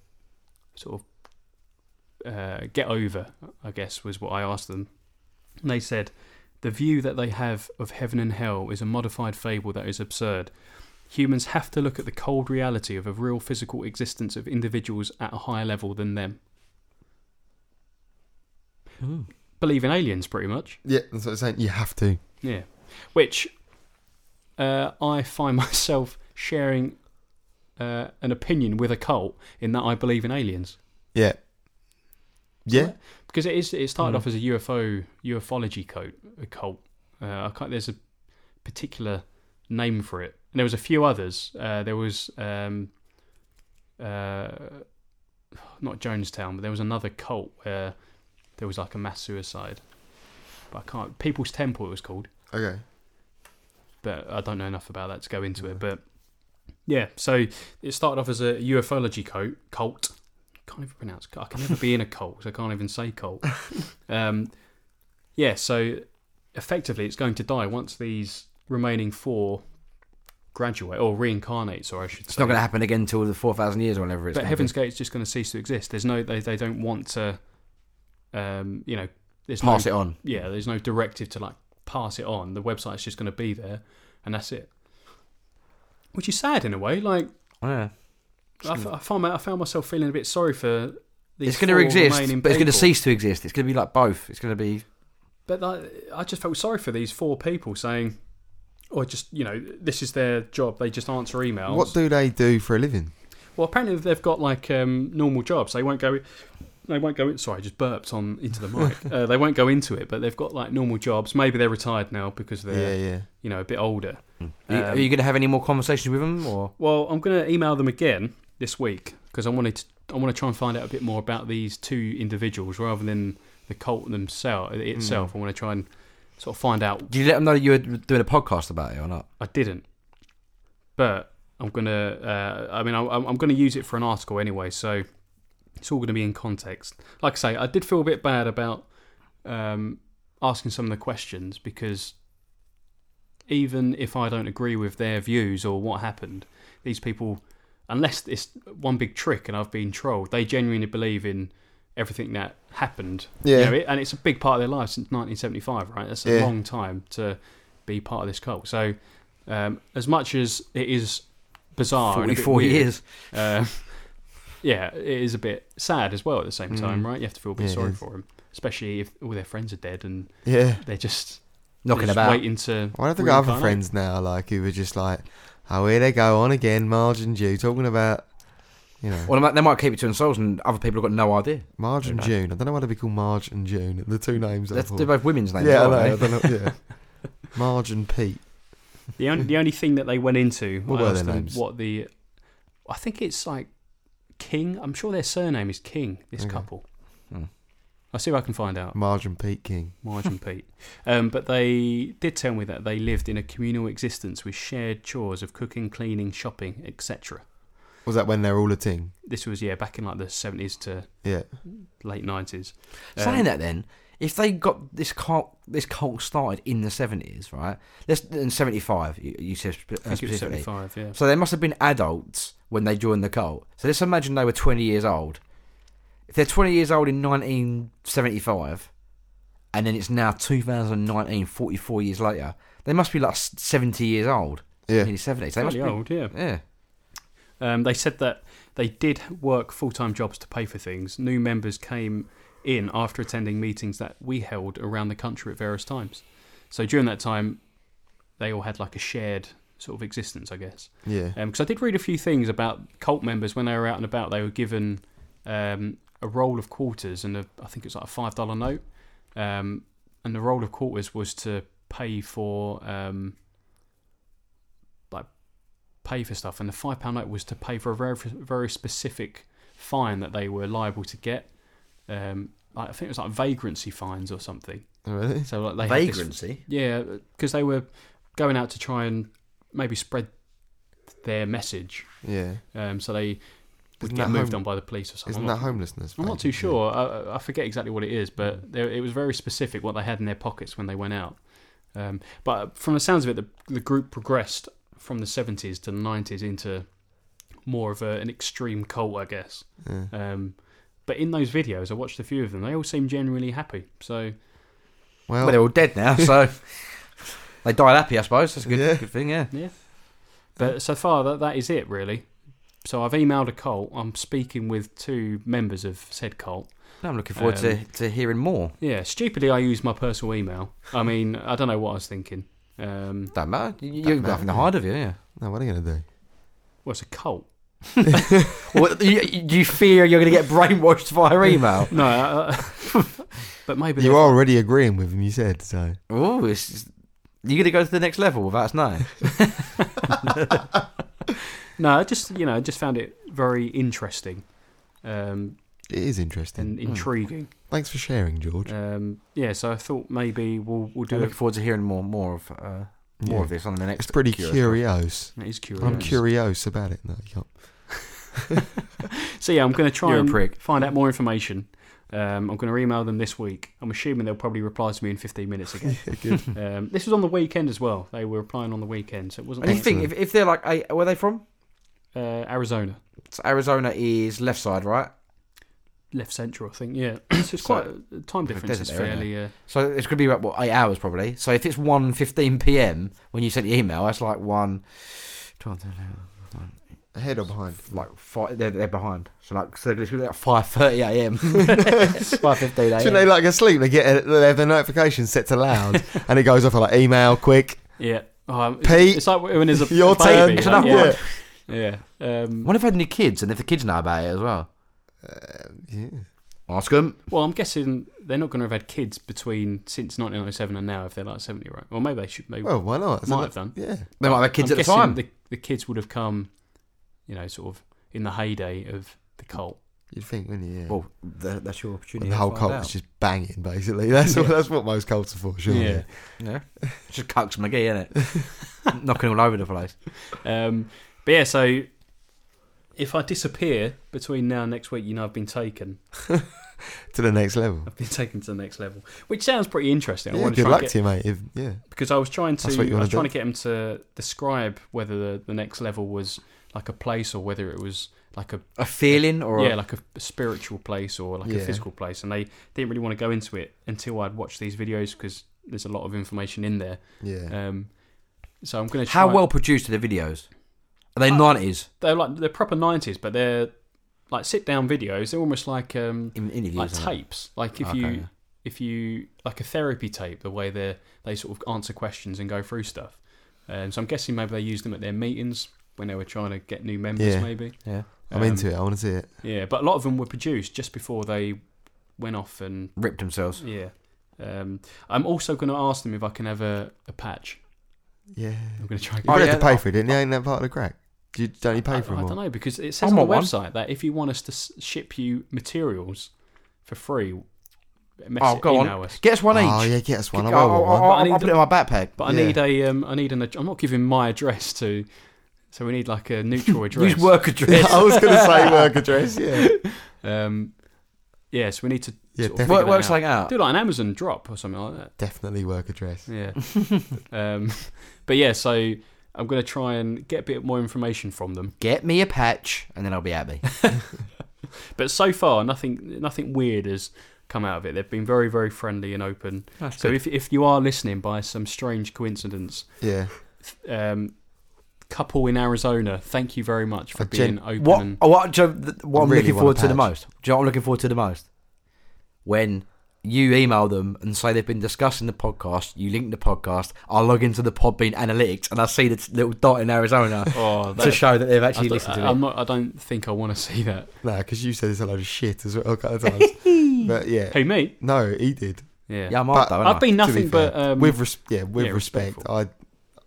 Speaker 3: sort of uh, get over? I guess was what I asked them. And they said, the view that they have of heaven and hell is a modified fable that is absurd. Humans have to look at the cold reality of a real physical existence of individuals at a higher level than them. Believe in aliens, pretty much.
Speaker 2: Yeah, that's what I'm saying. You have to.
Speaker 3: Yeah. Which uh, I find myself sharing uh, an opinion with a cult in that I believe in aliens.
Speaker 2: Yeah. Yeah.
Speaker 3: Because it is it started off as a UFO ufology cult. A cult. Uh, I can't, there's a particular name for it, and there was a few others. Uh, there was um, uh, not Jonestown, but there was another cult where there was like a mass suicide. But I can't. People's Temple it was called,
Speaker 2: Okay.
Speaker 3: but I don't know enough about that to go into
Speaker 2: Yeah.
Speaker 3: it. But yeah, so it started off as a ufology cult. Cult. Can't even pronounce. I can never be in a cult. So I can't even say cult. Um, yeah, so effectively, it's going to die once these remaining four graduate or reincarnate. Or I should.
Speaker 1: It's
Speaker 3: say.
Speaker 1: not going to happen again till the 4,000 years or whatever it's
Speaker 3: But
Speaker 1: gonna
Speaker 3: Heaven's
Speaker 1: be.
Speaker 3: Gate's just going to cease to exist. There's no they they don't want to, um, you know, there's
Speaker 1: Pass
Speaker 3: no
Speaker 1: it on.
Speaker 3: yeah, there's no directive to like pass it on. The website's just going to be there, and that's it. Which is sad in a way. Like
Speaker 1: Oh, Yeah.
Speaker 3: I, f- I found my- I found myself feeling a bit sorry for these.
Speaker 1: It's going to
Speaker 3: four
Speaker 1: exist, but
Speaker 3: remaining
Speaker 1: it's going to
Speaker 3: people.
Speaker 1: cease to exist. It's going to be like both. It's going to be.
Speaker 3: But like, I just felt sorry for these four people saying, or just you know, this is their job. They just answer emails.
Speaker 2: What do they do for a living?
Speaker 3: Well, apparently they've got like um, normal jobs. They won't go. They won't go. Sorry, I just burped on into the mic. uh, they won't go into it, but they've got like normal jobs. Maybe they're retired now because they're
Speaker 2: yeah, yeah.
Speaker 3: you know a bit older.
Speaker 1: Are you-
Speaker 3: Um,
Speaker 1: are you going to have any more conversations with them, or
Speaker 3: Well, I'm going to email them again this week because I wanted to. I want to try and find out a bit more about these two individuals rather than the cult themselves itself. I want to try and sort of find out.
Speaker 1: do you let them know you were doing a podcast about it or not?
Speaker 3: I didn't, but I'm gonna. Uh, I mean, I, I'm I'm gonna use it for an article anyway, so it's all gonna be in context. Like I say, I did feel a bit bad about um, asking some of the questions because even if I don't agree with their views or what happened, these people, unless it's one big trick and I've been trolled, they genuinely believe in everything that happened
Speaker 2: Yeah.
Speaker 3: you know, it- and it's a big part of their life since 1975, right? That's a
Speaker 2: Yeah.
Speaker 3: long time to be part of this cult. So, um, as much as it is bizarre, and a bit
Speaker 1: Forty-four
Speaker 3: weird,
Speaker 1: years.
Speaker 3: uh, yeah, it is a bit sad as well at the same time,
Speaker 2: Mm.
Speaker 3: right? You have to feel a bit
Speaker 2: Yeah, it
Speaker 3: sorry
Speaker 2: is.
Speaker 3: for them, especially if all their friends are dead and
Speaker 2: Yeah.
Speaker 3: they're just they're
Speaker 1: knocking
Speaker 3: just
Speaker 1: about.
Speaker 3: waiting to.
Speaker 2: Well, I've got other
Speaker 3: reincarnate.
Speaker 2: friends now, like who were just like, "Oh, here they go on again, Marge and June, talking about, you know,
Speaker 1: Well, they might- they might keep it to themselves, and other people have got no idea.
Speaker 2: Marge and
Speaker 1: Okay.
Speaker 2: June." I don't know why they be called Marge and June. The two names. that I
Speaker 1: That's,
Speaker 2: thought-
Speaker 1: they're both women's names.
Speaker 2: yeah, I
Speaker 1: aren't
Speaker 2: know. I
Speaker 1: they?
Speaker 2: don't know. Yeah. Marge and Pete.
Speaker 3: The only the only thing that they went into
Speaker 2: What
Speaker 3: I
Speaker 2: were
Speaker 3: asked
Speaker 2: their
Speaker 3: them
Speaker 2: names?
Speaker 3: what the I think it's like King. I'm sure their surname is King. This
Speaker 2: Okay.
Speaker 3: couple.
Speaker 1: Hmm.
Speaker 3: I'll see if I can find out.
Speaker 2: Marge and Pete King.
Speaker 3: Marge and Pete. Um, but they did tell me that they lived in a communal existence with shared chores of cooking, cleaning, shopping, etc.
Speaker 2: Was that when they're all a ting?
Speaker 3: This was yeah back in like the seventies to
Speaker 2: Yeah.
Speaker 3: late nineties. Um,
Speaker 1: Saying that, then, if they got this cult, this cult started in the seventies, right? Let's in seventy-five. You, you said spe-
Speaker 3: Um, I
Speaker 1: uh,
Speaker 3: think it was
Speaker 1: specifically.
Speaker 3: seventy-five. Yeah,
Speaker 1: So they must have been adults when they joined the cult. So let's imagine they were 20 years old. If they're 20 years old in 1975, and then it's now 2019, 44 years later, they must be like s- 70 years old,
Speaker 2: Yeah.
Speaker 1: nearly 70. So they must
Speaker 3: fairly
Speaker 1: be,
Speaker 3: old. Yeah.
Speaker 1: yeah.
Speaker 3: Um, they said that they did work full time jobs to pay for things. New members came in after attending meetings that we held around the country at various times. So during that time, they all had like a shared sort of existence, I guess.
Speaker 2: Yeah.
Speaker 3: Because Um, I did read a few things about cult members when they were out and about, they were given um, a roll of quarters and a, I think it's like a five dollar note, um, and the roll of quarters was to pay for um, like pay for stuff, and the five pound note was to pay for a very very specific fine that they were liable to get. Um, I think it was like vagrancy fines or something.
Speaker 2: Oh, really?
Speaker 3: So like they had this-
Speaker 1: Vagrancy.
Speaker 3: yeah, because they were going out to try and maybe spread their message.
Speaker 2: Yeah.
Speaker 3: Um, so they would
Speaker 2: Isn't
Speaker 3: get
Speaker 2: that
Speaker 3: moved
Speaker 2: home-
Speaker 3: on by the police or something.
Speaker 2: Isn't
Speaker 3: I'm
Speaker 2: that
Speaker 3: not,
Speaker 2: homelessness?
Speaker 3: I'm not
Speaker 2: basically?
Speaker 3: too sure. I- I, I forget exactly what it is, but there, it was very specific what they had in their pockets when they went out. Um, but from the sounds of it, the, the group progressed from the 70s to the 90s into more of a, an extreme cult, I guess.
Speaker 2: Yeah.
Speaker 3: Um, but in those videos, I watched a few of them. They all seemed genuinely happy. So Oh.
Speaker 1: Well, they're all dead now, so they died happy, I suppose. That's a good,
Speaker 2: Yeah.
Speaker 1: good thing, yeah.
Speaker 3: But so far, that that is it really. So I've emailed a cult. I'm speaking with two members of said cult.
Speaker 1: No, I'm looking forward to, to hearing more.
Speaker 3: Yeah, stupidly I used my personal email. I mean, I don't know what I was thinking. Um,
Speaker 1: Don't matter. You, you've got
Speaker 2: matter,
Speaker 1: nothing to
Speaker 2: yeah.
Speaker 1: hide of you, yeah.
Speaker 2: No, what are you gonna do?
Speaker 3: well, it's a cult.
Speaker 1: what, you, you fear you're going to get brainwashed via email?
Speaker 3: No, uh, but maybe
Speaker 2: you
Speaker 3: they're-
Speaker 2: are already agreeing with him. You said so.
Speaker 1: Oh, it's just- you're gonna go to the next level without us knowing.
Speaker 3: No, I just you know, I just found it very interesting. Um,
Speaker 2: It is interesting.
Speaker 3: and intriguing.
Speaker 2: Thanks for sharing, George.
Speaker 3: Um, yeah, so I thought maybe we'll we'll
Speaker 1: I'm
Speaker 3: do
Speaker 1: looking forward to hearing more more of uh, more
Speaker 2: Yeah.
Speaker 1: of this on the next.
Speaker 2: It's pretty
Speaker 1: Curious
Speaker 2: curious.
Speaker 3: it. It is curious.
Speaker 2: I'm curious about it. No, you can't.
Speaker 3: So yeah, I'm going to try
Speaker 1: You're a
Speaker 3: and
Speaker 1: prick.
Speaker 3: find out more information. Um, I'm going to email them this week. I'm assuming they'll probably reply to me in 15 minutes again. um, this was on the weekend as well. They were replying on the weekend, so it wasn't.
Speaker 1: And you
Speaker 3: like-
Speaker 1: think if, if they're like, hey, where are they from?
Speaker 3: uh, Arizona,
Speaker 1: So Arizona is left side, right?
Speaker 3: left central, I think. Yeah, so it's quite a time
Speaker 1: Bit of a
Speaker 3: difference. is
Speaker 1: desert there, isn't
Speaker 3: fairly. Uh,
Speaker 1: So it's going to be about what eight hours probably. So if it's 1.15 p.m. when you sent the email, that's like one. 12, 13,
Speaker 2: Ahead or behind?
Speaker 1: Like five, they're, they're behind. So like, so it's like five thirty a.m. Five fifteen
Speaker 2: Shouldn't they
Speaker 1: a.m.
Speaker 2: like asleep? They get they have their notification set to loud, and it goes off like email quick.
Speaker 3: uh, yeah, um, it's-
Speaker 2: Pete,
Speaker 3: It's like when there's a
Speaker 2: Your
Speaker 3: a baby.
Speaker 2: turn.
Speaker 1: It's
Speaker 3: like,
Speaker 1: another
Speaker 3: yeah,
Speaker 1: word.
Speaker 3: yeah. Um,
Speaker 1: What if I had any kids and if the kids know about it as well?
Speaker 2: Yeah.
Speaker 1: Ask them.
Speaker 3: well, I'm guessing they're not going to have had kids between since 1997 and now if they're like 70, right? Well, maybe they should. Maybe
Speaker 2: Well, why not? It's
Speaker 3: might
Speaker 2: not-
Speaker 3: have done.
Speaker 2: Yeah.
Speaker 1: They might have had kids
Speaker 3: I'm
Speaker 1: at the
Speaker 3: guessing
Speaker 1: time.
Speaker 3: The, the kids would have come, you know, sort of in the heyday of the cult.
Speaker 2: You'd think, wouldn't you? Yeah.
Speaker 1: Well, th- that's your opportunity.
Speaker 2: When the whole
Speaker 1: to find
Speaker 2: cult
Speaker 1: out.
Speaker 2: is just banging, basically. That's what, that's what most cults are for, sure.
Speaker 3: Yeah.
Speaker 1: Yeah. It's just Cucks McGee, isn't it? Knocking all over the place.
Speaker 3: Um, but yeah, so if I disappear between now and next week, you know, I've been taken.
Speaker 2: To the next level.
Speaker 3: I've been taken to the next level, which sounds pretty interesting. I
Speaker 2: Yeah,
Speaker 3: want
Speaker 2: good
Speaker 3: try
Speaker 2: luck
Speaker 3: and get,
Speaker 2: to you, mate. If, yeah.
Speaker 3: because I was trying to,
Speaker 2: That's what you
Speaker 3: I
Speaker 2: wanna
Speaker 3: was trying
Speaker 2: do.
Speaker 3: to get him to describe whether the, the next level was like a place or whether it was like a
Speaker 1: A feeling or a,
Speaker 3: yeah, like a, a spiritual place or like a
Speaker 2: Yeah.
Speaker 3: physical place, and they didn't really want to go into it until I'd watched these videos because there's a lot of information in there.
Speaker 2: Yeah.
Speaker 3: Um, so I'm going to
Speaker 1: how well produced are the videos? Are they
Speaker 3: Uh,
Speaker 1: nineties
Speaker 3: they're like they're proper nineties, but they're like sit down videos. They're almost like um
Speaker 1: in interviews?
Speaker 3: like
Speaker 1: isn't it?
Speaker 3: tapes. Like if
Speaker 1: Okay,
Speaker 3: you
Speaker 1: yeah.
Speaker 3: if you like a therapy tape, the way they they sort of answer questions and go through stuff. Um, so I'm guessing maybe they used them at their meetings when they were trying to get new members.
Speaker 2: Yeah.
Speaker 3: Maybe
Speaker 1: Yeah.
Speaker 2: I'm
Speaker 3: um,
Speaker 2: into it. I want to see it.
Speaker 3: yeah, but a lot of them were produced just before they went off and
Speaker 1: Ripped themselves.
Speaker 3: yeah. Um, I'm also going to ask them if I can have a, a patch.
Speaker 2: Yeah.
Speaker 3: I'm going to try. And
Speaker 2: You
Speaker 1: Oh,
Speaker 2: don't
Speaker 1: yeah,
Speaker 2: have to pay for it, didn't you? Ain't that part of the crack? Do you, don't you
Speaker 3: I,
Speaker 2: pay for
Speaker 3: I
Speaker 2: them
Speaker 3: don't
Speaker 2: all?
Speaker 3: know because it says
Speaker 1: I'm
Speaker 3: on the
Speaker 1: on one.
Speaker 3: website that if you want us to s- ship you materials for free, mess
Speaker 1: Oh, go on.
Speaker 3: email us.
Speaker 1: Get us one each.
Speaker 2: Oh, yeah, get us one. I
Speaker 1: I'll, I'll,
Speaker 2: want one.
Speaker 1: I'll-
Speaker 3: But I
Speaker 1: I'll
Speaker 3: need
Speaker 1: put it in my backpack.
Speaker 3: But I
Speaker 2: Yeah.
Speaker 3: need a um, I need an. ad- I'm not giving my address to, so we need like a neutral address.
Speaker 1: Use work address.
Speaker 2: I was going to say work address, yeah.
Speaker 3: Um, yeah, so we need to
Speaker 2: Yeah,
Speaker 3: sort of
Speaker 2: Work-
Speaker 1: work
Speaker 3: figure
Speaker 1: works
Speaker 3: that out.
Speaker 1: like out.
Speaker 3: do like an Amazon drop or something like that.
Speaker 2: Definitely work address.
Speaker 3: Yeah. um, but yeah, so I'm gonna try and get a bit more information from them.
Speaker 1: Get me a patch, and then I'll be happy.
Speaker 3: But so far, nothing nothing weird has come out of it. They've been very very friendly and open. So if if you are listening by some strange coincidence,
Speaker 2: Yeah.
Speaker 3: um, couple in Arizona, thank you very much for
Speaker 2: A gen-
Speaker 3: being open.
Speaker 1: what oh,
Speaker 3: And,
Speaker 1: what do you- what I'm
Speaker 2: Really
Speaker 1: looking
Speaker 2: want
Speaker 1: forward
Speaker 2: a
Speaker 1: to the
Speaker 2: patch.
Speaker 1: most. Do you know what I'm looking forward to the most? When you email them and say they've been discussing the podcast, you link the podcast. I log into the Podbean analytics and I see the t- little dot in Arizona
Speaker 3: oh, that,
Speaker 1: to show that they've
Speaker 3: I,
Speaker 1: actually
Speaker 3: don't-
Speaker 1: listened to
Speaker 3: I'm
Speaker 1: it.
Speaker 3: not. I don't think I want to see that.
Speaker 2: No, because you said it's a load of shit as well a couple of times. but yeah.
Speaker 3: Who me?
Speaker 2: No, he did.
Speaker 3: Yeah.
Speaker 1: Yeah, I'm up
Speaker 2: But
Speaker 1: though.
Speaker 3: I've
Speaker 1: I've been
Speaker 3: been
Speaker 2: To be
Speaker 3: nothing
Speaker 2: fair.
Speaker 3: but um,
Speaker 2: with res- yeah, with
Speaker 3: yeah,
Speaker 2: respect,
Speaker 3: respectful.
Speaker 2: I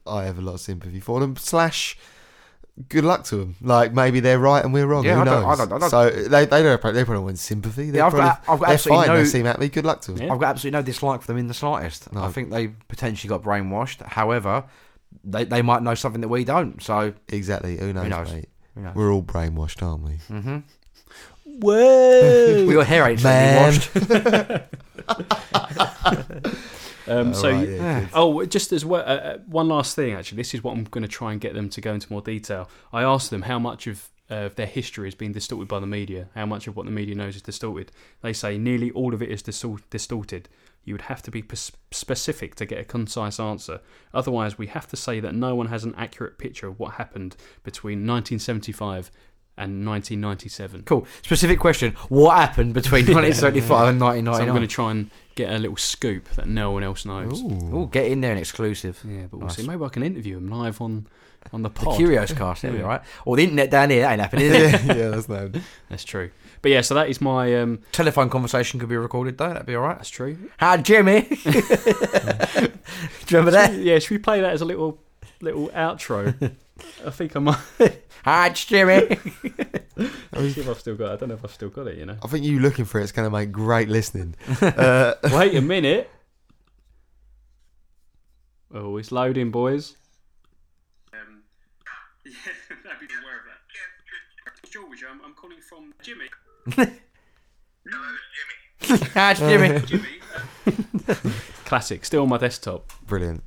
Speaker 2: I have a lot of sympathy for them. Slash, good luck to them. Like maybe they're right and we're wrong.
Speaker 1: Yeah,
Speaker 2: Who
Speaker 1: I don't-
Speaker 2: knows?
Speaker 1: I don't- I don't-
Speaker 2: so they they don't they probably want sympathy. They're,
Speaker 1: Yeah, I've
Speaker 2: probably,
Speaker 1: got- I've got
Speaker 2: they're
Speaker 1: absolutely
Speaker 2: fine.
Speaker 1: no-
Speaker 2: They seem happy. Good luck to them.
Speaker 3: Yeah.
Speaker 1: I've got absolutely no dislike for them in the slightest.
Speaker 2: No.
Speaker 1: I think they potentially got brainwashed. However, they they might know something that we don't. So
Speaker 2: Exactly. Who knows,
Speaker 1: knows?
Speaker 2: mate?
Speaker 1: you know.
Speaker 2: We're all brainwashed, aren't we?
Speaker 1: hmm
Speaker 3: whoa.
Speaker 1: Your hair ain't
Speaker 2: Man.
Speaker 1: washed.
Speaker 3: um, so.
Speaker 2: Alright, yeah, good.
Speaker 3: Oh, just as well, uh, uh, one last thing, actually. This is what I'm going to try and get them to go into more detail. I asked them how much of, uh, of their history has been distorted by the media, how much of what the media knows is distorted. They say nearly all of it is distor- distorted. You would have to be pers- specific to get a concise answer. Otherwise, we have to say that no one has an accurate picture of what happened between 1975 and 1997.
Speaker 1: Cool. Specific question: What happened between 1975 and
Speaker 3: So I'm going to
Speaker 1: 1999?
Speaker 3: try and get a little scoop that no one else knows.
Speaker 1: Oh,
Speaker 2: Ooh.
Speaker 1: get in there and exclusive.
Speaker 3: Yeah, but we'll
Speaker 1: Nice.
Speaker 3: see. Maybe I can interview him live on on the
Speaker 1: The
Speaker 3: pod.
Speaker 1: Curios cast, there we
Speaker 3: Yeah.
Speaker 1: are, right? Or the internet down here, that ain't happening. Is it?
Speaker 2: yeah, yeah, that's no.
Speaker 3: That's true. But yeah, so that is my. Um,
Speaker 1: Telephone conversation could be recorded though. That'd be all right.
Speaker 3: that's true.
Speaker 1: Hi, Jimmy. Do you remember that?
Speaker 3: yeah, should we play that as a little little outro. I think I might.
Speaker 1: Hi, it's Jimmy.
Speaker 3: see if I've still got. I don't know if I've still got it. You know.
Speaker 2: I think you looking for it's going to make great listening. Uh,
Speaker 3: Wait a minute. Oh, it's loading, boys.
Speaker 4: Um, yeah, I'd be aware of that. George, I'm, I'm calling from Jimmy. Hello, Jimmy.
Speaker 1: Hi, it's Jimmy.
Speaker 4: Jimmy, uh,
Speaker 3: Classic. Still on my desktop.
Speaker 2: brilliant.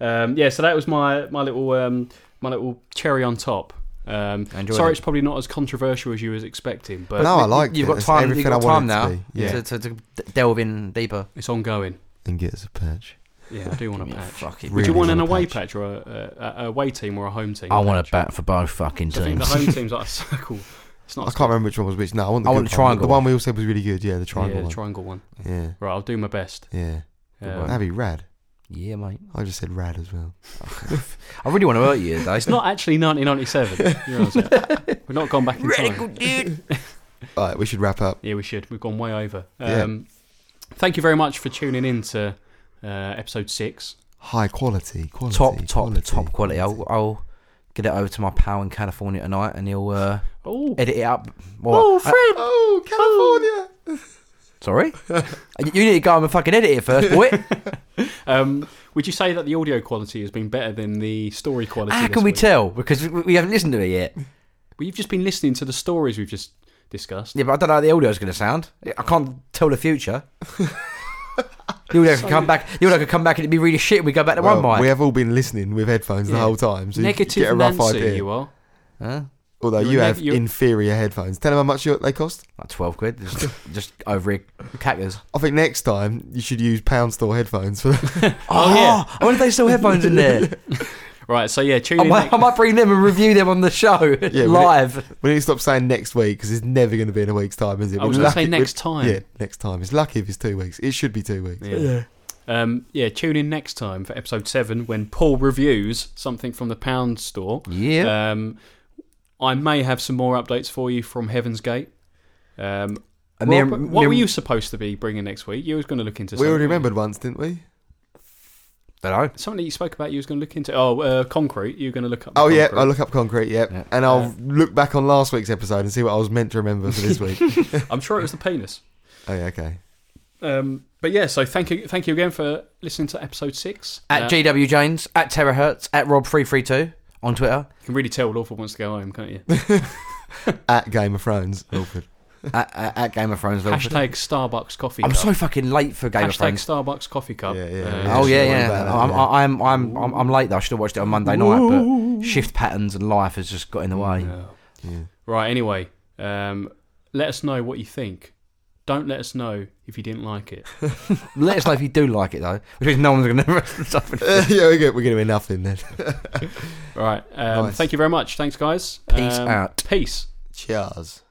Speaker 3: Um, yeah, so that was my my little um, my little cherry on top. Um,
Speaker 1: I enjoyed
Speaker 3: sorry,
Speaker 1: it.
Speaker 3: it's probably not as controversial as you was expecting, but
Speaker 2: No, I liked
Speaker 1: You've
Speaker 2: it.
Speaker 1: got
Speaker 2: It's
Speaker 1: time.
Speaker 2: everything
Speaker 1: You've got
Speaker 2: I
Speaker 1: time
Speaker 2: wanted
Speaker 1: now
Speaker 2: it to be. Yeah.
Speaker 1: to, to, to delve in deeper.
Speaker 3: it's ongoing.
Speaker 2: And get us a patch.
Speaker 3: Yeah, I do want
Speaker 1: Give
Speaker 3: a
Speaker 1: me a
Speaker 3: patch.
Speaker 1: fucking
Speaker 3: Would
Speaker 2: Really
Speaker 3: you want an
Speaker 2: want a
Speaker 3: away
Speaker 2: patch.
Speaker 3: patch, or a, a, a away team or a home team?
Speaker 1: I want a bat for both fucking
Speaker 3: So I think the
Speaker 1: teams.
Speaker 3: home team's like a circle. It's not.
Speaker 2: I
Speaker 3: a
Speaker 2: can't remember which one was which. No, I want the
Speaker 1: I
Speaker 2: good
Speaker 1: want the
Speaker 2: one.
Speaker 1: triangle
Speaker 2: The one we all said was really good. Yeah, the
Speaker 3: triangle.
Speaker 2: triangle
Speaker 3: Yeah,
Speaker 2: one.
Speaker 3: triangle one.
Speaker 2: yeah,
Speaker 3: Right, I'll do my best.
Speaker 2: yeah.
Speaker 1: Good
Speaker 3: Um,
Speaker 1: work.
Speaker 2: That'd be rad.
Speaker 1: yeah, mate.
Speaker 2: I just said rad as well.
Speaker 1: I really want to hurt you today.
Speaker 3: it's not actually 1997. you realise that? We've not gone back in time.
Speaker 1: radical, dude.
Speaker 2: All right, we should wrap up.
Speaker 3: Yeah, we should. We've gone way over.
Speaker 2: Yeah.
Speaker 3: Um, Thank you very much for tuning in to uh, episode six.
Speaker 2: High quality, quality,
Speaker 1: top, top,
Speaker 2: quality,
Speaker 1: top quality. I'll, I'll get it over to my pal in California tonight, and he'll uh,
Speaker 3: Oh,
Speaker 1: edit it up. What? Uh,
Speaker 3: oh, Fred!
Speaker 2: Oh, California!
Speaker 1: Sorry, you need to go home and fucking edit it first, boy.
Speaker 3: Um, would you say that the audio quality has been better than the story quality?
Speaker 1: How
Speaker 3: this
Speaker 1: can we
Speaker 3: week?
Speaker 1: tell? Because we, we haven't listened to it yet.
Speaker 3: Well, you've just been listening to the stories we've just discussed.
Speaker 1: Yeah, but I don't know how the audio's going to sound. I can't tell the future. the audio could come back. The audio could come back and it'd be really shit. and We go back to
Speaker 2: Well,
Speaker 1: one
Speaker 2: we
Speaker 1: mic.
Speaker 2: have all been listening with headphones
Speaker 3: Yeah.
Speaker 2: the whole time, so
Speaker 3: Negative
Speaker 2: you get a rough
Speaker 3: Nancy,
Speaker 2: idea.
Speaker 3: you are.
Speaker 1: Huh?
Speaker 2: Although
Speaker 3: you're
Speaker 2: you
Speaker 3: neg-
Speaker 2: have
Speaker 3: you're-
Speaker 2: inferior headphones. Tell them how much you- they cost.
Speaker 1: Like twelve quid, just, just over here, cactus.
Speaker 2: I think next time you should use pound store headphones. For
Speaker 1: Oh,
Speaker 3: yeah.
Speaker 1: I wonder if they sell headphones in there.
Speaker 3: Right, so yeah, tune
Speaker 1: I
Speaker 2: Oh,
Speaker 3: in.
Speaker 1: might, I
Speaker 3: next-
Speaker 1: might bring them and review them on the show
Speaker 2: we-
Speaker 1: live.
Speaker 2: we need to stop saying next week because it's never going to be in a week's time, is it?
Speaker 3: I was
Speaker 2: We're
Speaker 3: going to say
Speaker 2: lucky-
Speaker 3: next
Speaker 2: we're-
Speaker 3: time.
Speaker 2: Yeah, next time. It's lucky if it's two weeks. It should be two weeks.
Speaker 3: Yeah. Um, yeah, tune in next time for episode seven when Paul reviews something from the pound store.
Speaker 1: Yeah.
Speaker 3: Um, I may have some more updates for you from Heaven's Gate. Um,
Speaker 1: And me
Speaker 3: Rob,
Speaker 1: and- me
Speaker 3: what were
Speaker 1: and-
Speaker 3: you supposed to be bringing next week? You was going to look into.
Speaker 2: We
Speaker 3: something.
Speaker 2: already remembered once, didn't we?
Speaker 1: Don't know.
Speaker 3: something that you spoke about. You was going to look into. Oh, uh, concrete. You're going to look up.
Speaker 2: Oh yeah,
Speaker 3: concrete.
Speaker 2: I'll look up concrete. Yeah,
Speaker 1: Yeah.
Speaker 2: and I'll
Speaker 3: Uh,
Speaker 2: look back on last week's episode and see what I was meant to remember for this week. oh
Speaker 3: I'm sure it was the penis.
Speaker 2: yeah, okay.
Speaker 3: Um, but yeah, so thank you, thank you again for listening to episode six.
Speaker 1: At
Speaker 3: Uh,
Speaker 1: GW James, at Terahertz, at Rob three three two on Twitter,
Speaker 3: you can really tell Lawful wants to go home, can't you?
Speaker 2: At Game of Thrones, Ilford.
Speaker 1: at, at, at Game of Thrones. Lord.
Speaker 3: Hashtag Starbucks coffee.
Speaker 1: I'm
Speaker 3: cup.
Speaker 1: so fucking late for Game
Speaker 3: Hashtag
Speaker 1: of Thrones.
Speaker 3: Starbucks coffee cup.
Speaker 2: Yeah, yeah,
Speaker 3: Uh,
Speaker 2: yeah.
Speaker 1: Oh yeah,
Speaker 2: Should've worried
Speaker 1: yeah.
Speaker 2: about that,
Speaker 1: I'm,
Speaker 2: yeah.
Speaker 1: I'm, I'm, I'm, I'm late though. I should have watched it on Monday night, but shift patterns and life has just got in the way.
Speaker 3: no.
Speaker 2: Yeah.
Speaker 3: Right. Anyway, um, let us know what you think. Don't let us know if you didn't like it.
Speaker 1: Let us know if you do like it though, which means no one's going to.
Speaker 2: yeah, we're good. We're going to be nothing then.
Speaker 3: Right. Um,
Speaker 2: Nice.
Speaker 3: Thank you very much. Thanks, guys.
Speaker 1: Peace
Speaker 3: Um,
Speaker 1: out.
Speaker 3: Peace.
Speaker 2: Cheers.